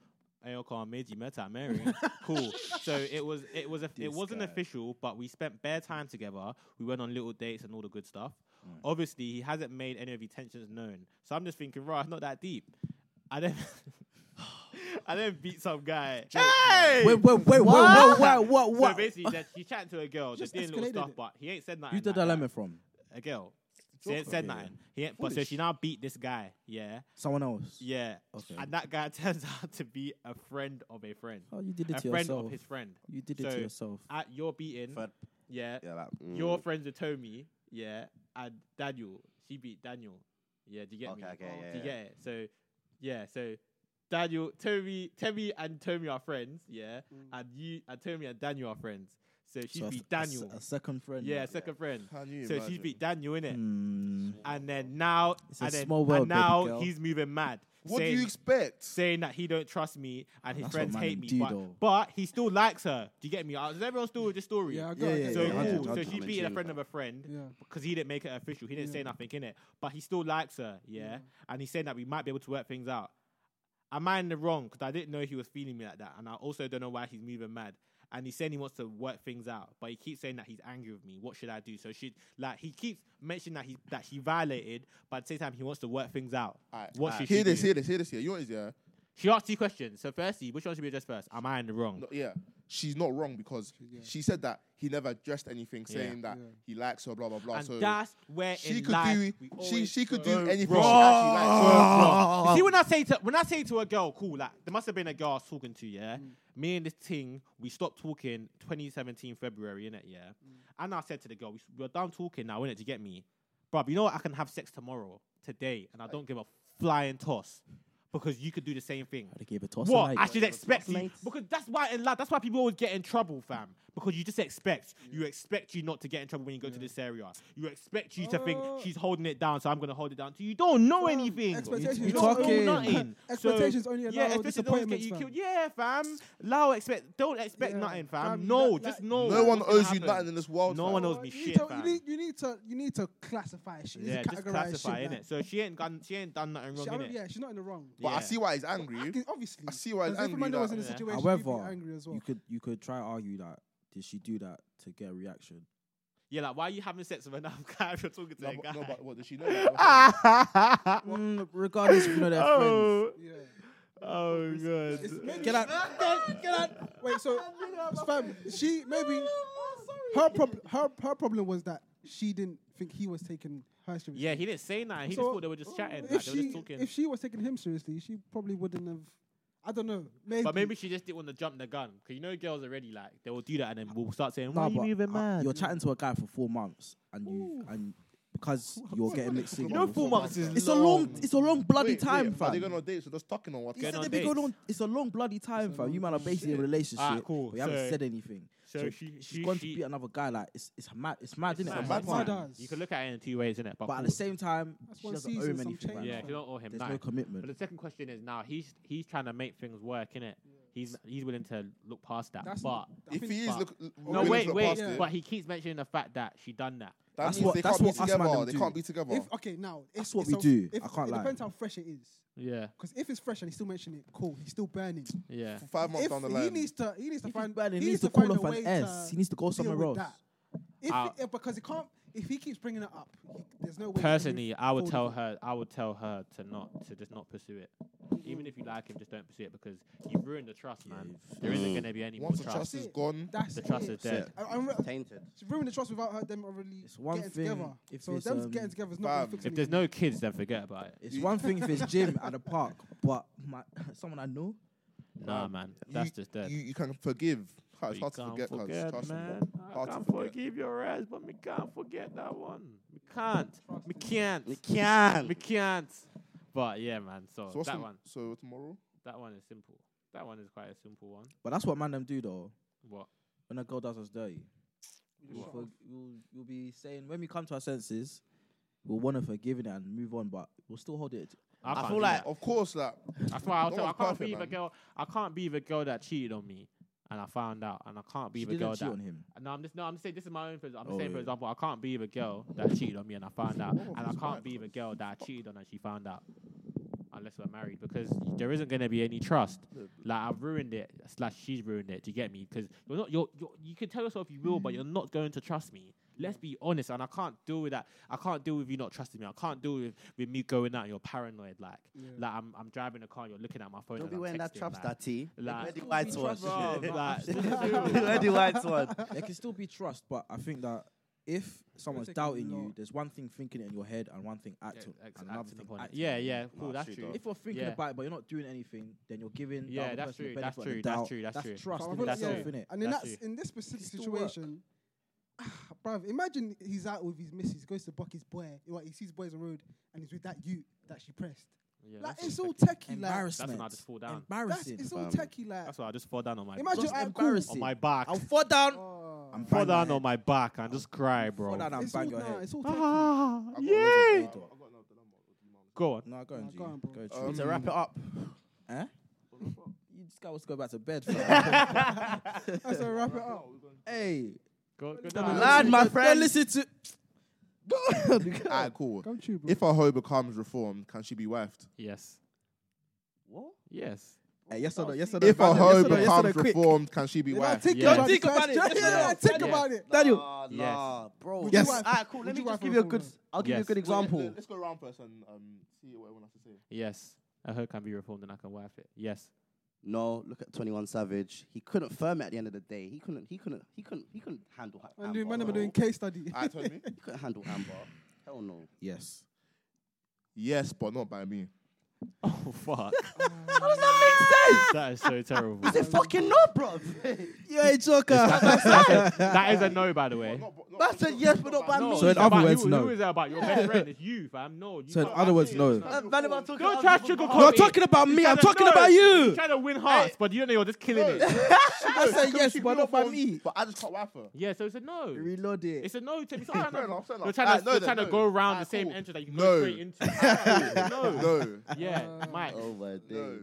[SPEAKER 2] Ayokan Meiji Meta Mary. Cool. So it was it was a, it
[SPEAKER 5] This
[SPEAKER 2] wasn't
[SPEAKER 5] guy.
[SPEAKER 2] official, but we spent bare time together. We went on little dates and all the good stuff.
[SPEAKER 5] Mm.
[SPEAKER 2] Obviously, he hasn't made any of his tensions known. So I'm just thinking, right, it's not that deep. I then I then beat some guy. Hey!
[SPEAKER 4] Wait, wait, wait, what? wait, wait, what,
[SPEAKER 2] So
[SPEAKER 4] what?
[SPEAKER 2] basically, that she chatted to a girl, just
[SPEAKER 6] Just
[SPEAKER 2] doing little
[SPEAKER 6] escalated
[SPEAKER 2] stuff,
[SPEAKER 6] it.
[SPEAKER 2] but he ain't said nothing.
[SPEAKER 4] Who did
[SPEAKER 2] like
[SPEAKER 4] that lemon from?
[SPEAKER 2] that. A girl. She ain't said nothing. He ain't, but so she now beat this guy. Yeah.
[SPEAKER 4] Someone else.
[SPEAKER 2] Yeah.
[SPEAKER 4] Okay.
[SPEAKER 2] And that guy turns out to be a friend of a friend.
[SPEAKER 4] Oh, you did it
[SPEAKER 2] a
[SPEAKER 4] to
[SPEAKER 2] friend
[SPEAKER 4] yourself.
[SPEAKER 2] of his friend.
[SPEAKER 4] You did it
[SPEAKER 2] So,
[SPEAKER 4] to yourself. Mm.
[SPEAKER 2] At your beating,
[SPEAKER 5] Fred.
[SPEAKER 2] yeah,
[SPEAKER 5] Yeah, like, mm.
[SPEAKER 2] your friends with Tommy, yeah, and Daniel. She beat Daniel. Yeah, do you get
[SPEAKER 5] Okay,
[SPEAKER 2] me?
[SPEAKER 5] okay,
[SPEAKER 2] do
[SPEAKER 5] yeah,
[SPEAKER 2] you
[SPEAKER 5] yeah.
[SPEAKER 2] get it? So, yeah, so Daniel, Tommy, Tommy and Tommy are friends, yeah, and you and Tommy and Daniel are friends. So she
[SPEAKER 4] So a-
[SPEAKER 2] beat
[SPEAKER 4] a s-
[SPEAKER 2] Daniel.
[SPEAKER 4] A, second friend.
[SPEAKER 2] yeah, second friend.
[SPEAKER 3] Can you
[SPEAKER 2] So she
[SPEAKER 3] imagine?
[SPEAKER 2] beat Daniel in it,
[SPEAKER 4] Mm,
[SPEAKER 2] and then now,
[SPEAKER 4] It's a
[SPEAKER 2] and then
[SPEAKER 4] small world,
[SPEAKER 2] and
[SPEAKER 4] baby
[SPEAKER 2] now
[SPEAKER 4] girl.
[SPEAKER 2] he's moving mad.
[SPEAKER 3] What do
[SPEAKER 2] saying-
[SPEAKER 3] you expect?
[SPEAKER 2] saying that he don't trust me and his
[SPEAKER 4] That's what
[SPEAKER 2] friends
[SPEAKER 4] man
[SPEAKER 2] hate
[SPEAKER 4] them
[SPEAKER 2] me,
[SPEAKER 4] do, though.
[SPEAKER 2] but, but he still likes her. Do you get me? Uh, Does everyone still with this story?
[SPEAKER 6] Yeah, I got
[SPEAKER 4] Yeah,
[SPEAKER 6] it.
[SPEAKER 4] yeah,
[SPEAKER 2] So
[SPEAKER 4] yeah,
[SPEAKER 2] cool.
[SPEAKER 4] 100,
[SPEAKER 2] So
[SPEAKER 5] 100.
[SPEAKER 2] she beat a
[SPEAKER 5] Yeah.
[SPEAKER 2] friend of a friend
[SPEAKER 6] Yeah.
[SPEAKER 2] because he didn't make it official. He didn't say nothing in it, but he still likes her. Yeah? and he's saying that we might be able to work things out. Am I in the wrong? Because I didn't know he was feeling me like that, and I also don't know why he's moving mad. And he's saying he wants to work things out, but he keeps saying that he's angry with me. What should I do? So she like he keeps mentioning that he that he violated, but at the same time he wants to work things out.
[SPEAKER 3] Alright,
[SPEAKER 2] What
[SPEAKER 3] alright.
[SPEAKER 2] should
[SPEAKER 3] hear
[SPEAKER 2] she
[SPEAKER 3] this,
[SPEAKER 2] do?
[SPEAKER 3] hear this, hear this. Yeah, you want this? Yeah,
[SPEAKER 2] She asked two questions. So firstly, which one should be addressed first? Am I in the wrong?
[SPEAKER 3] no, yeah. She's not wrong because she said that he never addressed anything, saying that he likes her, blah blah blah.
[SPEAKER 2] and
[SPEAKER 3] so
[SPEAKER 2] that's where
[SPEAKER 3] she
[SPEAKER 2] in
[SPEAKER 3] could
[SPEAKER 2] life
[SPEAKER 3] do, she
[SPEAKER 2] we always
[SPEAKER 3] she could
[SPEAKER 2] go
[SPEAKER 3] do anything. She actually likes.
[SPEAKER 4] Ah.
[SPEAKER 2] wrong. You see, when I say to when I say to a girl, cool, like there must have been a girl I was talking to, yeah. Me and this thing, we stopped talking 2017 February, innit, yeah. And I said to the girl, we, s- we're done talking now, innit, to get me, bruv. You know what? I can have sex tomorrow, today, and I don't give a flying toss because you could do the same thing.
[SPEAKER 4] I'd have gave a toss.
[SPEAKER 2] What?
[SPEAKER 4] and
[SPEAKER 2] I
[SPEAKER 4] like-
[SPEAKER 2] should expect you because that's why in life, that's why people always get in trouble, fam. because you just expect. You expect you not to get in trouble when you go to this area. You expect you to think
[SPEAKER 6] Oh.
[SPEAKER 2] she's holding it down, so I'm gonna hold it down. So you don't know
[SPEAKER 6] Fam,
[SPEAKER 2] anything.
[SPEAKER 6] expectations
[SPEAKER 2] you
[SPEAKER 4] is
[SPEAKER 2] don't
[SPEAKER 4] not only-
[SPEAKER 2] know nothing.
[SPEAKER 6] expectations
[SPEAKER 2] so,
[SPEAKER 6] only allow
[SPEAKER 2] yeah, expectations always get
[SPEAKER 6] disappointments,
[SPEAKER 2] you
[SPEAKER 6] fam.
[SPEAKER 2] killed. Yeah, fam. Lao expect. Don't expect
[SPEAKER 6] Yeah,
[SPEAKER 2] nothing, fam.
[SPEAKER 6] fam, you
[SPEAKER 2] no,
[SPEAKER 6] don't-
[SPEAKER 2] just
[SPEAKER 6] like-
[SPEAKER 2] know.
[SPEAKER 3] no one
[SPEAKER 2] what's gonna
[SPEAKER 3] owes you
[SPEAKER 2] happen.
[SPEAKER 3] nothing in this world.
[SPEAKER 2] No
[SPEAKER 3] fam.
[SPEAKER 2] one owes me
[SPEAKER 6] you
[SPEAKER 2] shit,
[SPEAKER 6] Need to,
[SPEAKER 2] fam.
[SPEAKER 6] you, need, you need to you need to classify shit. You
[SPEAKER 2] Yeah,
[SPEAKER 6] need to
[SPEAKER 2] just
[SPEAKER 6] categorize
[SPEAKER 2] classify
[SPEAKER 6] shit,
[SPEAKER 2] in
[SPEAKER 6] like-
[SPEAKER 2] it. So she ain't gone. She ain't done nothing
[SPEAKER 6] She- I
[SPEAKER 2] wrong
[SPEAKER 6] don't-
[SPEAKER 2] in it.
[SPEAKER 6] Yeah, she's not in the wrong.
[SPEAKER 3] But
[SPEAKER 2] Yeah.
[SPEAKER 3] I see why he's angry.
[SPEAKER 6] Fucking- Obviously,
[SPEAKER 3] I see why he's
[SPEAKER 6] 'Cause if
[SPEAKER 3] angry,
[SPEAKER 6] Amanda was
[SPEAKER 3] like-
[SPEAKER 6] in a
[SPEAKER 2] Yeah.
[SPEAKER 6] situation, she'd be
[SPEAKER 4] However,
[SPEAKER 6] angry as well.
[SPEAKER 4] you could you could try to argue that did she do that to get a reaction?
[SPEAKER 2] Yeah, like why are you having sex with another guy if you're talking to
[SPEAKER 3] No,
[SPEAKER 2] a
[SPEAKER 3] but,
[SPEAKER 2] guy? Ah,
[SPEAKER 3] no, but what does she know?
[SPEAKER 4] Mm, regardless, if you know their friends.
[SPEAKER 2] oh,
[SPEAKER 6] yeah.
[SPEAKER 2] oh god.
[SPEAKER 6] It's maybe-
[SPEAKER 4] Get out!
[SPEAKER 6] Get out. Wait, so fam, she maybe her problem her her problem was that she didn't think he was taking her seriously.
[SPEAKER 2] Yeah, he didn't say nothing. He just
[SPEAKER 6] So, uh,
[SPEAKER 2] thought they were just
[SPEAKER 6] If
[SPEAKER 2] chatting. like, they were
[SPEAKER 6] she
[SPEAKER 2] just talking.
[SPEAKER 6] if she was taking him seriously, she probably wouldn't have. I don't know. Maybe.
[SPEAKER 2] but maybe she just didn't want to jump the gun because you know girls already like they will do that and then we'll start saying
[SPEAKER 4] Nah,
[SPEAKER 2] why are you
[SPEAKER 4] but,
[SPEAKER 2] moving
[SPEAKER 4] uh,
[SPEAKER 2] mad.
[SPEAKER 4] You're chatting to a guy for four months, and you and because you're getting mixed
[SPEAKER 3] You
[SPEAKER 2] you
[SPEAKER 4] signals.
[SPEAKER 2] know four months is
[SPEAKER 4] It's a long, it's a long bloody time,
[SPEAKER 3] Are they
[SPEAKER 4] fam.
[SPEAKER 3] going on dates? So just talking on
[SPEAKER 4] He
[SPEAKER 3] WhatsApp.
[SPEAKER 2] Going
[SPEAKER 4] said
[SPEAKER 2] on
[SPEAKER 4] they've been going
[SPEAKER 2] dates.
[SPEAKER 4] on. It's a long bloody time, fam. You man are basically in a relationship.
[SPEAKER 2] Ah, cool.
[SPEAKER 4] But you haven't
[SPEAKER 2] So-
[SPEAKER 4] said anything.
[SPEAKER 2] so she-
[SPEAKER 4] she's
[SPEAKER 2] she-
[SPEAKER 4] gone
[SPEAKER 2] she-
[SPEAKER 4] to beat another guy. Like it's it's mad. It's mad, isn't it?
[SPEAKER 3] mad,
[SPEAKER 4] It's
[SPEAKER 3] mad,
[SPEAKER 4] mad.
[SPEAKER 3] mad.
[SPEAKER 6] Mad.
[SPEAKER 2] You can look at it in two ways, innit?
[SPEAKER 4] But at
[SPEAKER 2] cool.
[SPEAKER 4] the same time,
[SPEAKER 6] That's
[SPEAKER 4] she
[SPEAKER 6] one
[SPEAKER 4] doesn't owe
[SPEAKER 6] season,
[SPEAKER 4] him
[SPEAKER 6] some
[SPEAKER 4] anything.
[SPEAKER 6] change,
[SPEAKER 4] man.
[SPEAKER 2] yeah,
[SPEAKER 6] fam.
[SPEAKER 2] you don't owe him
[SPEAKER 4] There's
[SPEAKER 2] that.
[SPEAKER 4] no
[SPEAKER 2] but the
[SPEAKER 4] commitment.
[SPEAKER 2] second question is now he's he's trying to make things work, innit? He's he's willing to look past that,
[SPEAKER 6] That's
[SPEAKER 2] but.
[SPEAKER 6] I
[SPEAKER 3] If
[SPEAKER 6] think-
[SPEAKER 3] he is
[SPEAKER 2] but-
[SPEAKER 3] look,
[SPEAKER 2] No,
[SPEAKER 3] willing to
[SPEAKER 2] wait,
[SPEAKER 3] look
[SPEAKER 2] wait.
[SPEAKER 3] past it,
[SPEAKER 2] But he keeps mentioning the fact that she done that.
[SPEAKER 3] that
[SPEAKER 4] That's
[SPEAKER 3] means
[SPEAKER 4] what-
[SPEAKER 3] they
[SPEAKER 4] that's
[SPEAKER 3] can't
[SPEAKER 4] what
[SPEAKER 3] be
[SPEAKER 4] us man
[SPEAKER 3] together.
[SPEAKER 4] them
[SPEAKER 3] They
[SPEAKER 4] do.
[SPEAKER 3] can't be together.
[SPEAKER 6] If okay, now it's,
[SPEAKER 4] what
[SPEAKER 6] it's
[SPEAKER 4] we
[SPEAKER 6] on-
[SPEAKER 4] do.
[SPEAKER 6] If,
[SPEAKER 4] I can't
[SPEAKER 6] it
[SPEAKER 4] lie.
[SPEAKER 6] depends how fresh it is.
[SPEAKER 2] Yeah,
[SPEAKER 6] Because if it's fresh and he still mentioning it, cool. He's still burning.
[SPEAKER 2] yeah.
[SPEAKER 3] Five months
[SPEAKER 6] If
[SPEAKER 3] down the
[SPEAKER 6] he
[SPEAKER 3] line,
[SPEAKER 6] needs to, he needs to
[SPEAKER 4] If he's
[SPEAKER 6] find.
[SPEAKER 4] bad, he
[SPEAKER 6] he
[SPEAKER 4] needs to
[SPEAKER 6] find
[SPEAKER 4] call
[SPEAKER 6] a
[SPEAKER 4] off
[SPEAKER 6] way
[SPEAKER 4] an S.
[SPEAKER 6] to
[SPEAKER 4] He needs to go
[SPEAKER 6] deal
[SPEAKER 4] somewhere
[SPEAKER 6] with
[SPEAKER 4] else.
[SPEAKER 6] that. If
[SPEAKER 2] Uh,
[SPEAKER 6] he- eh, because he can't, if he keeps bringing it up, he, there's no way. he can
[SPEAKER 2] Personally,
[SPEAKER 6] move
[SPEAKER 2] I would
[SPEAKER 6] forward
[SPEAKER 2] tell
[SPEAKER 6] with it.
[SPEAKER 2] her. I would tell her to not to just not pursue it. Even if you like him, just don't pursue it because you've ruined the trust, man. There isn't going to be any more
[SPEAKER 3] once the
[SPEAKER 2] trust.
[SPEAKER 3] trust is
[SPEAKER 6] That's it.
[SPEAKER 3] gone,
[SPEAKER 6] That's
[SPEAKER 2] The trust
[SPEAKER 6] it.
[SPEAKER 2] is dead.
[SPEAKER 6] I, I'm,
[SPEAKER 5] Tainted.
[SPEAKER 6] she ruined the trust without her them really
[SPEAKER 4] It's one
[SPEAKER 6] getting
[SPEAKER 4] thing
[SPEAKER 6] together.
[SPEAKER 4] if
[SPEAKER 6] so
[SPEAKER 4] it's,
[SPEAKER 6] them
[SPEAKER 4] um,
[SPEAKER 6] getting together is not gonna
[SPEAKER 3] fam.
[SPEAKER 6] fix
[SPEAKER 2] If there's
[SPEAKER 6] anything.
[SPEAKER 2] no kids, then forget about it.
[SPEAKER 4] It's one thing if it's gym at the park, but my someone I know.
[SPEAKER 2] Nah, man, that's
[SPEAKER 3] you,
[SPEAKER 2] just dead.
[SPEAKER 3] You, you can forgive. Ha,
[SPEAKER 2] But
[SPEAKER 3] It's
[SPEAKER 2] you
[SPEAKER 3] hard to
[SPEAKER 2] can't
[SPEAKER 3] forget, cuz. Trust me.
[SPEAKER 2] man. I
[SPEAKER 3] Hard to
[SPEAKER 2] can't
[SPEAKER 3] forget.
[SPEAKER 2] forgive your ass, but me can't forget that one. Me can't. Me can't.
[SPEAKER 5] We can.
[SPEAKER 2] Me can't. But yeah, man. So,
[SPEAKER 3] So what's
[SPEAKER 2] that
[SPEAKER 3] tom-
[SPEAKER 2] one,
[SPEAKER 3] So tomorrow?
[SPEAKER 2] that one is simple. That one is quite a simple one.
[SPEAKER 4] But that's what man them do though.
[SPEAKER 2] What?
[SPEAKER 4] When a girl does us dirty, we'll,
[SPEAKER 6] Shut
[SPEAKER 4] for,
[SPEAKER 6] up.
[SPEAKER 4] we'll, we'll be saying when we come to our senses, we'll want to forgive it and move on, but we'll still hold it.
[SPEAKER 2] I, can't
[SPEAKER 5] feel
[SPEAKER 2] do
[SPEAKER 5] like-
[SPEAKER 2] that.
[SPEAKER 3] Of course, like,
[SPEAKER 2] That's why I'll
[SPEAKER 3] No
[SPEAKER 2] tell. I
[SPEAKER 3] one's
[SPEAKER 2] can't
[SPEAKER 3] perfect,
[SPEAKER 2] be the
[SPEAKER 3] man.
[SPEAKER 2] girl. I can't be the girl that cheated on me, and I found out, and I can't be
[SPEAKER 4] She
[SPEAKER 2] the girl
[SPEAKER 4] didn't cheat on him.
[SPEAKER 2] that. No, I'm just no. I'm saying this is my own. For, I'm
[SPEAKER 4] Oh,
[SPEAKER 2] saying, for
[SPEAKER 4] yeah. Oh,
[SPEAKER 2] example, I can't be the girl that cheated on me, and I found out, and I
[SPEAKER 3] it's
[SPEAKER 2] can't
[SPEAKER 3] mad,
[SPEAKER 2] be the girl that I cheated on and she found out, unless we're married, because there isn't going to be any trust. Like I've ruined it, slash she's ruined it. Do you get me? Because you're not. You're, you're. You can tell yourself you will, but you're not going to trust me. Let's be honest, and I can't deal with that. I can't deal with you not trusting me. I can't deal with, with me going out and you're paranoid. Like, like I'm, I'm driving a car, and you're looking at my phone.
[SPEAKER 5] Don't
[SPEAKER 2] and
[SPEAKER 5] be
[SPEAKER 2] I'm
[SPEAKER 5] wearing that
[SPEAKER 2] texting,
[SPEAKER 5] trap
[SPEAKER 2] like-
[SPEAKER 5] star tee.
[SPEAKER 2] like-
[SPEAKER 5] Wear the white one.
[SPEAKER 2] Bro, like,
[SPEAKER 5] Wear the white one.
[SPEAKER 4] there can still be trust, but I think that if someone's
[SPEAKER 6] take a
[SPEAKER 4] doubting you,
[SPEAKER 6] lot.
[SPEAKER 4] there's one thing thinking it in your head and one thing
[SPEAKER 2] Yeah,
[SPEAKER 4] acting,
[SPEAKER 2] ex-
[SPEAKER 4] and another
[SPEAKER 2] acting
[SPEAKER 4] thing
[SPEAKER 2] upon it.
[SPEAKER 4] acting.
[SPEAKER 2] Yeah, yeah, cool.
[SPEAKER 5] Nah,
[SPEAKER 2] that's
[SPEAKER 5] true,
[SPEAKER 2] true.
[SPEAKER 5] dog.
[SPEAKER 4] If you're thinking
[SPEAKER 2] Yeah.
[SPEAKER 4] about it, but you're not doing anything, then you're giving. the
[SPEAKER 2] Yeah,
[SPEAKER 4] other
[SPEAKER 2] that's
[SPEAKER 4] person the
[SPEAKER 2] true, that's
[SPEAKER 4] benefit of the
[SPEAKER 2] true, that's
[SPEAKER 4] doubt.
[SPEAKER 2] true, that's true.
[SPEAKER 4] trust
[SPEAKER 6] So I
[SPEAKER 4] in
[SPEAKER 6] feel like-
[SPEAKER 2] that's
[SPEAKER 4] yourself,
[SPEAKER 2] true.
[SPEAKER 4] innit?
[SPEAKER 6] And then
[SPEAKER 2] That's
[SPEAKER 6] that's,
[SPEAKER 2] true.
[SPEAKER 6] in this specific
[SPEAKER 4] It's still work.
[SPEAKER 6] situation, bruv, imagine he's out with his missus, goes to buck his boy, well, he sees boys on the road, and he's with that you that she pressed.
[SPEAKER 2] Yeah,
[SPEAKER 6] like,
[SPEAKER 2] that's
[SPEAKER 6] it's all
[SPEAKER 2] respectable.
[SPEAKER 6] techie, like.
[SPEAKER 4] Embarrassment.
[SPEAKER 2] I just fall down.
[SPEAKER 6] That's,
[SPEAKER 4] Embarrassing.
[SPEAKER 6] it's all techie, like.
[SPEAKER 2] That's why I just fall down on my
[SPEAKER 6] Imagine
[SPEAKER 4] Just
[SPEAKER 6] I- cool.
[SPEAKER 4] embarrassing.
[SPEAKER 2] on my back.
[SPEAKER 4] I'll fall down.
[SPEAKER 6] Oh.
[SPEAKER 4] I'm
[SPEAKER 2] fall
[SPEAKER 4] bang my
[SPEAKER 2] down on
[SPEAKER 4] head.
[SPEAKER 2] my back and just cry, bro.
[SPEAKER 4] Fall down and
[SPEAKER 6] it's all,
[SPEAKER 4] bang your
[SPEAKER 6] nah,
[SPEAKER 4] head.
[SPEAKER 6] it's all techie.
[SPEAKER 2] Ah,
[SPEAKER 3] I've got loads of-
[SPEAKER 2] yeah.
[SPEAKER 3] I've got another number.
[SPEAKER 2] Go on.
[SPEAKER 4] No, go
[SPEAKER 6] Nah,
[SPEAKER 4] on, G.
[SPEAKER 6] go on, bro.
[SPEAKER 4] Go, G.
[SPEAKER 3] Um,
[SPEAKER 5] To wrap it up.
[SPEAKER 4] Eh? You just gotta go back to bed. fam.
[SPEAKER 6] That's a wrap it up.
[SPEAKER 4] hey,
[SPEAKER 2] Go, go
[SPEAKER 6] Nah,
[SPEAKER 2] down.
[SPEAKER 5] Lad, my
[SPEAKER 4] don't
[SPEAKER 5] friend.
[SPEAKER 4] Listen to.
[SPEAKER 3] Alright, cool.
[SPEAKER 6] Come true, bro.
[SPEAKER 3] If a hoe becomes reformed, can she be wifed?
[SPEAKER 2] Yes.
[SPEAKER 5] What?
[SPEAKER 2] Yes.
[SPEAKER 4] Hey, yes or no? Yes or no?
[SPEAKER 3] If a
[SPEAKER 4] Brandon, yes
[SPEAKER 3] hoe
[SPEAKER 4] or no, yes or no,
[SPEAKER 3] becomes
[SPEAKER 4] quick.
[SPEAKER 3] reformed, can she be
[SPEAKER 6] Then I
[SPEAKER 3] wifed?
[SPEAKER 6] think
[SPEAKER 2] Yeah.
[SPEAKER 6] about
[SPEAKER 4] Think
[SPEAKER 6] it.
[SPEAKER 4] about it.
[SPEAKER 6] Yeah, yeah,
[SPEAKER 4] Yeah.
[SPEAKER 6] think
[SPEAKER 2] Yeah.
[SPEAKER 6] about it.
[SPEAKER 4] Daniel.
[SPEAKER 5] Nah,
[SPEAKER 2] Yes.
[SPEAKER 5] nah, bro.
[SPEAKER 4] Yes.
[SPEAKER 5] All right, cool.
[SPEAKER 6] Would
[SPEAKER 5] Let me
[SPEAKER 6] you
[SPEAKER 5] just
[SPEAKER 6] wife
[SPEAKER 5] give
[SPEAKER 6] her
[SPEAKER 5] you a
[SPEAKER 6] for
[SPEAKER 5] good.
[SPEAKER 6] reform?
[SPEAKER 5] I'll give you a
[SPEAKER 2] Yes.
[SPEAKER 5] good example.
[SPEAKER 3] Let- Let's go around first and um, see what everyone has to say.
[SPEAKER 2] Yes. A hoe can be reformed and I can wife it. Yes.
[SPEAKER 5] No, look at Twenty One Savage. He couldn't firm it at the end of the day. He couldn't. He couldn't. He couldn't. He couldn't handle. ha-
[SPEAKER 6] And doing, man,
[SPEAKER 5] Amber,
[SPEAKER 6] I'm doing
[SPEAKER 5] bro.
[SPEAKER 6] case study.
[SPEAKER 3] Alright, tell me.
[SPEAKER 5] He couldn't handle Amber. Hell no.
[SPEAKER 4] Yes.
[SPEAKER 3] Yes, but not by me.
[SPEAKER 2] Oh fuck!
[SPEAKER 5] How does that make sense?
[SPEAKER 2] that is so terrible.
[SPEAKER 5] Is it fucking not, bro?
[SPEAKER 4] You ain't joker.
[SPEAKER 2] That is- that is a no, by the way.
[SPEAKER 3] Not- not-
[SPEAKER 5] That's a yes, but not by
[SPEAKER 2] No,
[SPEAKER 5] me.
[SPEAKER 4] So in
[SPEAKER 2] it's
[SPEAKER 4] other
[SPEAKER 2] about
[SPEAKER 4] words,
[SPEAKER 2] you,
[SPEAKER 4] no.
[SPEAKER 2] Who is that about? Your best friend? It's you, fam. No. You
[SPEAKER 4] So in
[SPEAKER 2] can't-
[SPEAKER 4] other words, no.
[SPEAKER 5] Uh, man, if I'm talking
[SPEAKER 2] Don't
[SPEAKER 5] about
[SPEAKER 2] try
[SPEAKER 5] other
[SPEAKER 2] to
[SPEAKER 5] people,
[SPEAKER 2] sugarcoat
[SPEAKER 5] I'll-
[SPEAKER 4] You're talking about me. I'm talking about
[SPEAKER 2] You're
[SPEAKER 4] you.
[SPEAKER 2] trying to win hearts, but you know you're just killing it.
[SPEAKER 4] I said yes,
[SPEAKER 3] She
[SPEAKER 4] but not by
[SPEAKER 3] uniform,
[SPEAKER 4] me.
[SPEAKER 3] But I just can't wife her.
[SPEAKER 2] Yeah, so it's a no.
[SPEAKER 4] Reload it.
[SPEAKER 2] It's a no to me. Stop trying to-
[SPEAKER 3] Fair enough, fair enough.
[SPEAKER 2] You're trying to,
[SPEAKER 3] Alright, no
[SPEAKER 2] you're
[SPEAKER 3] then,
[SPEAKER 2] trying to
[SPEAKER 3] no.
[SPEAKER 2] go around the
[SPEAKER 3] Alright,
[SPEAKER 2] same
[SPEAKER 3] cool.
[SPEAKER 2] entrance that you can
[SPEAKER 3] No.
[SPEAKER 2] go straight into. no.
[SPEAKER 3] No,
[SPEAKER 2] Yeah,
[SPEAKER 6] Uh,
[SPEAKER 2] Mike.
[SPEAKER 5] Oh my
[SPEAKER 3] no.
[SPEAKER 5] days.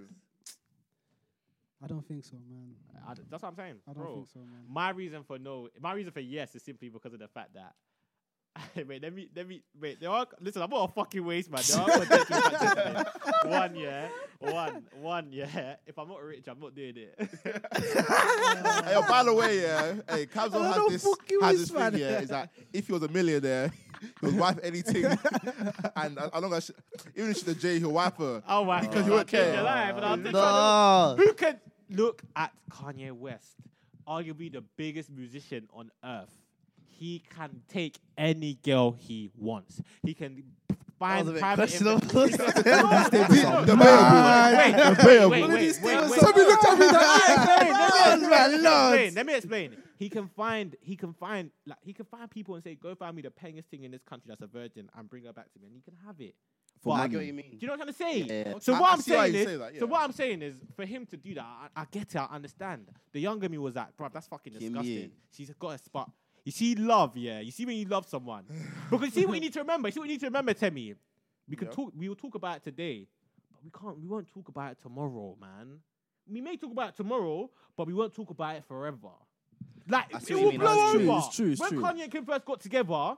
[SPEAKER 6] I don't think so, man.
[SPEAKER 2] I d- that's what I'm saying,
[SPEAKER 6] I don't
[SPEAKER 2] bro.
[SPEAKER 6] think so, man.
[SPEAKER 2] My reason for no, my reason for yes is simply because of the fact that. wait, let me, let me, wait. There are listen. I'm not a fucking waste, man. There are potential factors in it. One, yeah, one, one, yeah. If I'm not rich, I'm not doing it.
[SPEAKER 3] hey, yo, by the way, yeah, hey,
[SPEAKER 4] I
[SPEAKER 3] Cabzo
[SPEAKER 4] don't
[SPEAKER 3] had
[SPEAKER 4] know,
[SPEAKER 3] this,
[SPEAKER 4] fuck you,
[SPEAKER 3] had
[SPEAKER 4] this
[SPEAKER 3] this
[SPEAKER 4] man.
[SPEAKER 3] thing, yeah, is that if he was a millionaire, he'll wife anything, and as long as she, even if she's a J, he'll wife her.
[SPEAKER 2] oh my
[SPEAKER 3] Because
[SPEAKER 2] God,
[SPEAKER 3] you won't
[SPEAKER 2] I'll change
[SPEAKER 3] care.
[SPEAKER 2] your life, and I'll just try to-
[SPEAKER 5] No.
[SPEAKER 2] Who can look at Kanye West, arguably the biggest musician on earth? He can take any girl he wants. He can find
[SPEAKER 5] a bit
[SPEAKER 2] private. inf-
[SPEAKER 5] questionable.
[SPEAKER 2] No, no, no,
[SPEAKER 3] Debatable.
[SPEAKER 2] no,
[SPEAKER 3] Debatable.
[SPEAKER 2] wait, wait, wait, wait, wait, wait.
[SPEAKER 3] Somebody looked at me
[SPEAKER 2] Let me
[SPEAKER 5] my
[SPEAKER 2] explain,
[SPEAKER 5] lord.
[SPEAKER 2] Let me explain. He can find. He can find. Like he can find people and say, "Go find me the pengiest thing in this country that's a virgin and bring her back to me," and he can have it.
[SPEAKER 4] For
[SPEAKER 5] I
[SPEAKER 4] money.
[SPEAKER 5] get what you
[SPEAKER 2] Do
[SPEAKER 5] mean.
[SPEAKER 2] you know what I'm trying to say?
[SPEAKER 5] Yeah.
[SPEAKER 2] So
[SPEAKER 3] I-
[SPEAKER 2] what
[SPEAKER 3] I
[SPEAKER 2] am
[SPEAKER 3] see why
[SPEAKER 2] saying
[SPEAKER 3] you
[SPEAKER 2] is,
[SPEAKER 3] say that, yeah.
[SPEAKER 2] so what I'm saying is, for him to do that, I, I get it, I understand. The younger me was like, bruv, that's fucking
[SPEAKER 5] Kim
[SPEAKER 2] disgusting.
[SPEAKER 5] Ye.
[SPEAKER 2] She's got a spot. You see love, yeah. You see when you love someone, because you see what you need to remember. You see what you need to remember, Temi. We can
[SPEAKER 3] Yeah.
[SPEAKER 2] talk. We will talk about it today, but we can't. We won't talk about it tomorrow, man. We may talk about it tomorrow, but we won't talk about it forever. Like
[SPEAKER 5] I
[SPEAKER 2] it
[SPEAKER 5] see what you
[SPEAKER 2] will
[SPEAKER 5] mean, I
[SPEAKER 2] blow
[SPEAKER 5] see what you
[SPEAKER 2] over.
[SPEAKER 4] mean. It's true, it's
[SPEAKER 2] when
[SPEAKER 4] true.
[SPEAKER 2] Kanye and Kim first got together,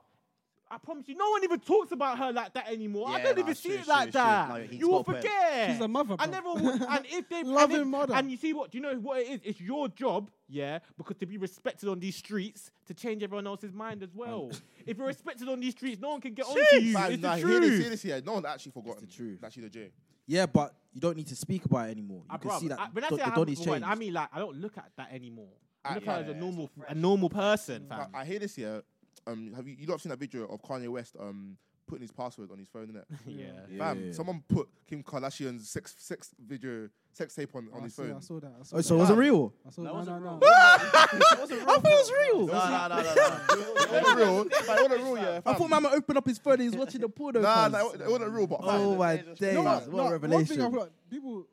[SPEAKER 2] I promise you, no one even talks about her like that anymore. I
[SPEAKER 5] Yeah,
[SPEAKER 2] don't
[SPEAKER 5] nah,
[SPEAKER 2] even
[SPEAKER 5] it's
[SPEAKER 2] see
[SPEAKER 5] true,
[SPEAKER 2] it
[SPEAKER 5] it's
[SPEAKER 2] like
[SPEAKER 5] true, it's true.
[SPEAKER 2] that.
[SPEAKER 5] No, he's
[SPEAKER 2] you
[SPEAKER 5] got
[SPEAKER 2] will
[SPEAKER 5] a point.
[SPEAKER 2] forget.
[SPEAKER 6] She's a mother,
[SPEAKER 2] And
[SPEAKER 6] bruh.
[SPEAKER 2] everyone, would- and if they
[SPEAKER 6] Loving
[SPEAKER 2] and if-
[SPEAKER 6] mother.
[SPEAKER 2] And you see what? Do you know what it is? It's your job, yeah, because to be respected on these streets, to change everyone else's mind as well. if you're respected on these streets, no one can get on to you.
[SPEAKER 3] Man,
[SPEAKER 2] it's
[SPEAKER 3] nah,
[SPEAKER 2] the
[SPEAKER 3] hear this,
[SPEAKER 2] truth.
[SPEAKER 3] hear this, yeah. No one actually forgotten
[SPEAKER 4] It's the truth.
[SPEAKER 3] that she's a J.
[SPEAKER 4] Yeah, but you don't need to speak about it anymore. You
[SPEAKER 2] Ah,
[SPEAKER 4] can
[SPEAKER 2] bruv,
[SPEAKER 4] see that
[SPEAKER 2] I, when I
[SPEAKER 4] the,
[SPEAKER 2] say I
[SPEAKER 4] the
[SPEAKER 2] haven't
[SPEAKER 4] Donny's
[SPEAKER 2] forgotten,
[SPEAKER 4] changed.
[SPEAKER 2] I mean like I don't look at that anymore. I
[SPEAKER 3] Ah,
[SPEAKER 2] look
[SPEAKER 3] yeah,
[SPEAKER 2] at her as a
[SPEAKER 3] yeah,
[SPEAKER 2] normal, a normal person, fam.
[SPEAKER 3] I hear this, yeah. Um, have you you not seen that video of Kanye West um putting his password on his phone, innit?
[SPEAKER 2] yeah.
[SPEAKER 3] Bam! Someone put Kim Kardashian's sex sex video sex tape on, on
[SPEAKER 6] I,
[SPEAKER 3] his
[SPEAKER 6] saw,
[SPEAKER 3] phone.
[SPEAKER 6] I saw that. I saw
[SPEAKER 4] oh,
[SPEAKER 6] that.
[SPEAKER 4] so it wasn't real.
[SPEAKER 6] I saw
[SPEAKER 5] That
[SPEAKER 6] no, no,
[SPEAKER 5] wasn't
[SPEAKER 6] no.
[SPEAKER 5] real.
[SPEAKER 4] I thought it was real.
[SPEAKER 5] No, no, no, no, no.
[SPEAKER 3] It wasn't real. It wasn't real, yeah.
[SPEAKER 4] I
[SPEAKER 3] fam.
[SPEAKER 4] thought Mama opened up his phone. and He was watching the porno.
[SPEAKER 3] Nah,
[SPEAKER 4] cams.
[SPEAKER 3] nah, it wasn't real, but
[SPEAKER 4] Oh
[SPEAKER 3] fam.
[SPEAKER 4] my
[SPEAKER 5] You know
[SPEAKER 4] days!
[SPEAKER 5] what?
[SPEAKER 4] What
[SPEAKER 6] No,
[SPEAKER 4] a revelation!
[SPEAKER 6] One thing I've got, people,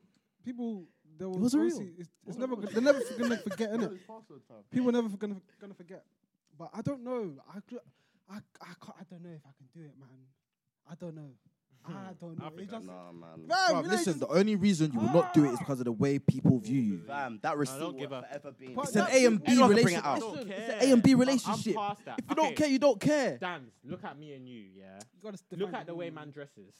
[SPEAKER 6] people, there was
[SPEAKER 4] wasn't real.
[SPEAKER 6] obviously- It's, it's never, gonna- they're never gonna forget, innit? People are never gonna gonna forget. But I don't know. I, gr- I, I, can't, I don't know if I can do it, man. I don't know.
[SPEAKER 2] Hmm.
[SPEAKER 6] I don't know. It
[SPEAKER 2] Africa,
[SPEAKER 6] just,
[SPEAKER 5] Nah, Oh,
[SPEAKER 6] Fam,
[SPEAKER 5] man.
[SPEAKER 4] Bruv,
[SPEAKER 6] you know, it
[SPEAKER 4] listen,
[SPEAKER 6] just-
[SPEAKER 4] the only reason you will not do it is because of the way people view you.
[SPEAKER 5] Fam, that receipt will
[SPEAKER 2] give a-
[SPEAKER 5] forever be.
[SPEAKER 6] But
[SPEAKER 4] It's an
[SPEAKER 6] that-
[SPEAKER 4] A and B
[SPEAKER 5] Anyone can bring
[SPEAKER 4] relationship.
[SPEAKER 5] it out.
[SPEAKER 2] I don't
[SPEAKER 4] It's an
[SPEAKER 2] care.
[SPEAKER 4] A and B
[SPEAKER 2] I'm- I'm
[SPEAKER 4] relationship.
[SPEAKER 2] past that.
[SPEAKER 4] If you don't
[SPEAKER 2] Okay.
[SPEAKER 4] care, you don't care.
[SPEAKER 2] Dan, look at me and you, yeah.
[SPEAKER 6] you gotta
[SPEAKER 2] Look
[SPEAKER 6] define
[SPEAKER 2] at the way
[SPEAKER 6] meaning.
[SPEAKER 2] man dresses.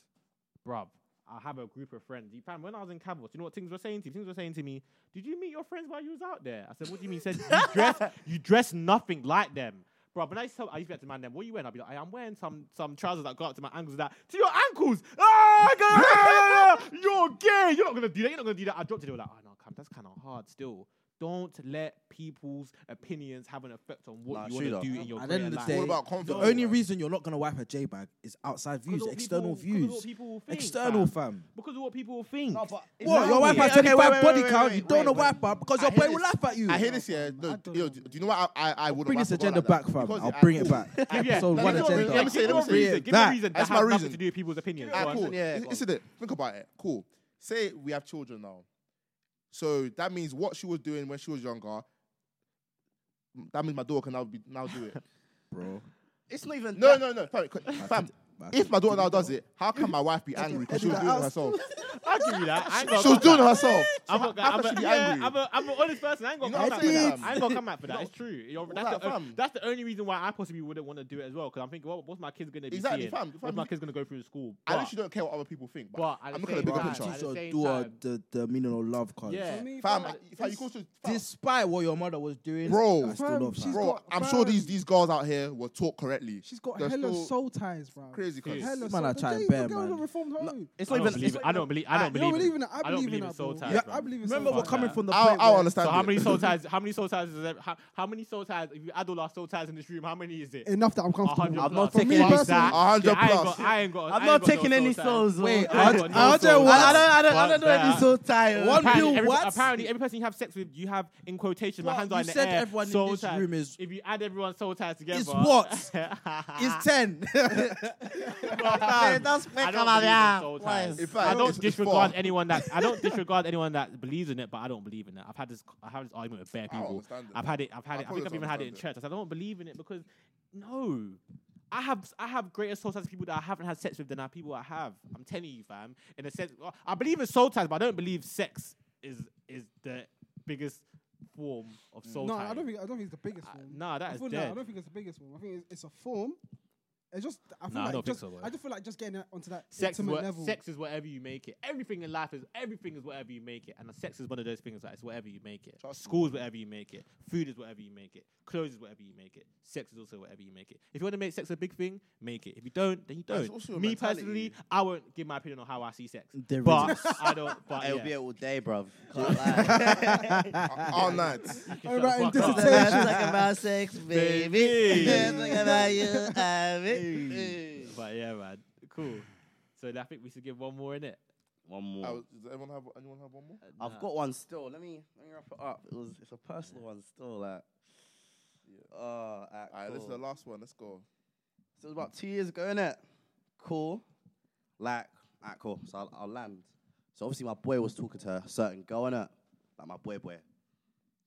[SPEAKER 2] Bruv, I have a group of friends. You- Fam, when I was in Cavos, you know what things were saying to me? Things were saying to me, Did you meet your friends while you was out there? I said, What do you mean? He said, You dress, you dress nothing like them. Bruv, when I used to, I used to be at the man them, what are you wearing? I'd be like, I'm wearing some some trousers that go up to my ankles that to your ankles! Ah, God, you're gay! You're not gonna do that, you're not gonna do that. I dropped it, they were like, Oh no, come, that's kinda hard still. Don't let people's opinions have an effect on what
[SPEAKER 5] Nah,
[SPEAKER 2] you want
[SPEAKER 5] true
[SPEAKER 2] to
[SPEAKER 5] though.
[SPEAKER 2] do in your
[SPEAKER 4] At the end
[SPEAKER 2] career
[SPEAKER 4] of the
[SPEAKER 2] life.
[SPEAKER 4] day,
[SPEAKER 3] All about
[SPEAKER 4] the
[SPEAKER 3] confidence.
[SPEAKER 4] only
[SPEAKER 3] man.
[SPEAKER 4] reason you're not gonna wipe a J bag is outside
[SPEAKER 2] Because
[SPEAKER 4] views,
[SPEAKER 2] of what
[SPEAKER 4] external
[SPEAKER 2] people- because of
[SPEAKER 4] views,
[SPEAKER 2] what people will think,
[SPEAKER 4] external
[SPEAKER 2] fam.
[SPEAKER 4] fam.
[SPEAKER 2] Because of what people will think.
[SPEAKER 5] No, but it's
[SPEAKER 4] What?
[SPEAKER 5] not-
[SPEAKER 4] Your wife
[SPEAKER 5] Yeah,
[SPEAKER 4] has
[SPEAKER 5] okay,
[SPEAKER 4] 25
[SPEAKER 5] wait, wait,
[SPEAKER 4] body
[SPEAKER 5] wait,
[SPEAKER 4] count.
[SPEAKER 5] wait,
[SPEAKER 4] you
[SPEAKER 5] wait,
[SPEAKER 4] don't
[SPEAKER 5] wait,
[SPEAKER 4] know
[SPEAKER 5] wait.
[SPEAKER 4] why, but because your
[SPEAKER 3] I hear
[SPEAKER 4] boy will
[SPEAKER 3] this.
[SPEAKER 4] laugh at you.
[SPEAKER 3] I hear this, yeah. No,
[SPEAKER 6] I
[SPEAKER 3] do
[SPEAKER 6] don't
[SPEAKER 3] you know,
[SPEAKER 6] know,
[SPEAKER 3] do you know what? I, I, I would
[SPEAKER 4] Bring this agenda back, fam. I'll bring it back.
[SPEAKER 2] Give- yeah,
[SPEAKER 4] Episode
[SPEAKER 2] give
[SPEAKER 4] one
[SPEAKER 2] your
[SPEAKER 3] Let
[SPEAKER 4] agenda.
[SPEAKER 3] me
[SPEAKER 2] reason-
[SPEAKER 3] say, let me say,
[SPEAKER 2] Give your
[SPEAKER 3] let me
[SPEAKER 2] reason.
[SPEAKER 3] say.
[SPEAKER 2] Give your
[SPEAKER 4] That-
[SPEAKER 2] reason.
[SPEAKER 3] that's
[SPEAKER 2] that
[SPEAKER 3] my
[SPEAKER 2] has nothing
[SPEAKER 3] reason.
[SPEAKER 2] to do with people's opinions.
[SPEAKER 5] Yeah,
[SPEAKER 2] Go
[SPEAKER 3] Ah,
[SPEAKER 2] on.
[SPEAKER 5] cool.
[SPEAKER 3] cool.
[SPEAKER 5] Yeah,
[SPEAKER 3] Is-
[SPEAKER 5] go
[SPEAKER 3] is
[SPEAKER 5] on.
[SPEAKER 3] it- Think about it. Cool. Say we have children now. So that means what she was doing when she was younger. m- That means my daughter can now be now do it.
[SPEAKER 4] bro.
[SPEAKER 5] It's not even.
[SPEAKER 3] No,
[SPEAKER 5] that-
[SPEAKER 3] no, no, fam. c- fam
[SPEAKER 4] But I
[SPEAKER 3] if my daughter now does it, how can my wife be angry because she was doing it herself?
[SPEAKER 2] I'll give you that. I ain't
[SPEAKER 3] She was
[SPEAKER 2] gonna
[SPEAKER 3] doing it herself.
[SPEAKER 2] I'm
[SPEAKER 3] how
[SPEAKER 2] not
[SPEAKER 3] how can
[SPEAKER 2] gonna, I'm,
[SPEAKER 3] she
[SPEAKER 2] a,
[SPEAKER 3] be
[SPEAKER 2] yeah,
[SPEAKER 3] angry?
[SPEAKER 2] I'm, a, I'm an honest person. I ain't
[SPEAKER 3] You
[SPEAKER 2] gonna
[SPEAKER 3] know
[SPEAKER 2] come
[SPEAKER 3] what
[SPEAKER 2] at
[SPEAKER 3] I'm
[SPEAKER 2] for that.
[SPEAKER 3] saying?
[SPEAKER 2] I ain't gonna come at for that. It's true. You're-
[SPEAKER 3] What
[SPEAKER 2] that's,
[SPEAKER 3] that,
[SPEAKER 2] the,
[SPEAKER 3] fam?
[SPEAKER 2] that's the only reason why I possibly wouldn't want to do it as well. Because I'm thinking, well, what's my kids gonna be
[SPEAKER 3] Exactly,
[SPEAKER 2] seeing?
[SPEAKER 3] fam, fam,
[SPEAKER 2] What's my
[SPEAKER 3] you-
[SPEAKER 2] kids gonna go through in school?
[SPEAKER 3] I
[SPEAKER 2] But-
[SPEAKER 3] literally don't care what other people think, but
[SPEAKER 2] But at
[SPEAKER 3] I'm
[SPEAKER 2] the
[SPEAKER 3] looking at
[SPEAKER 2] same
[SPEAKER 3] the bigger
[SPEAKER 2] time-
[SPEAKER 3] picture.
[SPEAKER 2] at
[SPEAKER 4] teach
[SPEAKER 2] the
[SPEAKER 4] your
[SPEAKER 2] same
[SPEAKER 4] daughter
[SPEAKER 2] time-
[SPEAKER 4] the, the meaning of love, cause
[SPEAKER 2] Yeah.
[SPEAKER 6] For me,
[SPEAKER 3] Fam,
[SPEAKER 6] fam,
[SPEAKER 3] I- fam, you call to- fam.
[SPEAKER 4] despite what your mother was doing,
[SPEAKER 3] Bro.
[SPEAKER 4] I still
[SPEAKER 6] Fam,
[SPEAKER 4] love
[SPEAKER 6] she's
[SPEAKER 4] her.
[SPEAKER 6] got-
[SPEAKER 3] Bro, I'm sure these these girls out here were taught correctly.
[SPEAKER 6] she's got
[SPEAKER 3] They're
[SPEAKER 6] hella
[SPEAKER 3] still
[SPEAKER 6] soul ties, bro.
[SPEAKER 3] crazy. Cause
[SPEAKER 2] Hell
[SPEAKER 6] Hella
[SPEAKER 4] Man, I
[SPEAKER 6] so-
[SPEAKER 4] try
[SPEAKER 6] Jay,
[SPEAKER 4] bare,
[SPEAKER 6] you're going
[SPEAKER 4] man.
[SPEAKER 6] to reformed home.
[SPEAKER 5] It's
[SPEAKER 2] I
[SPEAKER 5] not
[SPEAKER 2] don't
[SPEAKER 5] even.
[SPEAKER 2] believe it. I don't believe. I don't
[SPEAKER 6] You don't
[SPEAKER 2] believe it.
[SPEAKER 6] in it. I
[SPEAKER 2] I
[SPEAKER 6] believe in
[SPEAKER 2] don't believe in
[SPEAKER 6] that,
[SPEAKER 2] soul
[SPEAKER 6] bro.
[SPEAKER 2] ties.
[SPEAKER 6] Yeah,
[SPEAKER 2] bro.
[SPEAKER 6] I believe in
[SPEAKER 2] Remember
[SPEAKER 6] soul
[SPEAKER 2] what
[SPEAKER 6] ties.
[SPEAKER 2] coming
[SPEAKER 4] from the
[SPEAKER 3] I'll,
[SPEAKER 4] point
[SPEAKER 3] I'll
[SPEAKER 4] where-
[SPEAKER 3] understand.
[SPEAKER 2] So how
[SPEAKER 3] it.
[SPEAKER 2] many soul ties? How many soul ties is there? How, how many soul ties? If you add all our soul ties in this room, how many is it?
[SPEAKER 6] Enough that I'm
[SPEAKER 2] A hundred
[SPEAKER 6] comfortable.
[SPEAKER 5] I'm
[SPEAKER 6] with.
[SPEAKER 5] not
[SPEAKER 2] plus.
[SPEAKER 5] taking
[SPEAKER 2] Fuck
[SPEAKER 5] any
[SPEAKER 2] that.
[SPEAKER 3] A hundred
[SPEAKER 2] Yeah, I ain't
[SPEAKER 3] plus.
[SPEAKER 2] got- I ain't got. I
[SPEAKER 5] I'm
[SPEAKER 2] ain't
[SPEAKER 5] not
[SPEAKER 2] got no
[SPEAKER 5] taking any
[SPEAKER 2] ties.
[SPEAKER 5] souls.
[SPEAKER 4] Wait,
[SPEAKER 5] I,
[SPEAKER 2] I
[SPEAKER 5] don't-
[SPEAKER 2] got no
[SPEAKER 5] I don't
[SPEAKER 2] soul
[SPEAKER 5] know. I don't. I
[SPEAKER 2] ties.
[SPEAKER 5] don't, I don't know
[SPEAKER 2] Fuck
[SPEAKER 5] any
[SPEAKER 2] that.
[SPEAKER 5] soul ties.
[SPEAKER 4] One
[SPEAKER 2] Apparently,
[SPEAKER 4] bill
[SPEAKER 2] every,
[SPEAKER 4] what?
[SPEAKER 2] apparently every person you have sex with, you have in quotation.
[SPEAKER 4] What?
[SPEAKER 2] My hands
[SPEAKER 4] You
[SPEAKER 2] are in the
[SPEAKER 4] said
[SPEAKER 2] air.
[SPEAKER 4] everyone in
[SPEAKER 2] soul
[SPEAKER 4] this
[SPEAKER 2] ties.
[SPEAKER 4] room is-
[SPEAKER 2] If you add everyone soul ties together,
[SPEAKER 4] Is what? Is
[SPEAKER 5] Ah.
[SPEAKER 2] it's
[SPEAKER 4] ten.
[SPEAKER 5] That's
[SPEAKER 2] I don't believe in soul ties.
[SPEAKER 3] In fact,
[SPEAKER 2] I
[SPEAKER 3] it's-
[SPEAKER 2] don't
[SPEAKER 3] it's
[SPEAKER 2] disregard
[SPEAKER 3] far.
[SPEAKER 2] anyone that I don't disregard anyone that believes in it, but I don't believe in it. I've had this I have this argument with bare
[SPEAKER 3] I don't
[SPEAKER 2] people.
[SPEAKER 3] understand it.
[SPEAKER 2] I've had it. I've had
[SPEAKER 3] I
[SPEAKER 2] it. I
[SPEAKER 3] totally
[SPEAKER 2] think I've even had it in
[SPEAKER 3] understand
[SPEAKER 2] church. I said I don't believe in it because no. I have I have greater soul ties with people that I haven't had sex with than are people I have. I'm telling you, fam. In a sense, well, I believe in soul ties, but I don't believe sex is is the biggest form of soul
[SPEAKER 6] No,
[SPEAKER 2] tie.
[SPEAKER 6] I don't think. I don't think it's the biggest
[SPEAKER 2] Uh,
[SPEAKER 6] one.
[SPEAKER 2] nah, that
[SPEAKER 6] I
[SPEAKER 2] is
[SPEAKER 6] feel
[SPEAKER 2] dead.
[SPEAKER 6] I don't think it's the biggest one. I think it's, it's a form. It's just. I feel
[SPEAKER 2] Nah, I
[SPEAKER 6] like
[SPEAKER 2] don't think
[SPEAKER 6] just,
[SPEAKER 2] so, bro.
[SPEAKER 6] I just feel like just getting that onto that
[SPEAKER 2] sex is,
[SPEAKER 6] intimate
[SPEAKER 2] what-
[SPEAKER 6] level.
[SPEAKER 2] sex is whatever you make it. Everything in life is everything is whatever you make it, and sex is one of those things that it's whatever you make it.
[SPEAKER 3] Trust me.
[SPEAKER 2] School is whatever you make it. Food is whatever you make it. Clothes is whatever you make it. Sex is also whatever you make it. If you want to make sex a big thing, make it. If you don't, then you
[SPEAKER 3] That's
[SPEAKER 2] don't.
[SPEAKER 3] also a
[SPEAKER 2] Me
[SPEAKER 3] mentality.
[SPEAKER 2] personally, I won't give my opinion on how I see sex,
[SPEAKER 4] There
[SPEAKER 2] but
[SPEAKER 4] is.
[SPEAKER 2] I don't. But
[SPEAKER 5] It'll
[SPEAKER 2] yeah.
[SPEAKER 5] be all day, bruv. Can't lie.
[SPEAKER 3] all nights.
[SPEAKER 2] You
[SPEAKER 6] All
[SPEAKER 2] can shut the
[SPEAKER 6] right, in
[SPEAKER 2] fuck up.
[SPEAKER 6] dissertation.
[SPEAKER 5] talk about sex,
[SPEAKER 2] Baby.
[SPEAKER 5] talk about you, baby.
[SPEAKER 2] But yeah, man, cool. So I think we should give one more in it.
[SPEAKER 5] One more.
[SPEAKER 3] I was- Does everyone have anyone have one more?
[SPEAKER 5] I've got one still. Let me let me wrap it up. It was it's a personal one still. Like, oh, alright,
[SPEAKER 3] All right, this is the
[SPEAKER 5] cool.
[SPEAKER 3] last one. Let's go.
[SPEAKER 5] So it was about two years ago, innit? Cool. Like, alright, cool. So I'll, I'll land. So obviously my boy was talking to a certain girl, innit? Like my boy boy.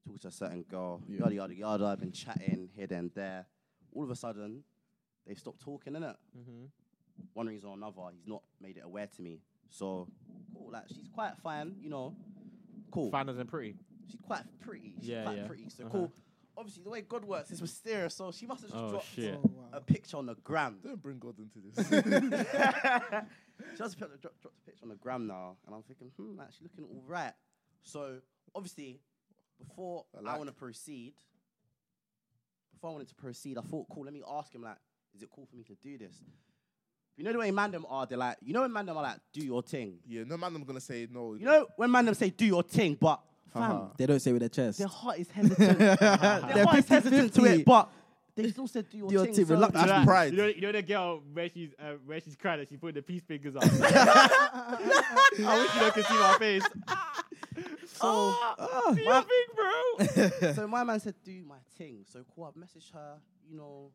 [SPEAKER 5] Talking to a certain girl,
[SPEAKER 3] Yeah.
[SPEAKER 5] yada yada yada. I've been chatting here and there. All of a sudden, they stopped talking, innit?
[SPEAKER 2] Mm-hmm.
[SPEAKER 5] one reason or another, he's not made it aware to me. So, cool, like she's quite fine, you know. Cool.
[SPEAKER 2] Fine and pretty.
[SPEAKER 5] She's quite pretty. She's
[SPEAKER 2] Yeah,
[SPEAKER 5] quite
[SPEAKER 2] yeah.
[SPEAKER 5] pretty. So
[SPEAKER 2] Uh-huh.
[SPEAKER 5] cool. Obviously, the way God works is mysterious. So she must have just
[SPEAKER 2] Oh,
[SPEAKER 5] dropped
[SPEAKER 2] shit.
[SPEAKER 6] Oh, wow.
[SPEAKER 5] a picture on the gram.
[SPEAKER 3] Don't bring God into this.
[SPEAKER 5] she just dropped, dropped, dropped a picture on the gram now, and I'm thinking, hmm, like she's looking all right. So obviously, before
[SPEAKER 3] I
[SPEAKER 5] I,
[SPEAKER 3] like
[SPEAKER 5] want to proceed, before I wanted to proceed, I thought, cool, let me ask him, like, is it cool for me to do this? You know the way mandem are, they're like, you know when mandem are like, do your thing.
[SPEAKER 3] yeah, no man, I'm gonna say no.
[SPEAKER 5] You know when mandem say, do your thing, but fam,
[SPEAKER 3] Uh-huh.
[SPEAKER 4] They don't say with their chest.
[SPEAKER 5] their heart is hesitant. their heart is hesitant to
[SPEAKER 4] 50-50.
[SPEAKER 5] it, but they still said, do your
[SPEAKER 4] Do your
[SPEAKER 5] thing.
[SPEAKER 4] thing,
[SPEAKER 5] so-
[SPEAKER 4] reluctant.
[SPEAKER 3] That's
[SPEAKER 2] You know that-
[SPEAKER 3] pride.
[SPEAKER 2] You know, you know the girl where she's uh, where she's crying and she put the peace fingers up. I wish you could see my face.
[SPEAKER 5] so,
[SPEAKER 4] Ah.
[SPEAKER 2] Do your thing, bro.
[SPEAKER 5] so my man said, "Do my thing." So cool. I've messaged her. You know,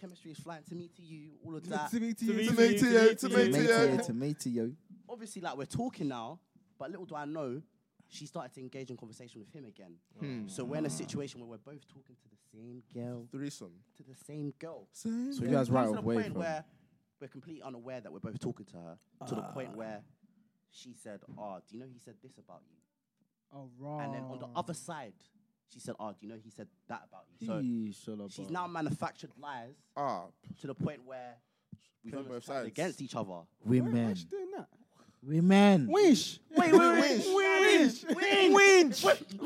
[SPEAKER 5] chemistry is flying to me to you. All of that.
[SPEAKER 6] to me, to
[SPEAKER 2] To
[SPEAKER 6] you,
[SPEAKER 2] me,
[SPEAKER 6] to
[SPEAKER 2] to
[SPEAKER 6] me.
[SPEAKER 2] you,
[SPEAKER 3] Tomato,
[SPEAKER 2] to you, to
[SPEAKER 3] tomato.
[SPEAKER 2] you.
[SPEAKER 4] Tomato, tomato, yo.
[SPEAKER 5] Obviously, like we're talking now, but little do I know, she started to engage in conversation with him again. So
[SPEAKER 4] Ah.
[SPEAKER 5] we're in a situation where we're both talking to the same girl,
[SPEAKER 3] threesome.
[SPEAKER 5] to the same girl.
[SPEAKER 3] Same.
[SPEAKER 4] So you
[SPEAKER 5] Yeah,
[SPEAKER 4] guys
[SPEAKER 5] it
[SPEAKER 4] right
[SPEAKER 5] comes to
[SPEAKER 4] of
[SPEAKER 5] the
[SPEAKER 4] way
[SPEAKER 5] point
[SPEAKER 4] from-
[SPEAKER 5] where we're completely unaware that we're both talking to her to the
[SPEAKER 4] Ah.
[SPEAKER 5] point where she said, "Ah, do you know he said this about you?"
[SPEAKER 6] Oh, raw.
[SPEAKER 5] And then on
[SPEAKER 4] Ah.
[SPEAKER 5] the other side, she said, "Ah, do you know he said that about you?" So she's now manufactured lies
[SPEAKER 3] Ah,
[SPEAKER 5] to the point where we've
[SPEAKER 3] Playing both
[SPEAKER 5] almost
[SPEAKER 3] sides.
[SPEAKER 5] turned against each other.
[SPEAKER 6] Why, why
[SPEAKER 4] Women.
[SPEAKER 6] is she doing that?
[SPEAKER 4] Women.
[SPEAKER 6] Winch.
[SPEAKER 5] Wait,
[SPEAKER 3] Winch.
[SPEAKER 5] wait,
[SPEAKER 2] Winch.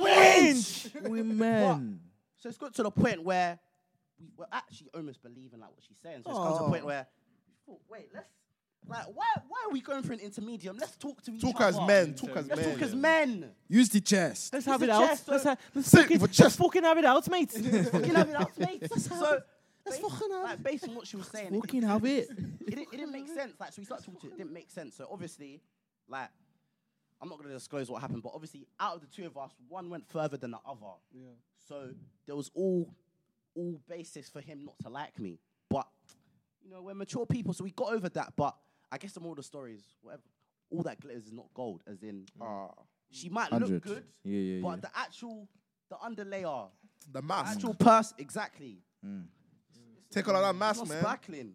[SPEAKER 2] Winch.
[SPEAKER 4] Women.
[SPEAKER 5] So it's got to the point where we were actually almost believing like what she's saying. So it's come to
[SPEAKER 6] Oh.
[SPEAKER 5] the point where we thought, wait, let's like why why are we going for an intermedium? Let's talk to each
[SPEAKER 3] talk
[SPEAKER 5] other.
[SPEAKER 3] as men. Talk as
[SPEAKER 5] Let's talk as
[SPEAKER 3] men.
[SPEAKER 5] men.
[SPEAKER 4] Use the chest.
[SPEAKER 2] Let's
[SPEAKER 5] have it
[SPEAKER 2] have it
[SPEAKER 5] a out.
[SPEAKER 2] out.
[SPEAKER 5] chest, Let's ha-
[SPEAKER 2] Let's, let's,
[SPEAKER 3] Sit fucking-
[SPEAKER 2] fucking,
[SPEAKER 3] with chest. let's
[SPEAKER 2] have it out, mate.
[SPEAKER 5] Fucking have it out, mate. so
[SPEAKER 6] Let's
[SPEAKER 5] based-
[SPEAKER 6] fucking have
[SPEAKER 5] like, based on what she was saying, it,
[SPEAKER 4] Fucking have it.
[SPEAKER 5] it, didn't, it didn't make sense. Like, so we started talking to it. It didn't make sense. So obviously, like, I'm not going to disclose what happened, but obviously, out of the two of us, one went further than the other.
[SPEAKER 6] Yeah.
[SPEAKER 5] So there was all, all basis for him not to like me. But you know, we're mature people, so we got over that. But I guess the moral of the story is whatever. All that glitters is not gold. As in,
[SPEAKER 3] ah,
[SPEAKER 5] she might look
[SPEAKER 4] 100.
[SPEAKER 5] good,
[SPEAKER 4] Mm. Yeah, yeah,
[SPEAKER 5] but
[SPEAKER 4] yeah.
[SPEAKER 5] the actual, the underlayer,
[SPEAKER 3] the mask.
[SPEAKER 5] actual purse, exactly.
[SPEAKER 3] Take all of that
[SPEAKER 5] It's
[SPEAKER 3] mask,
[SPEAKER 5] not
[SPEAKER 3] man.
[SPEAKER 5] sparkling.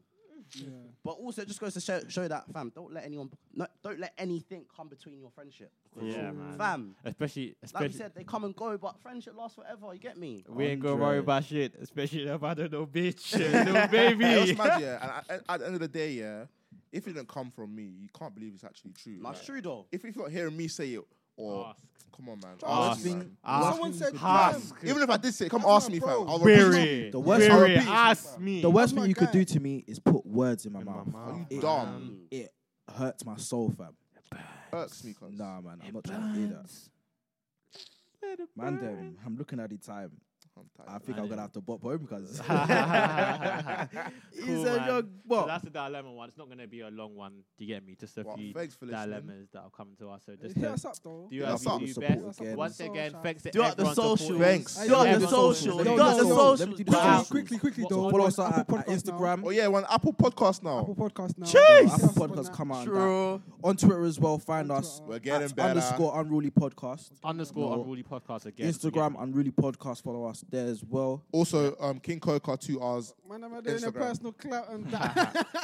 [SPEAKER 6] Yeah.
[SPEAKER 5] But also, it just goes to show, show that, fam, don't let anyone, no, don't let anything come between your friendship.
[SPEAKER 2] Yeah, man.
[SPEAKER 5] Fam,
[SPEAKER 2] Especially,
[SPEAKER 5] like we
[SPEAKER 2] especially,
[SPEAKER 5] said, they come and go, but friendship lasts forever. You get me?
[SPEAKER 2] we ain't gonna worry
[SPEAKER 4] Andre.
[SPEAKER 2] about shit. Especially if I don't know, bitch, no baby.
[SPEAKER 3] Hey, what's mad, yeah, and at, at the end of the day, yeah, if it didn't come from me, you can't believe it's actually true.
[SPEAKER 5] That's
[SPEAKER 3] Like,
[SPEAKER 5] true, though.
[SPEAKER 3] If, if you're not hearing me say it, or
[SPEAKER 2] Ask.
[SPEAKER 3] come on, man.
[SPEAKER 2] Ah.
[SPEAKER 6] Ask.
[SPEAKER 3] me, man.
[SPEAKER 2] Ask.
[SPEAKER 6] Someone said
[SPEAKER 2] Ask.
[SPEAKER 3] Even if I did say, it, come
[SPEAKER 6] That's
[SPEAKER 3] ask
[SPEAKER 6] my
[SPEAKER 3] me, fam.
[SPEAKER 6] bro.
[SPEAKER 3] I'll repeat.
[SPEAKER 2] Weary.
[SPEAKER 4] The worst-
[SPEAKER 2] Weary.
[SPEAKER 3] I'll repeat.
[SPEAKER 2] Ask me.
[SPEAKER 4] The worst thing
[SPEAKER 6] my
[SPEAKER 4] you could
[SPEAKER 6] guy.
[SPEAKER 4] do to me is put words in my
[SPEAKER 2] In my
[SPEAKER 4] mouth.
[SPEAKER 2] mouth.
[SPEAKER 3] Are you
[SPEAKER 4] It-
[SPEAKER 3] dumb?
[SPEAKER 5] Mm.
[SPEAKER 4] It hurts my soul, fam.
[SPEAKER 3] Irks me, cuz.
[SPEAKER 4] Nah, man, I'm not trying to hear that. Man, damn, I'm looking at the time.
[SPEAKER 3] I'm
[SPEAKER 4] I
[SPEAKER 3] tired.
[SPEAKER 4] think
[SPEAKER 2] I
[SPEAKER 4] I'm
[SPEAKER 2] know.
[SPEAKER 4] gonna have to bop home because
[SPEAKER 2] Cool,
[SPEAKER 4] he's a
[SPEAKER 2] man.
[SPEAKER 4] young
[SPEAKER 2] So
[SPEAKER 4] bop.
[SPEAKER 2] that's the dilemma one. It's not going to be a long one. Do you get me? Just a
[SPEAKER 3] Well,
[SPEAKER 2] few
[SPEAKER 3] thanks for listening.
[SPEAKER 2] dilemmas that have come to us. So just
[SPEAKER 6] Hit
[SPEAKER 2] to
[SPEAKER 6] us up, though.
[SPEAKER 2] do
[SPEAKER 3] Yeah,
[SPEAKER 2] our
[SPEAKER 3] that's up.
[SPEAKER 2] VDU
[SPEAKER 4] Support
[SPEAKER 2] best.
[SPEAKER 4] again.
[SPEAKER 2] Once
[SPEAKER 6] Social
[SPEAKER 2] again,
[SPEAKER 6] shout.
[SPEAKER 2] thanks to
[SPEAKER 5] Do it at the
[SPEAKER 2] everyone
[SPEAKER 5] socials.
[SPEAKER 2] supporting.
[SPEAKER 3] Thanks.
[SPEAKER 5] Do it at the
[SPEAKER 2] Everyone supports
[SPEAKER 5] socials.
[SPEAKER 2] us.
[SPEAKER 5] Do it at the
[SPEAKER 2] Yo, yo, yo,
[SPEAKER 4] let me
[SPEAKER 5] socials.
[SPEAKER 4] do the
[SPEAKER 5] Wow.
[SPEAKER 4] socials.
[SPEAKER 6] Quickly, quickly,
[SPEAKER 2] What-
[SPEAKER 6] though.
[SPEAKER 4] Follow us
[SPEAKER 6] Apple
[SPEAKER 4] at, at
[SPEAKER 6] Podcast now.
[SPEAKER 4] Instagram.
[SPEAKER 3] Oh yeah, we're on Apple Podcast now.
[SPEAKER 6] Apple Podcast now.
[SPEAKER 4] Apple Podcasts come out. on that.
[SPEAKER 5] True.
[SPEAKER 4] On Twitter as well, find
[SPEAKER 6] On
[SPEAKER 4] us.
[SPEAKER 6] Twitter.
[SPEAKER 3] We're getting
[SPEAKER 4] at
[SPEAKER 3] better.
[SPEAKER 4] Underscore Unruly Podcast.
[SPEAKER 2] Underscore
[SPEAKER 4] No.
[SPEAKER 2] unruly podcast again. Do you get
[SPEAKER 4] Instagram
[SPEAKER 2] me?
[SPEAKER 4] Unruly Podcast. Follow us there as well.
[SPEAKER 3] Also, um, King Coca two R's.
[SPEAKER 6] Man, I'm doing a
[SPEAKER 3] Instagram.
[SPEAKER 6] personal clout and that.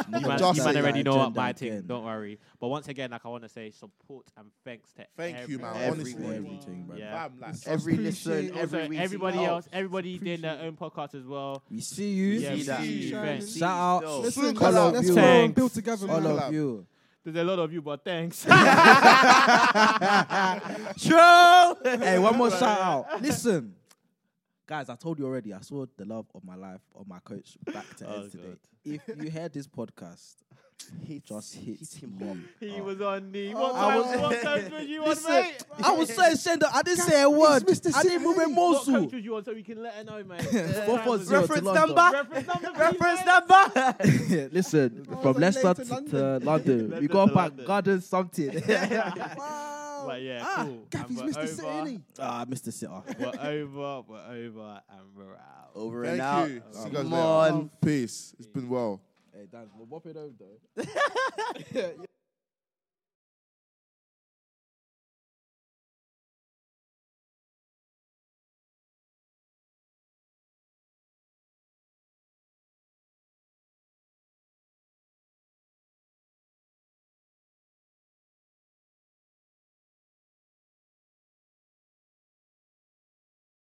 [SPEAKER 2] You man,
[SPEAKER 3] Just
[SPEAKER 2] you man
[SPEAKER 3] say
[SPEAKER 2] already
[SPEAKER 4] that
[SPEAKER 2] know what
[SPEAKER 4] agenda
[SPEAKER 2] my thing.
[SPEAKER 4] again.
[SPEAKER 2] Don't worry. But once again, like I want to say, support and thanks to
[SPEAKER 3] Thank you, man.
[SPEAKER 2] everyone.
[SPEAKER 3] Honestly.
[SPEAKER 4] Everything, everything, man.
[SPEAKER 2] Yeah.
[SPEAKER 3] Fam, like,
[SPEAKER 5] Every
[SPEAKER 6] appreciate
[SPEAKER 5] listen,
[SPEAKER 6] it.
[SPEAKER 5] every
[SPEAKER 2] Also,
[SPEAKER 5] week.
[SPEAKER 2] everybody
[SPEAKER 5] Oh,
[SPEAKER 2] else, everybody doing their own podcast as well.
[SPEAKER 4] We see you.
[SPEAKER 2] Yeah,
[SPEAKER 5] see
[SPEAKER 2] we
[SPEAKER 5] that.
[SPEAKER 2] see you.
[SPEAKER 6] Shout
[SPEAKER 2] Thanks.
[SPEAKER 5] See
[SPEAKER 4] out.
[SPEAKER 5] those.
[SPEAKER 6] Listen,
[SPEAKER 3] Soon
[SPEAKER 6] let's,
[SPEAKER 3] collab.
[SPEAKER 6] let's grow and
[SPEAKER 2] Thanks.
[SPEAKER 6] build together,
[SPEAKER 4] All
[SPEAKER 6] man.
[SPEAKER 4] of you.
[SPEAKER 2] There's a lot of you, but thanks.
[SPEAKER 4] True. hey, one more shout out. Listen, guys, I told you already. I saw the love of my life on my coach back to
[SPEAKER 2] Oh,
[SPEAKER 4] end today.
[SPEAKER 2] God.
[SPEAKER 4] If you heard this podcast,
[SPEAKER 5] Hits-
[SPEAKER 4] just hits
[SPEAKER 5] hits him
[SPEAKER 4] me
[SPEAKER 5] up.
[SPEAKER 2] he
[SPEAKER 4] up.
[SPEAKER 2] was on the. What
[SPEAKER 6] I
[SPEAKER 2] time?
[SPEAKER 4] Oh. was-
[SPEAKER 2] what time was you on,
[SPEAKER 4] Listen,
[SPEAKER 2] mate?
[SPEAKER 4] I was so ashamed. that I didn't say a
[SPEAKER 6] Guys,
[SPEAKER 4] word.
[SPEAKER 6] it's Mr.
[SPEAKER 4] I didn't move a
[SPEAKER 6] City.
[SPEAKER 2] What
[SPEAKER 4] muscle.
[SPEAKER 2] coach was you on so we can let her know, mate?
[SPEAKER 4] Four
[SPEAKER 2] What time
[SPEAKER 4] four
[SPEAKER 2] was
[SPEAKER 4] zero Ah, to
[SPEAKER 2] it?
[SPEAKER 5] Reference
[SPEAKER 4] London.
[SPEAKER 5] number.
[SPEAKER 2] Reference number.
[SPEAKER 5] Reference
[SPEAKER 2] please, mate.
[SPEAKER 5] number.
[SPEAKER 4] Listen,
[SPEAKER 6] Oh,
[SPEAKER 4] from
[SPEAKER 6] so late
[SPEAKER 4] Leicester
[SPEAKER 6] to
[SPEAKER 4] to
[SPEAKER 6] London.
[SPEAKER 4] London, we
[SPEAKER 2] Leicester
[SPEAKER 4] go
[SPEAKER 2] to
[SPEAKER 4] up at
[SPEAKER 2] London.
[SPEAKER 4] Garden something.
[SPEAKER 6] Wow.
[SPEAKER 2] But yeah,
[SPEAKER 4] Ah,
[SPEAKER 2] cool. And
[SPEAKER 6] Gaffy's
[SPEAKER 2] we're
[SPEAKER 6] Mr.
[SPEAKER 2] over.
[SPEAKER 6] City.
[SPEAKER 4] ah, Mr. Sitter.
[SPEAKER 2] We're over. We're over, and we're out.
[SPEAKER 5] Over
[SPEAKER 3] Thank
[SPEAKER 5] and out.
[SPEAKER 3] you. See you guys
[SPEAKER 5] Come
[SPEAKER 3] later.
[SPEAKER 5] on.
[SPEAKER 3] Peace. It's been well.
[SPEAKER 4] Hey, Dan, we'll bop it over though.